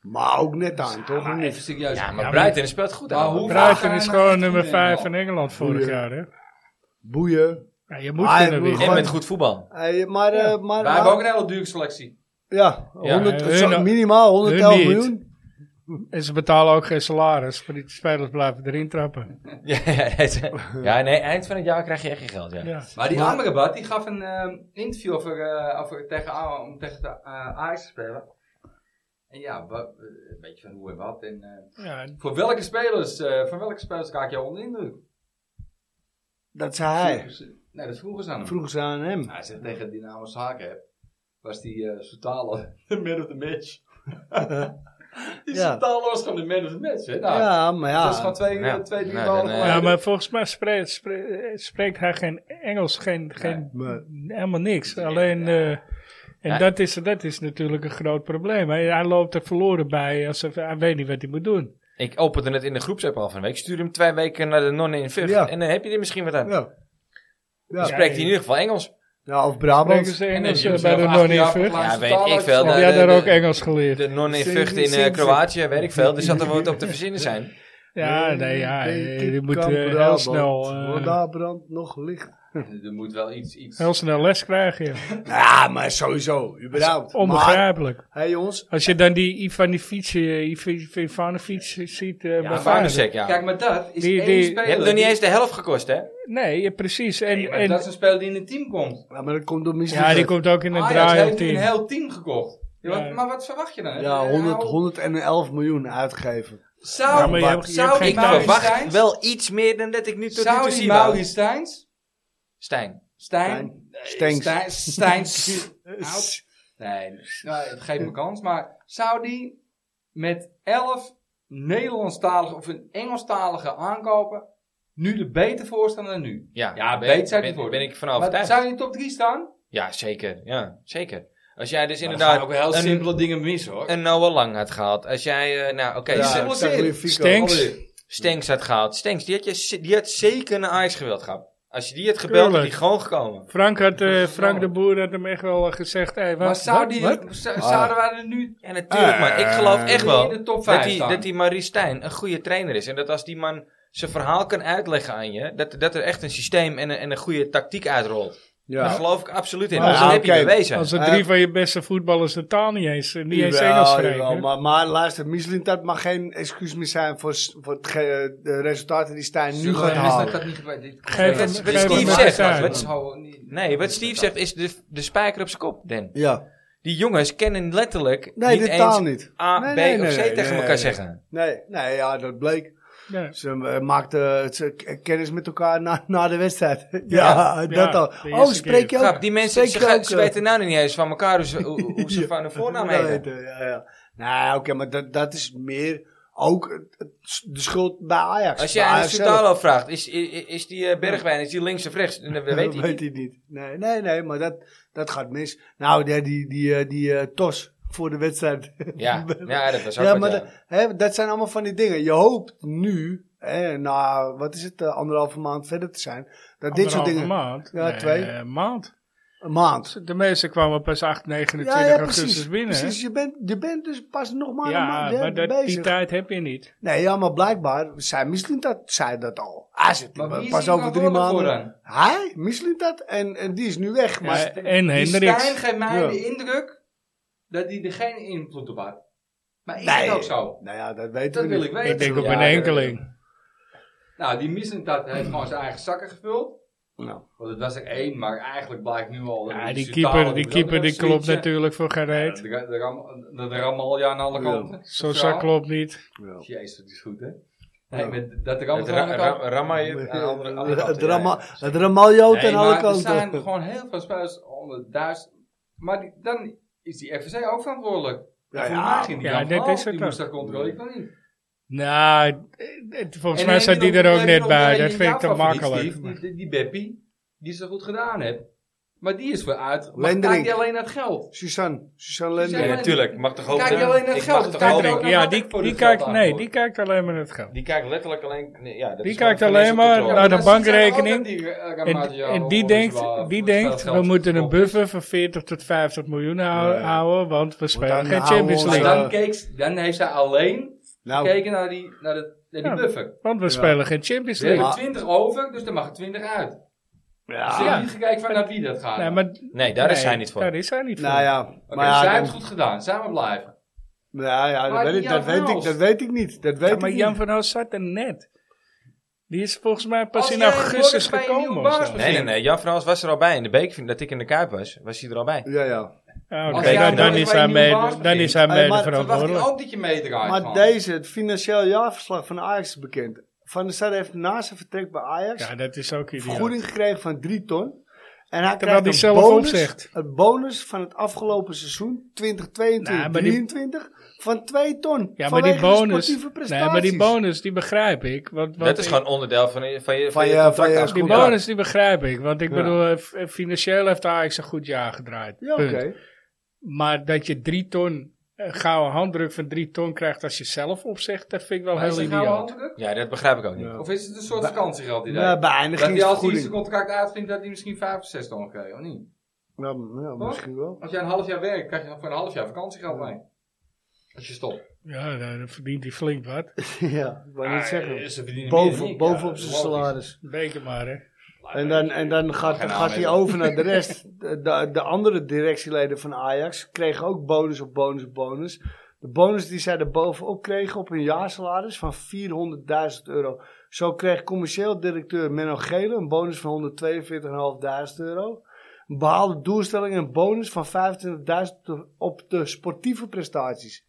S4: Maar ook net aan, toch?
S3: Maar
S4: Of
S3: Ah, even
S4: niet?
S3: serieus.
S1: Ja, maar
S2: maar-
S1: Brighton speelt goed.
S3: Maar
S1: ouwe.
S3: hoe-
S2: Brighton
S3: Ja,
S2: is
S3: maar
S2: gewoon
S3: echt
S2: nummer
S3: goed,
S2: 5
S3: ja.
S2: in Engeland vorig
S4: Goeie.
S2: jaar, hè?
S4: Boeien.
S2: Ja, je moet
S4: Ah, je
S2: kunnen
S1: En
S4: moet
S2: winnen.
S4: gewoon-
S1: met goed voetbal. *laughs*
S4: Hey, maar, eh, maar,
S3: Wij hebben ook een hele dure selectie.
S4: ja,
S1: Ja,
S4: 100,
S2: hun-
S4: zo- minimaal 111
S2: hun niet.
S4: miljoen.
S2: En ze betalen ook geen salaris, maar die spelers blijven erin trappen.
S1: ja, ja, het- ja, nee, eind van het jaar krijg je echt je geld, ja.
S2: Ja.
S3: Maar die
S4: Maar-
S3: andere bad, die gaf een ehm, interview over, eh, over tegen, A- om tegen de eh, Ajax te spelen. En ja, wa- eh, een beetje van hoe en wat. En, eh,
S2: Ja,
S3: voor welke spelers, eh, van welke spelers raak je onder de indruk?
S4: Dat zei hij.
S3: Vroegen ze- Nee, dat vroegen ze aan hem. Nou,
S4: Vroegen ze aan hem.
S3: Hij zegt tegen Dynamo Zagreb was die eh Soutalo de *laughs* man of the match. die
S4: Ja.
S3: Soutalo was gewoon de man of the match, hè? Nou,
S4: Ja, maar
S3: Dat is
S4: ja.
S3: gewoon twee,
S1: Ja.
S3: twee drie
S1: Nou,
S3: ballen
S1: dan, eh,
S3: geleden.
S2: ja, maar volgens mij spreekt, spreekt, spreekt hij geen Engels, geen, geen,
S4: Maar-
S2: helemaal niks. Alleen, eh, en
S1: Ja.
S2: dat, is, dat is natuurlijk een groot probleem. Hij, hij loopt er verloren bij, als hij, hij weet niet wat hij moet doen.
S1: Ik opende het in de groepsapp al van de week. Stuur hem twee weken naar de nonnen in Vught.
S4: Ja.
S1: En dan heb je er misschien wat aan.
S4: Ja.
S1: Dan
S4: Ja.
S1: spreekt hij in ieder geval Engels.
S4: ja, of
S2: Spreken
S4: Brabant.
S2: ze
S3: En
S2: Engels
S3: dan
S2: eh,
S3: zien
S2: bij
S3: we
S2: de
S3: zelf
S2: non
S3: achttien jaar op het
S2: Heb
S3: laatste
S1: Ja, weet
S3: taal
S1: ik veel.
S3: uit-
S1: de-
S2: jij
S1: de-
S2: daar ook
S1: de-
S2: Engels geleerd?
S1: De non in
S4: Zin-
S1: Vught in eh,
S4: zin-
S1: Kroatië, weet ik veel. Dus dat er wordt op de verzinnen zijn.
S2: Ja, nee, ja, eh,
S4: Denk
S2: je
S4: ik
S2: moet
S4: aan
S2: eh, heel
S4: Brabant,
S2: snel, eh,
S4: want daar brandt nog licht.
S3: Er moet wel iets, iets.
S2: heel snel les krijgen. joh.
S4: Ja, maar sowieso. Überhaupt. Maar,
S2: Onbegrijpelijk.
S4: hey jongens.
S2: Als je dan die Ivanovic, eh, Iv- Ivanovic ziet eh bij
S1: Ja,
S2: Feyenoord.
S1: Vanusek, ja.
S3: Kijk, maar dat is
S2: Die-
S3: één
S2: die-
S1: je
S3: speler.
S1: hebt nog niet
S3: die-
S1: eens de helft gekost, hè?
S2: Nee, ja, precies. En,
S3: Nee, maar
S2: en,
S3: dat is een speler die in het team komt.
S4: Ja, maar dat komt door misdaad.
S2: ja, die komt ook in een
S3: Ajax
S2: draai op
S3: Ah, heeft een
S2: team.
S3: heel team gekocht. Ja,
S2: Ja.
S3: wat- maar wat verwacht je dan?
S4: Ja,
S3: Eh,
S4: 100,
S3: nou,
S4: 111 miljoen uitgeven.
S3: Zou,
S2: Ja, maar je hebt- je
S3: zou
S2: hebt
S3: die
S2: geen
S1: Ik
S2: Nou,
S3: Mauri
S1: verwacht
S3: Stijns,
S1: wel iets meer dan dat ik nu tot nu toe
S3: zou die
S1: zie.
S3: Mauri
S1: Maurice.
S3: Stijns,
S1: Stijn.
S3: Stijn,
S4: Stijns.
S3: Stijn- Stijns, Oud. nee, nou, het geeft me kans, maar zou die met 11 Nederlandstalige of een Engelstalige aankopen nu er beter voor staan dan nu?
S1: Ja,
S3: Ja,
S1: ben-
S3: weet zij
S1: ben-
S3: niet voor.
S1: Ben ik van
S3: Maar
S1: overtuigd.
S3: zou je in de top 3 staan?
S1: Ja, zeker. Ja, zeker. Als jij dus
S3: Inderdaad,
S1: inderdaad
S3: ook heel
S1: een-
S3: simpele dingen mis hoor.
S1: een Noah Lang had gehaald. Als jij, eh, nou oké,
S4: Ja,
S1: St-
S4: ik zag weer Fico.
S2: Stenks.
S1: Stenks had gehaald. Stenks, die had, je, ze- die had zeker naar Ajax gewild gehad. Als je die had gebeld, had die
S2: Tuurlijk.
S1: gewoon gekomen.
S2: Frank, had, eh,
S3: Dat is
S2: Frank de
S3: jammer.
S2: Boer had hem echt wel eh, gezegd. Hey, wat,
S3: maar zou
S2: wat,
S3: die,
S2: wat?
S3: zou- zouden wij er nu
S1: Ja, natuurlijk, maar ik geloof
S4: Eh,
S1: echt
S3: die
S1: wel
S3: in de top 5
S1: dat die,
S3: staan?
S1: dat die Marie Stijn een goede trainer is. En dat als die man zijn verhaal kan uitleggen aan je, dat, dat er echt een systeem en een, en een goede tactiek uitrolt. Daar
S4: Ja.
S1: geloof ik absoluut in.
S4: Maar
S1: dat
S4: ja,
S1: heb je
S4: oké.
S1: bewezen.
S2: Als er
S4: Eh,
S2: drie van je beste voetballers de taal niet eens, eh, niet eens
S4: Jawel,
S2: Engels
S4: jawel,
S2: spreken.
S4: maar, maar luister, Mislintat mag geen excuus meer zijn voor, s- voor het ge- de resultaten die Stijn nu gaat
S3: dat
S4: halen.
S3: dat niet gebeurd. Dit-
S2: Geef
S1: hem-
S3: Dit-
S1: geef
S3: dit-
S1: hem
S3: dit-
S1: maar
S3: dit-
S1: eens
S3: dit-
S1: uit.
S3: dit- dit- hou- niet-
S1: Nee, wat Steve zegt is de, de spijker op zijn kop, Dan.
S4: Ja.
S1: Die jongens kennen letterlijk
S4: Nee,
S1: niet
S4: de
S1: eens
S4: taal niet.
S1: A,
S4: Nee,
S1: B
S4: nee,
S1: of
S4: nee,
S1: C
S4: nee,
S1: tegen
S4: nee,
S1: elkaar
S4: nee.
S1: zeggen.
S4: Nee, nee, ja, dat bleek.
S2: Nee.
S4: Ze eh, maakten eh, ze k- kennis met elkaar na, na de wedstrijd. *laughs* Ja,
S2: Ja,
S4: dat
S2: ja,
S4: al.
S2: de
S4: Oh,
S2: eerste
S4: spreek je
S2: keer.
S4: ook?
S1: Grap, die mensen, ze,
S4: spreek je
S1: ga-
S4: ook,
S1: ze
S4: eh,
S1: weten nou niet eens van elkaar hoe ze, hoe, hoe ze
S4: *laughs* Ja.
S1: van hun voornaam
S4: Ja,
S1: heten.
S4: weten, Ja, ja. Nou ja, oké, maar dat, dat is meer ook het- het- de schuld bij Ajax.
S1: Als je
S4: Bij
S1: aan
S4: Ajax zelf.
S1: Soetalo vraagt, is, is, is die eh, Bergwijn, is die links of rechts? Dan weet
S4: *laughs* Dat
S1: hij niet.
S4: hij niet. Nee, nee, nee, maar dat, dat gaat mis. Nou, die, die, die, eh, die eh, tos voor de wedstrijd. *laughs*
S1: Ja, ja, dat was ook
S4: Ja,
S1: wat,
S4: maar
S1: ja.
S4: dat, hè, dat zijn allemaal van die dingen. Je hoopt nu, hè, na, wat is het, eh, anderhalve maand verder te zijn, dat dit soort
S2: Anderhalve
S4: dingen...
S2: Maand.
S4: Ja,
S2: Nee,
S4: twee.
S2: eh, maand.
S4: Een maand.
S2: De meeste kwamen pas 8, 29 augustus binnen. hè?
S4: precies. Je bent, je bent dus pas nog maar een
S2: Ja,
S4: maand hè,
S2: maar dat, die
S4: bezig.
S2: tijd heb je niet.
S4: Nee, ja, maar blijkbaar, zij mislint dat, zei dat al. Hij zit
S3: Maar wie is
S4: pas
S3: die
S4: over drie
S3: verantwoordelijk voor
S4: maanden. Hij mislint dat en, en die is nu weg. Maar
S2: Ja, Eh, en
S3: Die Stijn
S2: Hendricks.
S3: geeft mij
S4: Ja.
S3: de indruk dat hij er geen invloed op had. Maar is
S4: Nee.
S3: dat ook zo?
S4: Nou ja, dat weten
S3: Dat
S4: we
S3: wil
S4: niet.
S3: ik weten.
S2: Ik denk op
S3: Ja,
S2: een
S3: dat-
S2: enkeling.
S3: Nou, die missend dat heeft gewoon zijn eigen zakken gevuld.
S4: Nou.
S3: Want het was er één, maar eigenlijk blijkt nu al...
S2: Ja,
S3: dat
S2: die
S3: Sutalo,
S2: keeper, die,
S3: moet ook
S2: keeper,
S3: nog
S2: die klopt
S3: switchen.
S2: natuurlijk voor geen reet.
S3: Ja, De, de, ram, de, de ramalja aan alle
S4: Ja.
S3: kanten.
S2: Sosa klopt niet.
S4: Ja.
S3: Jezus, dat is goed, hè?
S4: Ja.
S3: Nee, met dat
S1: Het
S3: ramalja aan
S1: ra
S3: alle
S1: ra
S3: kanten.
S1: Rama- aan de andere- andere
S4: Het
S1: kant,
S4: drama-
S1: ja, ja.
S4: het ramaljoot
S3: Nee,
S4: aan alle
S3: maar er
S4: kanten.
S3: zijn gewoon heel veel spelers onder duizend. Maar die- dan is die FVC ook verantwoordelijk.
S4: Ja,
S3: voor
S4: ja,
S3: mij ging die
S2: ja,
S3: dan
S2: dit
S3: gewoon,
S2: is het
S3: Die
S2: dan.
S3: moest dat controleren, ik kan niet.
S2: Nou, eh, eh, volgens
S3: En
S2: mij
S3: dan
S2: zat
S3: heb je
S2: die
S3: nog-
S2: er ook
S3: dan heb je
S2: net
S3: nog
S2: bij.
S3: een-
S2: Dat
S3: jouw
S2: vind ik te
S3: favoriet,
S2: makkelijk.
S3: Steve, Die, die Beppie, die ze goed gedaan heeft. Maar die is vooruit. Maar
S4: Lendering.
S3: kijkt die alleen naar het geld?
S4: Suzanne, Suzanne
S1: Nee,
S4: Lendering.
S3: Suzanne-
S1: natuurlijk. Mag toch ook...
S3: Kijk je alleen naar
S1: Ik
S3: geld,
S1: mag toch
S2: Dat
S3: dat kijkt
S1: ook-
S3: ook
S2: denk ik,
S3: naar
S2: ja,
S3: wat
S2: die,
S3: ik Nou, voor
S2: die,
S3: de
S2: kijkt,
S3: geld
S2: nee,
S3: aanvoer.
S2: die kijkt alleen maar naar het geld.
S1: Die kijkt letterlijk alleen... nee, Ja, dat
S2: Die
S1: is gewoon
S2: kijkt alleen maar
S1: financial
S2: naar de
S1: control.
S2: bankrekening.
S3: Ja, maar dat is
S2: En,
S3: ook dat die, eh,
S2: en die
S3: Ramaljo
S2: denkt,
S3: voor het
S2: die denkt we
S3: speelgeld
S2: moeten een
S3: verkocht is.
S2: buffer van 40 tot 50 miljoen hou-
S4: Ja.
S2: houden, want we spelen
S4: dan
S2: geen
S4: houden we
S2: Champions
S4: ons
S2: League.
S3: Maar
S4: Ja.
S3: dan, keek, dan heeft zij alleen
S4: Nou,
S3: gekeken naar die, naar de, naar die
S2: Ja.
S3: buffer.
S2: Want we spelen geen Champions
S3: Ze
S2: League.
S3: hebben
S4: Maar- Ah.
S3: 20 over, dus dan mag er 20 uit. Ze
S4: ja.
S3: hebben niet gekeken van naar wie dat gaat.
S2: Nee, maar,
S1: Nee, daar is
S2: nee,
S1: hij niet voor.
S2: Daar is hij niet voor.
S4: Nou ja,
S3: Oké,
S4: maar ja,
S3: zij
S4: dan-
S3: heeft het goed gedaan, zij maar blijven.
S4: ja, ja, dat,
S3: Maar
S4: weet ik,
S3: die
S4: dat,
S3: Jan
S4: weet ik,
S3: Vals.
S4: dat weet ik niet. Dat weet
S2: Ja,
S4: ik
S2: maar
S4: niet.
S2: Jan van Hals zat er net. Die is volgens mij pas
S3: Als
S2: in
S3: jij
S2: augustus
S3: morgen bij een nieuwe
S2: gekomen. of
S3: baas
S2: zo.
S3: begint,
S1: Nee, nee, nee. Jan Frans was er al bij. In de beek, dat ik in de Kuip was, was hij er al bij.
S4: Ja, ja.
S2: Ja, oké,
S3: Als
S1: jij
S2: dan, dan
S1: morgen
S2: is
S3: bij
S2: hij
S3: een nieuwe
S2: mede,
S3: baas
S2: dan
S3: begint,
S2: is hij
S4: Hey,
S2: mede
S4: maar
S3: Verwacht ik
S2: verantwoordelijk.
S3: ook dat je meedraait.
S4: Maar
S3: gewoon.
S4: deze, het financieel jaarverslag van Ajax is bekend. Van der Sar heeft na zijn vertrek bij Ajax
S2: Ja, dat is ook idioot.
S4: vergoeding gekregen van 3 ton. En hij
S2: Terwijl
S4: krijgt
S2: hij
S4: een
S2: zelf
S4: bonus,
S2: opzegt.
S4: een bonus van het afgelopen seizoen 2022
S2: Nou, maar die-
S4: 2023 van 2 ton.
S2: Ja, maar
S4: vanwege
S2: die
S4: de
S2: bonus,
S4: sportieve
S2: nee,
S4: prestaties.
S2: maar die bonus, die begrijp ik. Want, want
S1: Dat is
S2: ik-
S1: gewoon onderdeel van je van je,
S4: Van
S1: van je
S4: je- van je-
S1: contract.
S2: Die
S4: Goed, ja.
S2: bonus, die begrijp ik. Want ik
S4: Ja.
S2: bedoel, eh, f- eh, financieel heeft Ajax een goed jaar gedraaid.
S4: Ja, oké.
S2: Punt. Maar dat je drie ton, een gouden handdruk van drie ton krijgt als je zelf opzegt, dat vind ik wel
S3: Maar is
S2: heel
S3: het nou
S2: idioot.
S3: handelijk?
S1: Ja, dat begrijp ik ook niet.
S4: Ja.
S3: Of is het een soort vakantiegeld idee?
S4: Ja, bij
S3: dat hij als hij
S4: eindigingsvergoeding.
S3: zijn contract uitvindt, dat hij misschien 5 of 6 ton krijgt, of niet?
S4: Ja, Nou, m- ja, misschien
S3: *laughs*
S4: wel. *laughs*
S3: Als jij een half jaar werkt, krijg je dan voor een half jaar vakantiegeld mee. Als je stopt.
S2: Ja, nou, dan dan verdient hij flink
S3: *laughs*
S2: wat.
S4: ja, ik wou net
S3: Ah,
S4: zeggen.
S3: ze verdienen meer dan
S4: Boven,
S3: ik,
S4: bovenop
S3: ja,
S4: zijn
S3: dat is logisch.
S4: salaris.
S2: Beker maar, hè.
S4: En dan, en dan gaat,
S3: Geen
S4: gaat hij
S3: aanmerking.
S4: over naar de
S3: *laughs*
S4: rest. De, de, de andere directieleden van Ajax kregen ook bonus op bonus op bonus. De bonus die zij er bovenop kregen op hun jaarsalaris van 400.000 euro. Zo kreeg commercieel directeur Menno Gele een bonus van 142.500 euro. Een Behaalde doelstelling een bonus van 25.000 te- op de sportieve prestaties.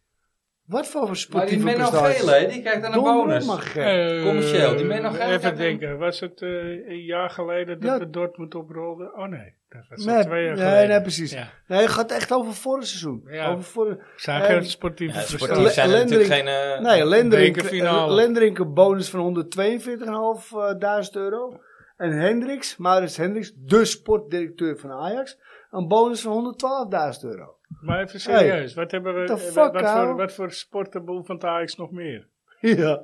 S4: Wat voor
S3: Maar die
S4: sportieve
S3: Menno
S4: prestaties?
S3: Gele, hè, die krijgt dan een
S4: Donder op,
S3: bonus.
S4: maar gek.
S2: Eh,
S3: commercieel, die men nog eigenlijk
S2: Even
S3: uit-
S2: denken, was het eh, een jaar geleden dat
S4: Ja.
S2: de Dortmund oprolde? Oh nee, dat was al
S4: Nee,
S2: twee jaar
S4: nee,
S2: geleden.
S4: nee, precies.
S2: Ja.
S4: Nee, het gaat echt over vorig seizoen.
S2: Ja.
S4: Over vorig-
S2: Zijn
S4: Nee.
S2: geen sportieve
S4: Dus
S1: Ja,
S2: prestaties.
S1: sportief zijn er natuurlijk geen... eh,
S4: Nee, Lenderink,
S2: bekerfinale.
S4: Lenderink een bonus van 142.500 eh, euro. En Hendricks, Maurits Hendricks, de sportdirecteur van Ajax, een bonus van 112.000 euro. *laughs*
S2: Maar even serieus, wat hebben we,
S4: What the
S2: eh,
S4: fuck,
S2: wat, voor,
S4: ouwe?
S2: wat voor sporten beoefent Ajax nog
S4: *laughs*
S2: meer?
S4: Ja,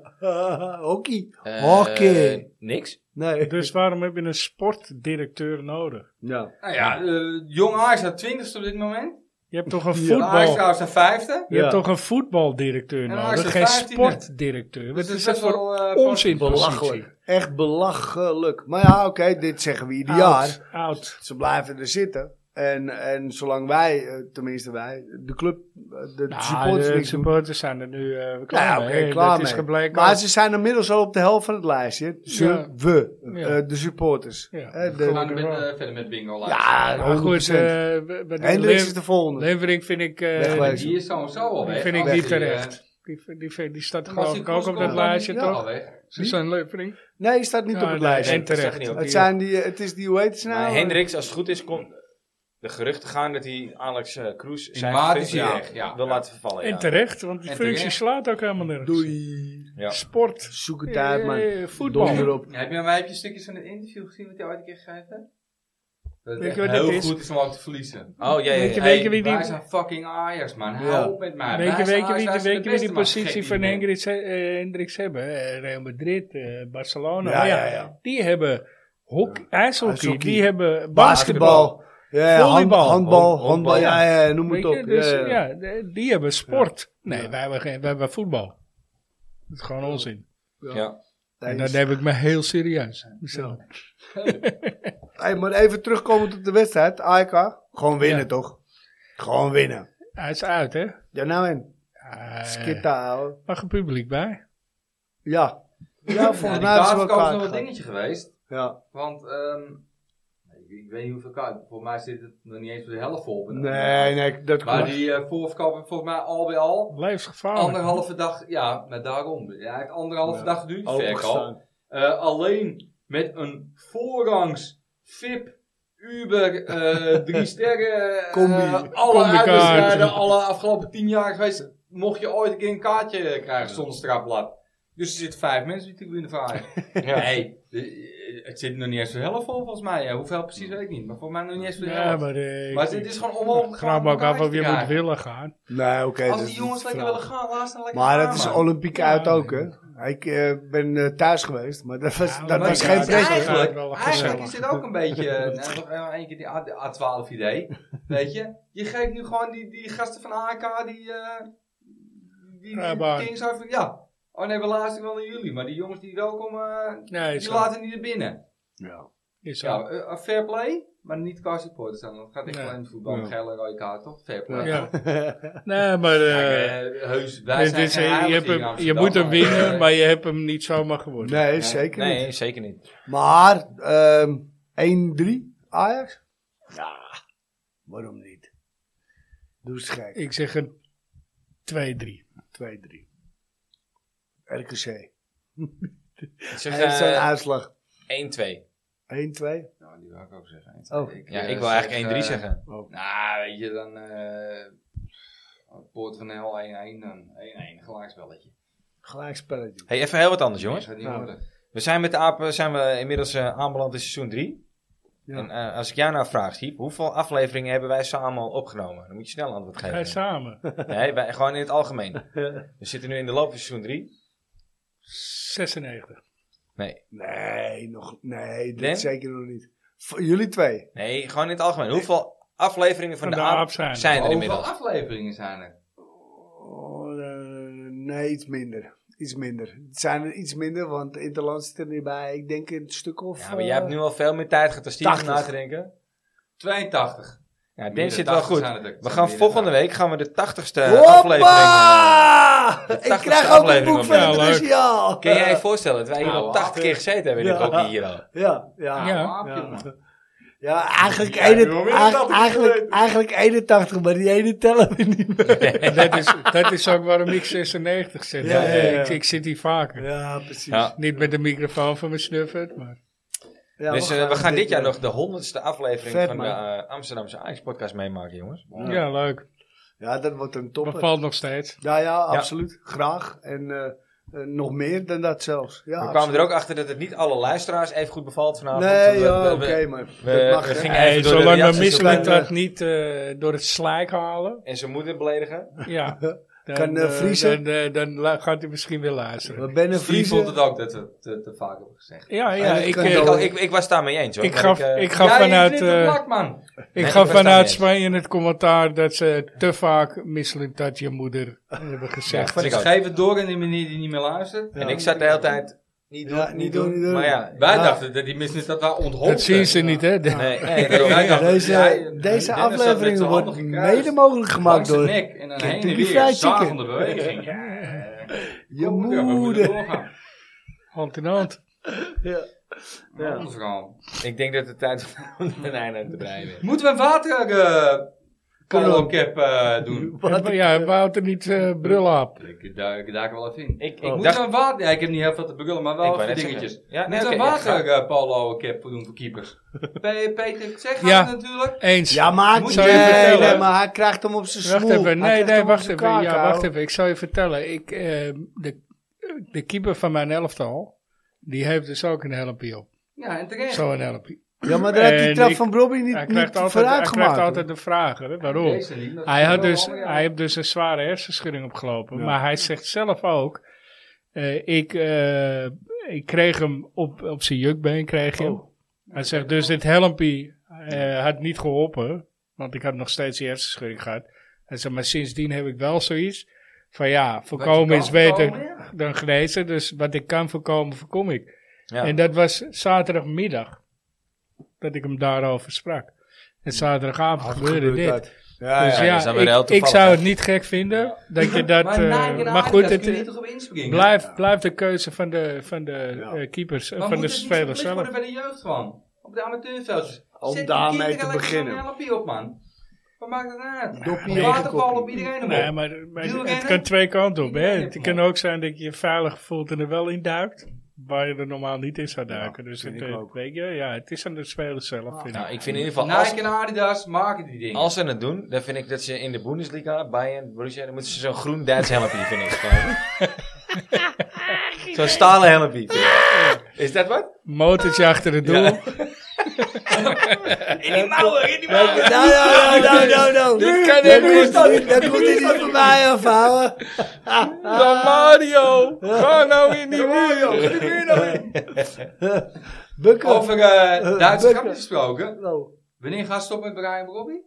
S4: hockey.
S1: eh,
S4: Hockey.
S1: Niks.
S4: Nee.
S2: Dus waarom heb je een sportdirecteur nodig?
S4: Ja.
S3: Nou ja, eh, Jong Ajax staat 20 op dit moment.
S2: Je hebt toch een
S3: Ajax
S2: voetbal...
S3: trouwens staat vijfde.
S2: Je hebt
S4: Ja.
S2: toch een voetbaldirecteur
S3: En
S2: nodig,
S3: Ajax
S2: geen
S3: is 15e.
S2: sportdirecteur. Wat
S3: Dus
S2: is
S3: is
S2: dat
S3: best
S2: voor
S3: wel eh,
S2: onzinpositie?
S4: Belachelijk. Echt belachelijk. Maar ja, oké, dit zeggen we ieder jaar.
S2: Oud, oud.
S4: Ze blijven er zitten. En, en zolang wij, eh, tenminste wij, de club, eh, de
S2: Nou,
S4: supporters
S2: de
S4: niks doen,
S2: supporters zijn er nu eh klaar
S4: Ja, oké,
S2: mee.
S4: klaar
S2: dat is
S4: mee.
S2: gebleken.
S4: Maar ze zijn inmiddels al op de helft van het lijstje. Ze,
S2: Ja.
S4: we,
S2: Ja.
S4: eh, de supporters.
S2: Ja.
S4: Eh,
S3: We
S4: de-
S3: gaan met, eh, verder met bingo laten.
S4: ja,
S2: Maar Ah, nou goed,
S4: 100%.
S2: eh, we- we-
S4: Hendricks
S2: Lev-
S4: is de volgende.
S2: Levering vind ik... eh,
S4: Wegwezen.
S3: Die is sowieso al weg.
S2: vind ik
S3: Als
S2: niet
S3: die, eh,
S2: terecht. Die, die, die staat
S3: Maar
S2: geloof
S3: die
S2: ik ook op
S3: Koolschool
S2: dat lijstje,
S4: ja.
S2: toch?
S3: Alweer.
S2: Suzanne Leupering.
S4: Nee, die staat niet
S2: Ja,
S4: op het
S2: Ah, nee,
S4: lijstje.
S2: en terecht.
S1: niet op.
S4: Het, zijn die, eh, het is die, hoe heet ze nou?
S1: Maar Hendricks, als het goed is, komt de geruchten gaan dat hij Alex eh Kroes zijn
S3: maart
S1: functie
S3: is hij
S1: echt
S3: weg, ja.
S1: wil laten vervallen.
S2: En
S1: Ja.
S2: terecht, want die
S3: En
S2: functie
S3: terecht.
S2: slaat ook helemaal nergens.
S4: Doei.
S1: Ja.
S2: Sport.
S4: Zoek het uit, man.
S2: Eh,
S4: Donder
S2: voetbal.
S4: erop.
S3: Ja, heb, je, maar heb je stukjes van het interview gezien wat hij ooit een keer gegeven heeft? Dat het
S2: Weet
S3: echt
S2: je wat dit
S3: heel
S2: is?
S3: goed is om ook te verliezen.
S1: Oh, ja, ja,
S2: Weet je,
S1: ja.
S2: weet je
S1: Hey,
S2: wie die...
S3: Wij zijn fucking Ajax, man. Hou
S4: Ja.
S3: op met mij.
S2: Weet je,
S3: Wij zijn
S2: weet je
S3: Ajax,
S2: wie,
S3: wij
S2: die,
S3: zijn
S2: weet je
S3: de
S2: wie
S3: beste,
S2: die
S3: man.
S2: positie
S3: Gek
S2: van
S3: niet, man.
S2: Hendricks, eh, Hendricks hebben? Eh, Real Madrid, eh, Barcelona.
S4: Ja,
S2: Maar ja,
S4: ja, ja.
S2: Die hebben hok, ijshockey,
S4: Ijshockey.
S2: die hebben basketbal.
S4: Basketbal. Ja, ja, hand-
S2: Volleybal.
S4: Handbal.
S1: Hond-
S4: Handbal. Ja, ja, ja, noem
S2: Weet
S4: het
S2: je,
S4: op.
S2: dus,
S4: Ja, ja.
S2: ja, de- die hebben sport. Nee, wij hebben, geen, wij hebben voetbal. Dat is gewoon onzin.
S1: ja.
S2: En
S4: Nee,
S2: dat
S4: is-
S2: neem ik me heel serieus. Dus, eh, Zo.
S4: Hey, maar even terugkomend op de wedstrijd. AEK. Gewoon winnen,
S2: Ja.
S4: toch? Gewoon winnen.
S2: Hij is uit, hè?
S4: Ja, nou en.
S2: Uh,
S4: Skitta, ouwe.
S2: Mag een publiek bij?
S4: Ja. Ja, volgens mij
S3: Ja,
S4: is
S3: die
S4: het wel
S3: kaartverkoop is
S4: kaart
S3: nog een
S4: gehad.
S3: dingetje geweest.
S4: Ja.
S3: Want ehm, ik, ik weet niet hoeveel kaarten. Volgens mij zit het nog niet eens voor de helft vol.
S4: Nee, nee, dat
S3: Maar
S4: klopt.
S3: die eh, voorverkoop heeft volgens mij al bij al
S2: Levensgevaarlijk.
S3: anderhalve dag, ja, met daarom. Ja, hij heeft anderhalve dag geduurd, die verkoop.
S4: Opengestaan.
S3: Eh, alleen met een voorrangs VIP
S4: *laughs*
S3: Uber, eh drie sterren, eh,
S4: Combi-
S3: alle
S2: combi-kaart.
S3: uitwedstrijden, alle afgelopen tien jaar geweest. Mocht je ooit een keer een kaartje krijgen zonder strafblad. Dus er zitten vijf mensen die tribune vragen.
S4: *laughs*
S3: Nee, de- eh, het zit nog niet eens de helft vol volgens mij. Ja, hoeveel precies weet ik niet, maar volgens mij nog niet eens de
S2: Ja,
S3: helft.
S2: maar... eh,
S3: maar
S2: ik-
S3: het is gewoon onmogelijk.
S2: Vraag me ook af of je moet
S3: willen.
S2: willen gaan.
S4: Nee, oké. dat
S3: Als
S4: is
S3: die jongens
S4: een
S3: lekker
S4: verhaal.
S3: willen gaan, laat ze dan lekker
S4: Maar
S3: gaan.
S4: dat is
S3: man.
S4: olympiek
S2: Ja.
S4: uit ook, hè? Ik eh, ben eh, thuis geweest, maar dat was,
S2: Ja,
S4: dat
S2: maar
S4: was
S2: ja,
S4: geen
S2: dat
S4: pret.
S2: is
S3: Eigenlijk,
S2: wel gezellig.
S3: eigenlijk is dit ook een beetje,
S2: *laughs*
S3: eh, nou, nog wel één keer die A- A12 idee, weet je. Je geeft nu gewoon die, die gasten van AK, die, eh die,
S2: Ja,
S3: die
S2: baan.
S3: Kings over, ja. Oh nee, we laten wel naar jullie, maar die jongens die wel komen, eh,
S2: Nee,
S3: die
S2: is
S3: laten niet naar binnen.
S2: Is zo.
S3: Ja, eh, eh, fair play, maar niet qua supporters dan. Dat gaat echt
S2: Nee.
S3: alleen om voetbal,
S4: Ja.
S3: gele rode kaart, toch? Fair play.
S2: Ja. Nee, maar eh,
S3: Kijk, eh, heus, wij
S2: dit
S3: zijn
S2: is,
S3: geen
S2: eh, je,
S3: heilige
S2: hebt
S3: hier in
S2: hem, je
S3: Amsterdam,
S2: moet hem
S3: maar,
S2: winnen,
S3: eh,
S2: maar je hebt hem niet zomaar gewonnen.
S4: Nee, zeker niet.
S1: Nee, zeker niet.
S4: Maar ehm 1-3 Ajax? Ja, waarom niet? Doe eens gek.
S2: Ik zeg een 2-3.
S4: 2-3. RKC.
S1: Ik zeg
S4: Hij heeft zijn
S1: eh, 1-2.
S4: uitslag. 1-2.
S3: Nou, die wil ik ook zeggen.
S4: Oh.
S1: Ja,
S3: eh,
S1: ik wil
S3: zeg,
S1: eigenlijk 1-3
S3: eh,
S1: zeggen.
S3: Nou, weet je, dan... eh Poort van Hel 1-1, dan 1-1, gelijkspelletje.
S4: Gelijkspelletje.
S1: Hey, even heel wat anders,
S3: Dat
S1: jongens.
S3: gaat niet
S4: Nou.
S3: worden.
S1: We zijn met de apen zijn we inmiddels eh, aanbeland in seizoen 3.
S4: Ja.
S1: En eh, als ik jou nou vraag, Siep, hoeveel afleveringen hebben wij samen al opgenomen? Dan moet je snel antwoord geven.
S2: Wij samen.
S1: Nee, wij, gewoon in het algemeen. We zitten nu in de loop van seizoen 3.
S2: 96.
S1: Nee.
S4: Nee, nog, nee dat
S1: Den?
S4: zeker nog niet. V- jullie twee.
S1: nee, gewoon in het algemeen. Hoeveel afleveringen van,
S2: Van
S1: de,
S2: de
S1: aap
S2: aap zijn er.
S1: zijn er
S3: Hoeveel
S1: inmiddels?
S3: afleveringen zijn er?
S4: Oh, eh, nee, iets minder. Iets minder. Het zijn er iets minder, want Interland zit er niet bij. Ik denk een stuk of... eh,
S1: Ja, maar jij hebt nu al veel meer tijd gehad als Steve om
S4: 80.
S1: na te denken.
S3: 82.
S1: Ja, Den
S3: Meer
S1: zit
S3: dan
S1: wel
S3: 80
S1: goed.
S3: zijn het
S1: We
S3: er. Meer
S1: gaan
S3: dan
S1: volgende
S3: 80.
S1: week gaan we de 80ste
S4: eh,
S1: aflevering. eh,
S4: Hoppa!
S1: de
S4: Ik
S1: 80ste
S4: krijg ook een
S1: aflevering
S4: boek van
S2: opnemen.
S4: het
S2: Ja, leuk.
S4: Russiaal.
S1: Kun jij je voorstellen dat wij hier al
S3: Nou,
S1: 80 keer gezeten hebben in dit
S4: Ja.
S1: hockey hier al?
S4: *laughs* Ja, ja.
S2: Ja.
S3: Aap,
S4: Ja.
S3: jongen.
S4: Ja, eigenlijk,
S3: Ja,
S4: ene-
S3: jongen,
S4: eigenlijk,
S3: dat is
S4: eigenlijk,
S3: leuk.
S4: eigenlijk 81, maar die ene tellen we niet meer.
S2: En dat is, dat is ook waarom ik 96 zeg.
S4: Ja, ja, ja.
S2: Ik, ik zit hier vaker.
S4: Ja, precies.
S1: Ja.
S2: Niet met de microfoon van mijn snuffert, maar...
S4: Ja,
S1: dus eh, we gaan dit jaar
S4: doen.
S1: nog de 100ste aflevering
S4: Vet,
S1: van de
S4: man.
S1: eh, Amsterdamse Ajax-podcast meemaken, jongens.
S2: Ja, leuk.
S4: Ja, dat wordt een
S2: Dat
S4: topper.
S2: valt nog steeds.
S4: Ja, ja, absoluut. Graag. En eh, eh, nog meer dan dat zelfs. Ja,
S1: we
S4: absoluut.
S1: kwamen er ook achter dat het niet alle luisteraars even goed bevalt vanavond.
S4: Nee,
S1: We-
S4: ja,
S1: we-
S4: oké,
S1: we-
S4: maar
S1: we-
S4: dat mag,
S1: we
S4: hè.
S1: gingen-
S2: Hey,
S1: even door de
S2: zolang we
S1: reacties
S2: misselijk
S4: op de-
S2: dat niet eh, door het slijk halen,
S1: En zijn moeder beledigen.
S2: ja, *laughs* dan,
S4: Kan, eh,
S2: eh,
S4: vriezen?
S2: Dan, eh, dan la- gaat hij misschien weer luisteren.
S4: We bennen
S3: Steve vond
S4: vriezen.
S3: het ook dat we het
S1: eh,
S3: te, te vaak hebben gezegd.
S2: Ja, ja,
S4: Ja, dat
S2: ik,
S4: kan
S2: eh,
S1: Ik,
S4: wel.
S1: ik, ik, ik was daarmee eens hoor.
S2: ik
S1: maar
S2: gaf,
S1: eh,
S2: ik gaf
S3: Jij
S2: vanuit...
S3: zit te
S2: eh,
S3: vlak, man.
S2: Ik
S1: Nee, ik was
S2: gaf
S1: daarmee
S2: vanuit
S1: eens.
S2: Spanje in het commentaar dat ze te vaak misselijk dat je moeder eh, hebben
S1: Ja,
S2: gezegd.
S3: Dus
S1: ik ook.
S3: geef het door aan die meneer die niet meer luistert.
S1: En ik zat de hele tijd. Niet doen,
S4: Ja,
S1: niet doen.
S4: niet doen.
S1: Maar ja.
S3: Wij
S4: Ja.
S3: dachten dat die misnis dat daar ontholpen.
S2: dat zien ze niet, hè? Dat-
S1: Nee, *laughs* nee, daarom.
S3: Wij dachten- jij-
S4: Deze,
S3: Dennis
S4: deze
S3: had met
S4: aflevering
S3: zijn handen
S4: wordt
S3: gekruist.
S4: mede mogelijk
S3: Langs
S4: gemaakt
S3: de
S4: door
S3: nek en dan heen
S4: Kentucky
S3: en weer.
S4: Fried Chicken.
S3: Zagende beweging. Ja,
S4: je
S3: kom op, ja, we moeten
S4: moeder.
S3: doorgaan.
S2: Hand in *laughs* hand.
S4: Ja. Ja.
S3: Anders gewoon.
S1: *laughs* Ik denk dat het tijd is om een einde aan te breien.
S3: Moeten we een water... eh, Column cap eh, doen.
S4: Wat?
S2: Ja, Wouter niet eh, brullen op.
S3: Ik duik, ik duik er wel even in.
S1: Ik, ik
S3: Moet
S1: dacht...
S3: er een Oh, water... Ja, ik heb niet heel veel te brullen, maar wel
S1: wou
S3: even
S1: net zeggen.
S3: dingetjes.
S1: Ja, nee,
S3: Moet
S1: oké,
S3: een
S1: ja,
S3: water eh, polo cap doen voor keepers. Pe- Peter, zeg
S2: Ja.
S3: het natuurlijk.
S2: Eens.
S4: Ja, maar,
S3: Moet
S4: nee,
S3: je even
S4: nee,
S2: vertellen?
S4: maar hij krijgt hem op zijn smoel.
S2: Wacht even,
S4: Hij
S2: nee,
S4: krijgt
S2: nee,
S4: hem op
S2: wacht
S4: zijn
S2: even.
S4: kaak,
S2: Ja, wacht
S4: ouwe.
S2: even. Ik zal je vertellen. Ik, eh, de, de keeper van mijn elftal, die heeft dus ook een helmpje op.
S3: Ja, en terecht.
S2: Zo'n helmpje.
S4: Ja, maar daar heeft
S2: En
S4: die trap
S2: ik-
S4: van Bobby niet,
S2: Hij
S4: niet
S2: krijgt, altijd, hij
S4: vooruit
S2: krijgt
S4: gemaakt.
S2: altijd de vragen, hè, waarom?
S3: Deze niet, maar
S2: Hij, had
S3: wel
S2: dus,
S3: allemaal, ja.
S2: hij heeft dus een zware hersenschudding opgelopen. Maar hij zegt zelf ook, eh, ik, eh, ik kreeg hem op, op zijn jukbeen. Kreeg je hem.
S3: Oh.
S2: Hij zegt dus dit helmpje eh, had niet geholpen. Want ik had nog steeds die hersenschudding gehad. Hij zegt, maar sindsdien heb ik wel zoiets van ja,
S3: Wat je
S2: voorkomen
S3: kan
S2: is beter
S3: voorkomen, ja.
S2: dan genezen. Dus wat ik kan voorkomen, voorkom ik.
S1: Ja.
S2: En dat was zaterdagmiddag dat ik hem daarover sprak. En zaterdagavond gebeurde dit.
S4: Ja,
S2: Dus
S1: ja,
S2: ja,
S1: dat is dan weer heel
S2: ik, ik
S1: toevallig,
S2: zou
S1: hè?
S2: het niet gek vinden dat je dat...
S3: *laughs* Maar,
S2: eh,
S3: Nike en
S2: maar goed,
S3: Adidas kun je niet
S2: het eh,
S3: toch op inspringen?
S2: blijft blijft de keuze van de, van de
S4: Ja.
S2: eh, keepers, eh,
S3: Maar
S2: van
S3: moet
S2: de
S3: het niet
S2: spelers
S3: verplicht
S2: zelf.
S3: worden bij de jeugd gewoon. Op de amateurveldjes.
S4: Om
S3: Zet die
S4: daarmee
S3: kinderen
S4: te
S3: lekker
S4: beginnen.
S3: zo'n LP op, man. Wat maakt het uit?
S4: Doppie
S3: Een waterval
S4: regenkoppie.
S3: op iedereen
S2: Nee,
S3: erop.
S2: maar, maar
S3: Wielrennen?
S2: het kan twee kanten op. Hè?
S3: Wielrennen,
S2: Het
S3: man.
S2: kan ook zijn dat je je veilig voelt en er wel in duikt. Waar je er normaal niet in zou duiken. dus
S4: vind
S2: het,
S4: ik
S2: eh,
S4: ook.
S2: weet je, ja, het is aan de spelers zelf. vind
S1: Nou,
S2: ik.
S1: ik vind in ieder geval... Als,
S3: Nike en Adidas maken die dingen.
S1: als ze het doen, dan vind ik dat ze in de Bundesliga, Bayern, Borussia, dan moeten ze zo'n groen Duits helmpje, vind ik. *laughs* gewoon. zo'n stalen helmpje. vind ik. Is dat wat?
S2: Motortje achter het doel.
S3: in die mouwen, in die
S4: Nou,
S3: mouwen.
S4: nou, nou, nou, nou, nou.
S1: Dit kan
S4: Dat
S1: niet
S4: moet
S1: goed.
S4: hij niet- dat moet hij niet van mij afhouden.
S1: Ah.
S2: Dan Mario, ga nou in die
S4: Bukken.
S3: Over eh Duitse
S4: Lekker.
S3: grapjes gesproken.
S4: Nou,
S3: Wanneer gaat stoppen met Brian Robbie?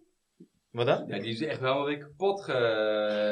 S1: Wat dan?
S3: Ja, die is echt helemaal weer kapot ge...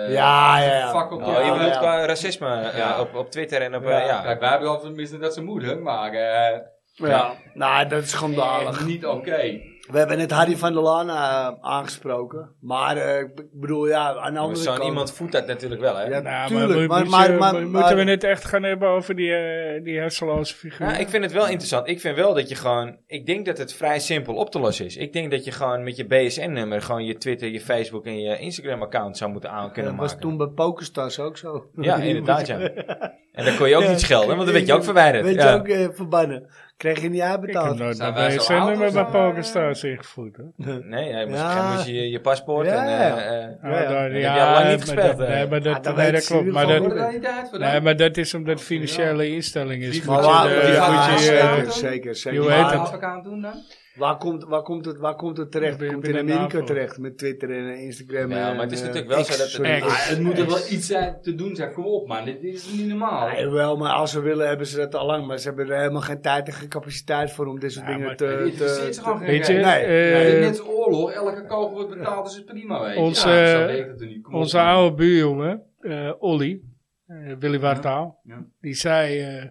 S4: Ja, ja, ja.
S3: Fuck op
S1: Oh,
S3: die
S1: je
S4: ja,
S1: bedoelt
S4: ja.
S1: qua racisme eh,
S3: Ja.
S1: op, op Twitter en op... eh,
S4: Ja.
S1: ja.
S3: Kijk, wij hebben al tenminste dat zijn moeder, maar eh,
S4: Ja, nou, dat is schandalig.
S3: echt niet oké.
S4: We hebben net Harry van der Laan eh, aangesproken. Maar eh, ik bedoel, ja, aan de
S1: Maar
S4: andere
S1: Zo'n
S4: kant-
S1: iemand voedt dat natuurlijk wel, hè?
S4: Ja,
S2: Nou,
S4: tuurlijk.
S2: maar,
S4: Maar,
S2: moet
S4: maar,
S2: je-
S4: maar,
S2: moeten
S4: maar-
S2: we het echt gaan hebben over die, eh die hersenloze figuur?
S1: Ja, ik vind het wel interessant. Ik vind wel dat je gewoon... Ik denk dat het vrij simpel op te lossen is. Ik denk dat je gewoon met je BSN-nummer... gewoon je Twitter, je Facebook en je Instagram-account zou moeten aan kunnen
S4: Dat was
S1: maken.
S4: toen bij Pokerstars ook zo. *laughs*
S1: Ja, inderdaad, ja. En dan kon je ook niet schelden, want dan werd je ook verwijderd.
S4: Weet
S1: ja.
S4: je ook eh, verbannen. Krijg je niet
S2: ik heb
S4: uitbetaald.
S2: nooit
S3: Zijn
S2: mijn
S3: wij zo oud
S2: BSN-nummer
S3: of
S2: bij
S3: zo?
S2: PokerStars ingevoerd. Hoor.
S1: Nee, ja, je moest,
S4: Ja.
S1: moest je je paspoort
S4: Ja.
S1: en... eh, eh,
S4: Ja, ja.
S2: Ah, daar-
S1: heb je al lang niet
S2: maar
S1: gespeeld,
S2: dat-
S1: hè?
S2: Nee, maar
S4: Ah,
S2: dat, nee,
S4: dan weten
S2: dat
S4: ze
S2: klopt.
S4: in
S2: Maar
S4: ieder
S2: dat,
S4: geval
S3: Wordt er daar niet uit voor
S2: nee,
S3: dan?
S2: maar dat is omdat het financiële instelling is. eh,
S4: Maar
S2: Moet je
S4: waar,
S2: de-
S4: ja,
S2: moet je,
S3: die-
S2: eh,
S4: zeker, zeker, zeker.
S2: hoe heet
S4: Maar
S2: het?
S3: Wat we aan doen dan?
S4: Waar komt, waar, komt het, waar komt het terecht?
S2: Binnen-
S4: komt in
S2: binnen
S4: Amerika
S2: NAVO.
S4: terecht met Twitter en eh, Instagram.
S1: Ja,
S4: en,
S1: maar het is
S4: eh,
S1: natuurlijk wel
S4: X,
S1: zo dat het-
S4: sorry.
S2: X.
S3: Ah, het moet er wel iets zijn te doen zijn. Kom op, man. Dit is niet normaal.
S4: Nee, wel, maar als ze willen hebben ze dat al lang. Maar ze hebben er helemaal geen tijd en geen capaciteit voor om dit soort
S2: Ja,
S4: dingen
S2: maar
S4: te...
S3: Het interesseert
S4: te-
S3: ze gewoon geen
S2: Weet je,
S3: reet.
S4: eh, Nee,
S2: eh,
S3: Ja, dit is net als oorlog. Elke kogel wordt betaald, dus het is prima. Weet je.
S2: Onze-
S3: ja, zo werkt het er niet. Kom op,
S2: Onze
S3: man.
S2: oude buurjongen, eh Olly, eh, Willy Wartaal,
S3: ja.
S2: die zei, eh,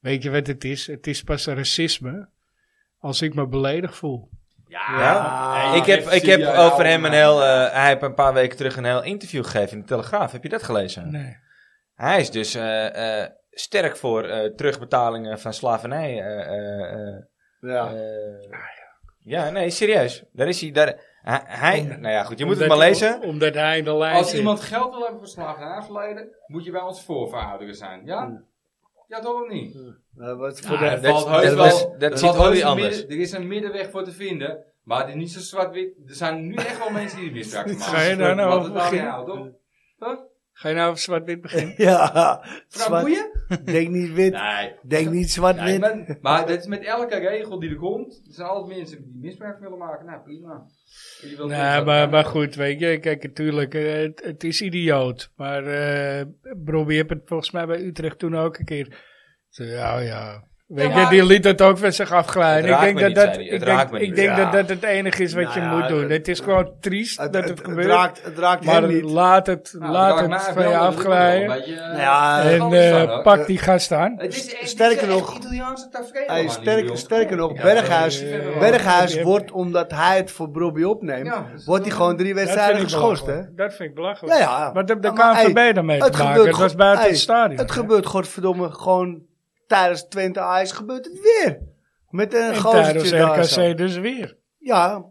S2: weet je wat het is? Het is pas racisme als ik me beledigd voel.
S3: Ja,
S4: Ja.
S1: Ik heb, ik heb
S3: Ja,
S1: over
S3: ja,
S1: hem een
S3: ja.
S1: heel... eh, hij heeft een paar weken terug een heel interview gegeven in de Telegraaf. Heb je dat gelezen?
S2: Nee.
S1: Hij is dus eh, eh, sterk voor eh, terugbetalingen van slavernij. eh, eh, eh,
S4: Ja.
S1: eh. ja, nee, serieus. Daar is hij. Daar, hij, hij- nou ja, goed, je moet het maar
S2: Omdat-
S1: lezen.
S2: Omdat hij in de lijn
S3: Als
S2: zit.
S3: iemand geld wil hebben voor slavernijverleden, moet je bij ons voorvader zijn. Ja?
S4: Hmm.
S3: Ja, toch of niet?
S4: Eh, wat voor
S1: Ah,
S4: de-
S1: dat-
S3: valt
S1: dat-
S3: heus
S1: dat-
S3: wel-
S1: dat- dat
S3: er
S1: ziet
S3: valt heus
S1: Olly
S3: een
S1: anders.
S3: midden- er is een middenweg voor te vinden, maar het is niet zo zwart-wit. Er zijn nu echt wel mensen die er misbruik van maken.
S2: Ga je daar nou
S3: Wat
S2: over
S3: het daarmee
S2: beginnen?
S3: houdt, toch?
S2: Ga je nou over zwart-wit beginnen?
S4: *laughs* Ja,
S3: Frank
S4: zwart,
S3: Boeien?
S4: denk niet wit,
S3: Nee.
S4: denk niet
S3: Nee,
S4: zwart-wit.
S3: maar, maar dat is met elke regel die er komt. Er zijn altijd mensen die misbruik willen maken. Nou, prima. Je
S2: Nee,
S3: wilt misbruik
S2: maar,
S3: maken.
S2: maar goed, weet je, kijk, natuurlijk, eh, het, het is idioot. Maar eh Robbie heeft het volgens mij bij Utrecht toen ook een keer. Zo, ja, ja. Weet
S3: Ja,
S2: je,
S3: maar-
S2: die liet dat ook van zich
S1: Het
S2: afglijden. Ik
S1: raakt
S2: denk
S1: me
S2: dat
S1: niet,
S2: dat,
S1: zei hij. Het
S2: ik denk,
S1: raakt me
S2: ik
S1: niet.
S2: denk
S4: Ja.
S2: dat dat het enige is wat
S4: Nou
S2: je
S4: ja,
S2: moet doen.
S4: het-
S2: Het, is gewoon triest
S4: Het,
S2: dat
S4: het,
S2: het,
S4: het
S2: gebeurt.
S4: raakt, het raakt
S2: maar
S4: hem niet.
S2: laat het,
S3: Nou,
S2: laat
S3: raakt
S2: het
S3: mij
S2: van
S3: wel,
S2: je
S3: dat is ook wel
S2: afglijden.
S3: een beetje, eh,
S4: Nou ja,
S2: En
S3: anders
S2: eh,
S3: dan ook.
S2: pak die gast aan.
S3: Het is echt
S4: Sterker
S3: dit is echt
S4: nog-
S3: Italiaanse tafereel,
S4: Hey,
S3: man,
S4: sterker,
S3: idioot.
S4: sterker nog,
S3: Ja,
S4: Berghuis,
S3: dat is verder wel.
S4: Berghuis
S2: Ja.
S4: wordt, omdat hij het voor Bobby opneemt,
S3: Ja, dat is
S4: wordt hij
S3: wel-
S4: gewoon drie
S2: Dat
S4: wedstrijden
S2: vind ik
S4: geschorst. Hè?
S2: belachelijk. Dat vind ik belachelijk.
S4: Ja, Nou ja.
S2: Wat heb de
S4: Ja, maar,
S2: KNVB
S4: hey,
S2: daarmee
S4: Het
S2: te maken?
S4: gebeurt,
S2: Dat was
S4: go-
S2: buiten
S4: hey,
S2: het stadion.
S4: het
S2: hè?
S4: gebeurt, godverdomme, gewoon tijdens Twente Ajax gebeurt het weer. Met een
S2: En tijdens
S4: gozer daar zo.
S2: RKC dus weer.
S4: Ja,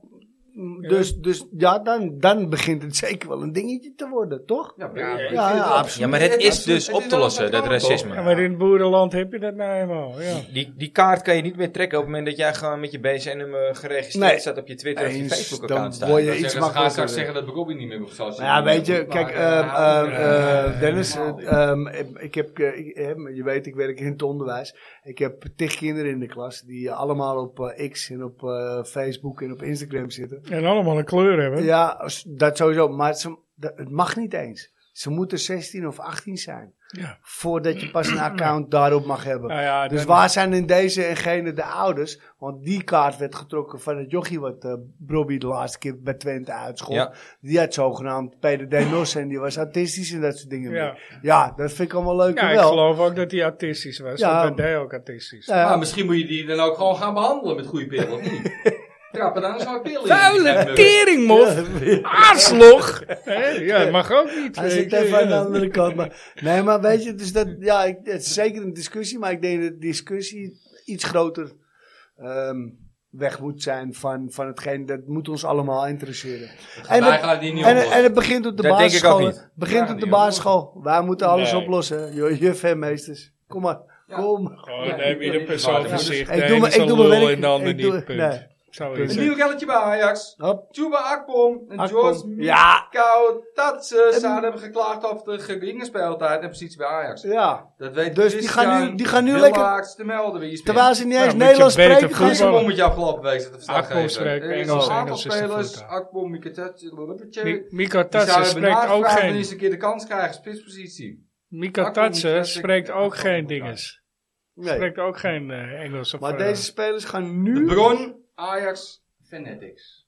S4: Dus, dus ja, dan, dan begint het *laughs* zeker wel een dingetje te worden, toch?
S3: Ja,
S2: Ja,
S4: ja,
S3: ik vind
S4: ja,
S3: wel-
S4: absoluut.
S1: Ja, maar het is
S3: absoluut.
S1: dus
S3: Het
S1: op
S3: is
S1: te
S3: wel
S1: lossen,
S3: een
S1: dat
S3: verhaal, toch?
S1: racisme.
S2: Ja, maar in het boerenland heb je dat nou eenmaal. Ja.
S1: Die, die kaart kan je niet meer trekken op het moment dat jij gewoon met je BCN-nummer geregistreerd
S4: Nee.
S1: staat op je Twitter of je
S4: Eens, dan
S1: Facebook-account staat.
S4: word je-
S3: Ik
S4: iets
S3: zeggen, ze gaan straks
S4: makkelijker.
S3: zeggen dat Bobby niet meer op social
S4: Maar ja,
S3: media
S4: weet je,
S3: moet,
S4: kijk,
S3: maar,
S4: eh,
S3: ja,
S4: eh,
S3: ja,
S4: eh, Dennis,
S3: helemaal niet.
S4: eh, ehm, ik- ik heb, eh, ik- eh, je weet, ik werk in het onderwijs. Ik heb tig kinderen in de klas die allemaal op eh, X en op eh, Facebook en op Instagram zitten.
S2: En allemaal een kleur hebben.
S4: Ja, als- dat sowieso, maar ze, dat, het mag niet eens. Ze moeten 16 of 18 zijn,
S2: Ja.
S4: voordat je
S2: *clears throat*
S4: pas een account daarop mag hebben.
S2: Nou ja,
S4: Dus
S2: dan-
S4: waar zijn in deze en gene de ouders? Want die kaart werd getrokken van het jochie wat eh Robbie de laatste keer bij Twente uitschot.
S1: Ja.
S4: Die had zogenaamd PDD Nos en die was autistisch en dat soort dingen.
S2: Ja.
S4: meer. ja dat vind ik allemaal leuk
S2: Ja,
S4: en
S2: ik
S4: wel.
S2: geloof ook dat hij autistisch was.
S4: Ja.
S2: Want hij deed ook autistisch.
S4: Ja, ja.
S3: Maar misschien moet je die dan ook gewoon gaan behandelen met goede pillen, of niet?
S4: *laughs*
S3: Trappen dan zo'n pillen in.
S2: Vuile teringmof! Aarslog! Hè? Ja, dat mag ook niet.
S4: Hij zit
S2: weet je,
S4: even aan de
S2: ja.
S4: andere kant. Maar, nee, maar weet je, dus dat, ja, ik, het is zeker een discussie, maar ik denk dat de discussie iets groter ehm, weg moet zijn van, van hetgeen. Dat moet ons allemaal interesseren. En
S3: wij
S4: het-
S3: gaan die niet
S4: en, het-
S3: oplossen.
S4: en het begint op de
S1: Dat denk ik ook
S4: basisschool.
S1: niet.
S4: hè. begint
S3: Ja,
S4: op de
S3: niet
S4: basisschool. Wij moeten alles
S2: Nee.
S4: oplossen. Jo- Juf en meesters. Kom maar.
S3: Ja.
S4: Kom.
S2: Gewoon neem Oh, je de
S3: Ja,
S2: persoon
S3: dus
S2: voor zich.
S4: ik
S2: De
S4: doe
S2: ene
S4: mijn-
S2: is
S4: ik doe
S2: een
S4: mijn
S2: lul
S4: werk-
S2: en de ander
S4: ik doe-
S2: niet. Punt.
S4: nee.
S2: Zoiets.
S3: Een nieuw gelletje bij Ajax.
S4: Hop.
S3: Juba Akpom en
S4: Akpom.
S3: George
S4: Ja. Ehm,
S3: Mikau Tatsen zouden hebben geklaagd over de geringe speeltijd en positie bij Ajax.
S4: Ja.
S3: Dat weet
S4: Dus die
S3: Christian
S4: gaan nu- die gaan nu lekker-
S3: te melden bij ESPN.
S4: Terwijl ze niet
S2: Ja,
S4: eens
S2: moet je
S4: Nederlands
S2: beter
S4: spreken. gaan
S2: voetballen.
S3: Geen
S4: ze-
S2: voetbal-
S3: bommetje afgelopen week zitten
S2: Akpom
S3: verslaggeven.
S2: spreekt
S3: Er is
S2: Engels,
S3: een aantal
S2: Engels is de
S3: spelers,
S2: voertaal.
S3: Akpom, Mikatatje, Lulupetje,
S2: Mi- Mika
S3: die
S2: Tatsen
S3: zouden
S2: spreekt ook
S3: benaderd en
S2: geen...
S4: dus
S3: eens een keer de kans krijgen, spitspositie.
S2: Mika
S3: Akpom
S2: Tatsen
S3: zegt-
S2: spreekt ook
S3: Akpom
S2: geen
S3: moet
S2: dinges.
S4: Nee.
S2: Spreekt ook geen eh, Engels. of,
S4: Maar
S2: eh,
S4: deze spelers gaan
S3: De
S4: nu...
S3: bron, Ajax, Fanatics.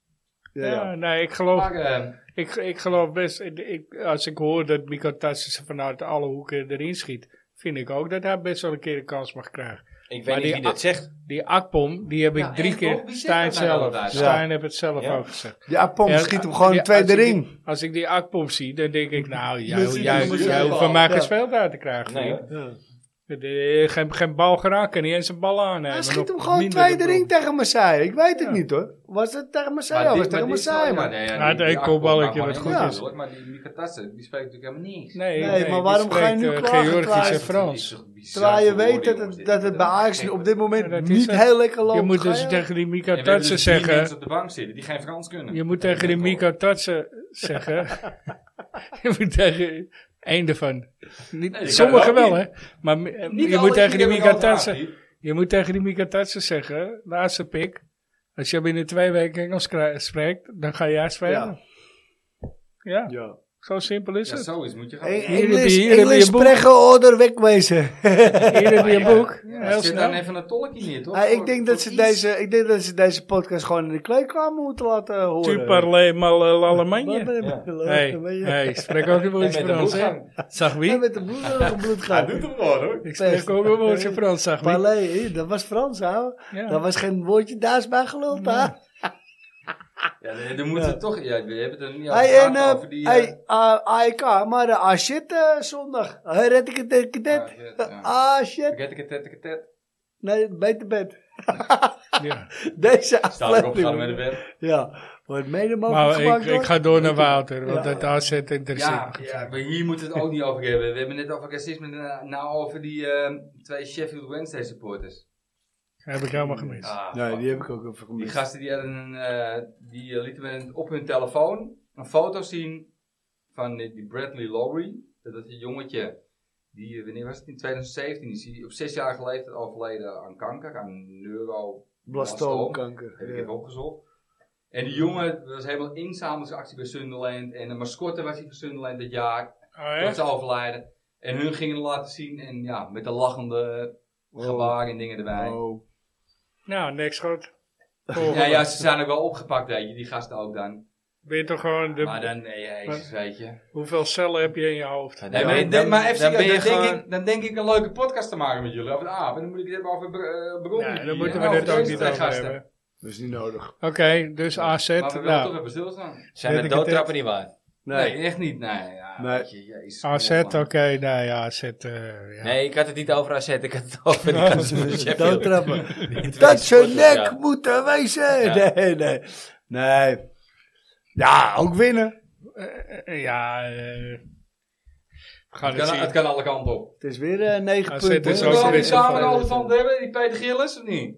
S4: Ja, ja.
S2: Ja, nee, ik geloof,
S3: Maar, eh,
S2: ik, ik geloof best... ik- Ik, als ik hoor dat Mika Tatsen vanuit alle hoeken erin schiet... vind ik ook dat hij best wel een keer een kans mag krijgen.
S1: Ik weet
S2: Maar
S1: niet
S2: die
S1: wie dat
S2: a-
S1: zegt.
S2: Die Akpom, die heb ik
S3: Ja,
S2: drie
S3: echt,
S2: keer...
S3: hoor. Wie zegt
S2: Stijn
S3: dat nou
S2: zelf.
S3: altijd?
S2: Stijn heeft het zelf
S1: Ja.
S2: ook gezegd.
S4: Die Apom
S2: Ja,
S4: schiet hem
S2: als-
S4: gewoon
S2: die-
S4: de tweede
S2: als ik die-
S4: ring.
S2: als ik die akpom zie, dan denk ik,
S4: *laughs*
S2: nou, jij,
S4: Dus die-
S2: jij,
S4: die-
S2: jij
S4: die-
S2: hoeft van mij
S4: ja.
S2: geen speeltijd te krijgen.
S1: Nee,
S2: vriend.
S1: hoor.
S2: Eh, geen, geen bal geraakt, kan niet eens een bal aannemen.
S4: Hij
S2: nog
S4: schiet hem gewoon
S2: minder
S4: tweede
S2: de bal.
S4: ring tegen Marseille. Ik weet het
S2: Ja.
S4: niet hoor. Was het tegen
S3: maar
S4: Marseille? of was het
S3: dit-
S4: tegen
S3: maar dit-
S4: Marseille?
S3: ja,
S4: man?
S3: nee, ja,
S2: Ja,
S3: die-
S2: de
S3: die
S2: enkelballetje
S3: Akpom maakt maar
S2: wat goed
S3: een goal,
S4: is.
S3: hoor. Maar die Mikatatse, die spreekt natuurlijk helemaal niks.
S2: Nee,
S4: Nee,
S2: nee,
S4: maar
S2: die
S4: waarom ga je nu
S2: spreekt, eh,
S4: klagen,
S2: Georgisch en
S4: Klaas?
S2: Frans.
S4: Terwijl je weet dat het, dat het bij Ajax op dit
S2: Ja,
S4: moment
S2: dat is
S4: niet
S2: het.
S4: heel lekker loopt.
S2: Je moet
S4: ga
S2: dus
S4: je?
S2: tegen die Mika
S3: En we hebben
S2: Tatsen
S3: dus drie
S2: zeggen...
S3: mensen op de bank zitten die geen Frans kunnen.
S2: Je moet tegen die Mika Tatsen zeggen...
S3: *laughs*
S2: je moet tegen... Einde van. Niet,
S3: Nee, die
S2: sommigen
S3: kan er ook
S2: wel, hè. Maar mi- eh,
S3: Niet
S2: je
S3: alle
S2: moet tegen die
S3: keer
S2: Mika
S3: een rood
S2: Tatsen...
S3: kaart, hier.
S2: Je moet tegen die Mika Tatsen zeggen, laatste pik. Als je binnen twee weken Engels kri- spreekt, dan ga jij spelen. Ja,
S4: Ja.
S2: zo simpel is
S3: Ja,
S2: het.
S3: zo is moet je gaan.
S4: Eng-
S2: heb je-
S4: Engels,
S2: hier heb je
S4: Engels
S2: een boek.
S4: spreken
S2: *laughs*
S4: order wegwezen.
S2: Hier heb je een boek.
S3: Ja,
S2: heel
S3: zit dan
S2: snel.
S3: even een tolkje neer, toch?
S4: Ah, ik,
S3: Voor-
S4: denk dat
S3: voor
S4: ze
S3: iets.
S4: deze, ik denk dat ze deze podcast gewoon in de kleedkamer moeten laten horen.
S2: Tu parles mal eh, l'Allemagne.
S4: Ja.
S2: Hey, hey, spreek ook een woordje
S1: En met een
S2: Frans, hè?
S1: boekgang.
S2: Zag
S4: En
S2: wie?
S4: met de
S2: *laughs*
S4: bloed over bloed
S3: Hij
S4: gaan.
S3: doet hem gewoon, hoor.
S2: Ik spreek ook een woordje Frans, zag wie?
S4: Parley, hé, dat was Frans, ouwe.
S2: Ja.
S4: Dat was geen woordje Duits bij gelul, hè?
S3: Ja, dan, dan moeten we toch... Ja, we hebben het er niet
S4: Hij en
S3: gehad
S4: eh,
S3: over die... eh,
S4: hij eh, AEK, maar eh, ah shit eh, zondag. Eh, red ik het, red ik het, net.
S3: Ah, shit, ja.
S4: Eh, Ah shit.
S3: Ketteketetteketet.
S4: Nee, beter bed.
S2: Ja.
S4: Deze
S3: Staat erop, gaan
S4: aflevering.
S3: met de web.
S4: Ja, wordt mede mogelijk
S2: Maar ik,
S4: gemaakt
S2: ik
S4: door.
S2: ga door naar Wouter, want
S4: Ja.
S2: dat aanzet
S3: Ja,
S2: interesseert me.
S3: ja, maar hier moeten we het ook niet over hebben. We hebben net over racisme, eh, nou over die eh, twee Sheffield Wednesday supporters.
S2: Heb ik helemaal gemist.
S3: Ah,
S4: Nee,
S3: fuck.
S4: die heb ik ook even
S3: Die
S4: gemist.
S3: gasten die hadden een, eh, die eh, lieten met een- op hun telefoon een foto zien van die, die Bradley Lowry. Dat was een jongetje, die, eh, wanneer was het? In 2017 is hij op zesjarige leeftijd overleden aan kanker, aan neuroblastoom. Heb
S4: Blastoomkanker.
S3: ik
S4: Ja.
S3: even opgezocht. En die jongen, dat was helemaal een inzamelingsactie bij Sunderland. En de mascotte was hij van Sunderland dat jaar.
S2: Oh,
S3: Dat
S2: echt?
S3: ze overlijden. En hun gingen het laten zien. En ja, met de lachende
S4: Wow.
S3: gebaren en dingen erbij.
S4: Oh.
S2: Nou, niks goed.
S3: Ja, ja, ze zijn ook wel opgepakt, weet je, die gasten ook dan.
S2: Ben je toch gewoon de...
S3: Maar dan, nee, jezus, weet je.
S2: Hoeveel cellen heb je in je hoofd?
S1: Ja,
S3: Nee, maar,
S1: dan-
S3: dit- maar
S1: dan
S3: even serieus,
S1: ben je
S3: dan,
S1: gewoon-
S3: denk ik, dan denk ik een leuke podcast te maken met jullie over de aap. En dan moet ik het hebben over uh,
S2: Ja, daar Nou, moeten we dit ook niet over hebben.
S4: Dat is niet nodig.
S2: Oké, dus AZ.
S3: Maar we willen toch
S2: Nou,
S3: even stilstaan.
S1: Zijn
S2: Weet
S1: de
S2: ik het
S1: doodtrappen niet waar?
S3: Nee, *laughs* echt niet. Nee, ja,
S4: Nee.
S3: weet je, jezus,
S2: AZ,
S3: man.
S2: oké, nou ja, AZ. eh, ja.
S1: Nee, ik had het niet over AZ, ik had het over die kansen
S4: dus *laughs*
S1: van Sheffield.
S3: *laughs*
S4: Doodtrappen.
S1: Die twee
S4: Dat ze
S1: supporters,
S4: nek
S1: ja.
S4: moeten wezen.
S1: Ja.
S4: Nee, nee. Nee. Ja, ook winnen.
S2: Eh, ja, eh, we gaan
S3: Het
S2: het
S3: kan, het
S2: zien.
S3: kan alle kanten op.
S4: Het is weer eh, negen
S2: AZ
S4: punten.
S2: is
S3: Zullen
S2: ook
S3: we die
S2: weer zo'n
S3: samen
S2: verhaal.
S3: alle tanden hebben, die Peter Gillis, of niet?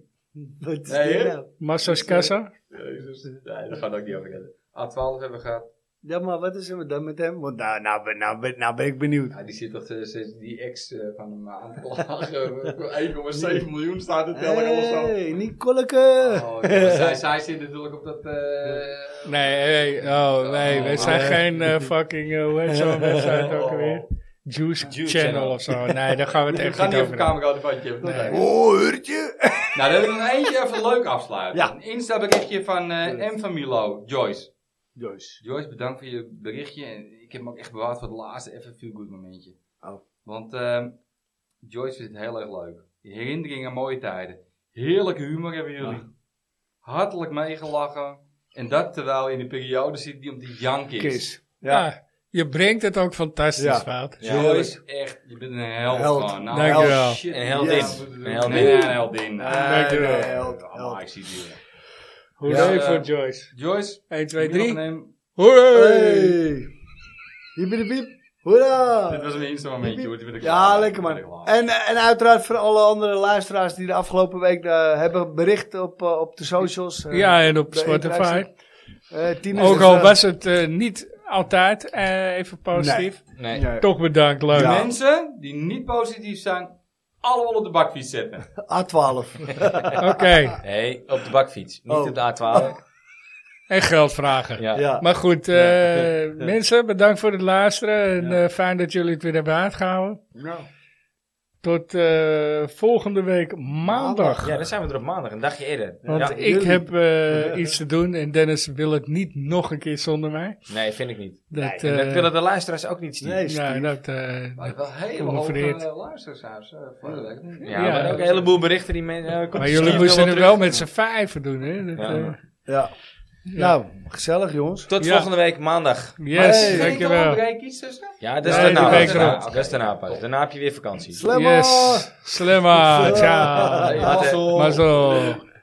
S4: Wat is
S3: Nee,
S4: dit
S3: hè?
S4: nou?
S2: Massa's kassa?
S3: Nee, daar gaat ook niet over redden. A12 hebben we gehad.
S4: Ja, maar wat is er dan met hem? Want nou, nou, ben, nou, ben, nou ben ik benieuwd.
S3: Ja, die zit toch eh, sinds die ex eh, van hem aan te
S2: *laughs*
S3: klagen. 1,7 miljoen staat te tellen en alles zo.
S4: hey, Nicoleke.
S2: *laughs*
S3: Oh, ja, maar zij, zij zit natuurlijk op dat... eh,
S2: Nee, hey, oh, nee, we
S3: Oh,
S2: zijn
S3: eh.
S2: geen eh, fucking, eh, hoe heet zo'n website ook
S3: Oh.
S2: weer? Juice,
S3: Juice
S2: Channel
S3: Channel.
S2: of zo. Nee, daar gaan we het
S3: We
S2: echt
S3: gaan
S2: niet
S3: niet
S2: over hebben.
S3: even kamergoudefantje hebben.
S2: Nee.
S3: Nee.
S4: Oh, hurtje.
S3: Nou, dan wil ik nog eentje even leuk afsluiten.
S4: Ja.
S3: Een Insta-berichtje van eh M van Milo, Joyce.
S4: Joyce.
S3: Joyce, bedankt voor je berichtje. En ik heb hem ook echt bewaard voor het laatste even feel good momentje.
S4: Oh.
S3: Want ehm, Joyce vindt het heel erg leuk. Herinneringen aan mooie tijden. Heerlijke humor hebben jullie.
S4: Ah.
S3: Hartelijk meegelachen. En dat terwijl je in de periode zit die om te janken is.
S4: Kiss.
S2: Ja.
S4: Ja.
S2: Ah, je brengt het ook fantastisch,
S4: Ja.
S2: Wout.
S3: Ja, Joyce, echt, je bent een held.
S4: Held.
S3: gewoon. Nou,
S2: Dankjewel.
S3: shit,
S1: Een heldin.
S3: ja.
S1: Een heldin.
S3: Nee, een heldin.
S2: Dankjewel.
S4: nee, held,
S3: Ah,
S4: held.
S3: ik zie het hier.
S2: Hoezee
S3: Ja.
S2: voor Joyce.
S3: Joyce,
S2: 1, 2,
S3: wil je nog
S2: 3.
S3: nemen?
S2: Hoezee!
S4: Hey. Hiep, hiep, hiep. Hoera.
S3: Dit was een Insta momentje. hoor. Dit ben ik
S4: Ja,
S3: klaar.
S4: lekker
S3: Dit ben ik
S4: man.
S3: klaar.
S4: En, eh, en uiteraard voor alle andere luisteraars die de afgelopen week eh, hebben bericht op, eh, op de socials. eh,
S2: Ja, en op
S4: de
S2: Spotify.
S4: interactie. eh, Tinus
S2: Ook
S4: is,
S2: al
S4: eh,
S2: was het eh, niet altijd eh, even positief.
S1: Nee.
S4: nee,
S2: Toch bedankt, leuk.
S4: Ja.
S3: Mensen die niet positief zijn, allemaal op de bakfiets zetten.
S4: A12.
S2: Oké,
S1: *laughs* Nee, op de bakfiets. Niet
S4: Oh.
S1: op de A12.
S2: en geld vragen.
S1: Ja.
S4: Ja.
S2: Maar goed, eh, mensen, bedankt voor het luisteren. En eh, fijn dat jullie het weer hebben uitgehouden. Tot eh, volgende week maandag.
S1: ja, dan zijn we er op maandag, een dagje eerder.
S2: Want
S1: Ja.
S2: ik heb eh,
S1: *laughs*
S2: iets te doen en Dennis wil het niet nog een keer zonder mij.
S1: Nee, vind ik niet.
S2: Dat,
S1: En dat
S2: eh,
S1: willen de luisteraars ook niet zien.
S4: Nee,
S2: ja,
S4: Steve.
S2: dat, eh,
S3: Maar wel hele
S2: Kom maar
S3: hoge
S2: vereerd.
S3: eh, luisteraars eh, vorige
S1: Ja,
S3: week.
S2: Ja,
S1: maar ook
S2: dat
S1: een heleboel berichten die mensen... eh, komt
S2: maar
S1: de
S2: jullie
S1: schrift
S2: moesten het
S1: terug.
S2: wel met z'n vijven doen, hè? Dat,
S1: Ja.
S2: eh,
S4: Ja. Nou, gezellig jongens.
S1: Tot
S2: Ja.
S1: volgende week, maandag.
S2: yes,
S4: Hey.
S1: Ja,
S2: dankjewel.
S1: dat is
S2: Nee,
S1: daarna.
S2: die
S1: Dat
S2: week
S1: is daarna.
S2: erop.
S1: Dat is daarna pas. Daarna heb je weer vakantie.
S4: Slemmer.
S2: Yes, slimmer. Ciao.
S4: Slimmer.
S2: Maar zo.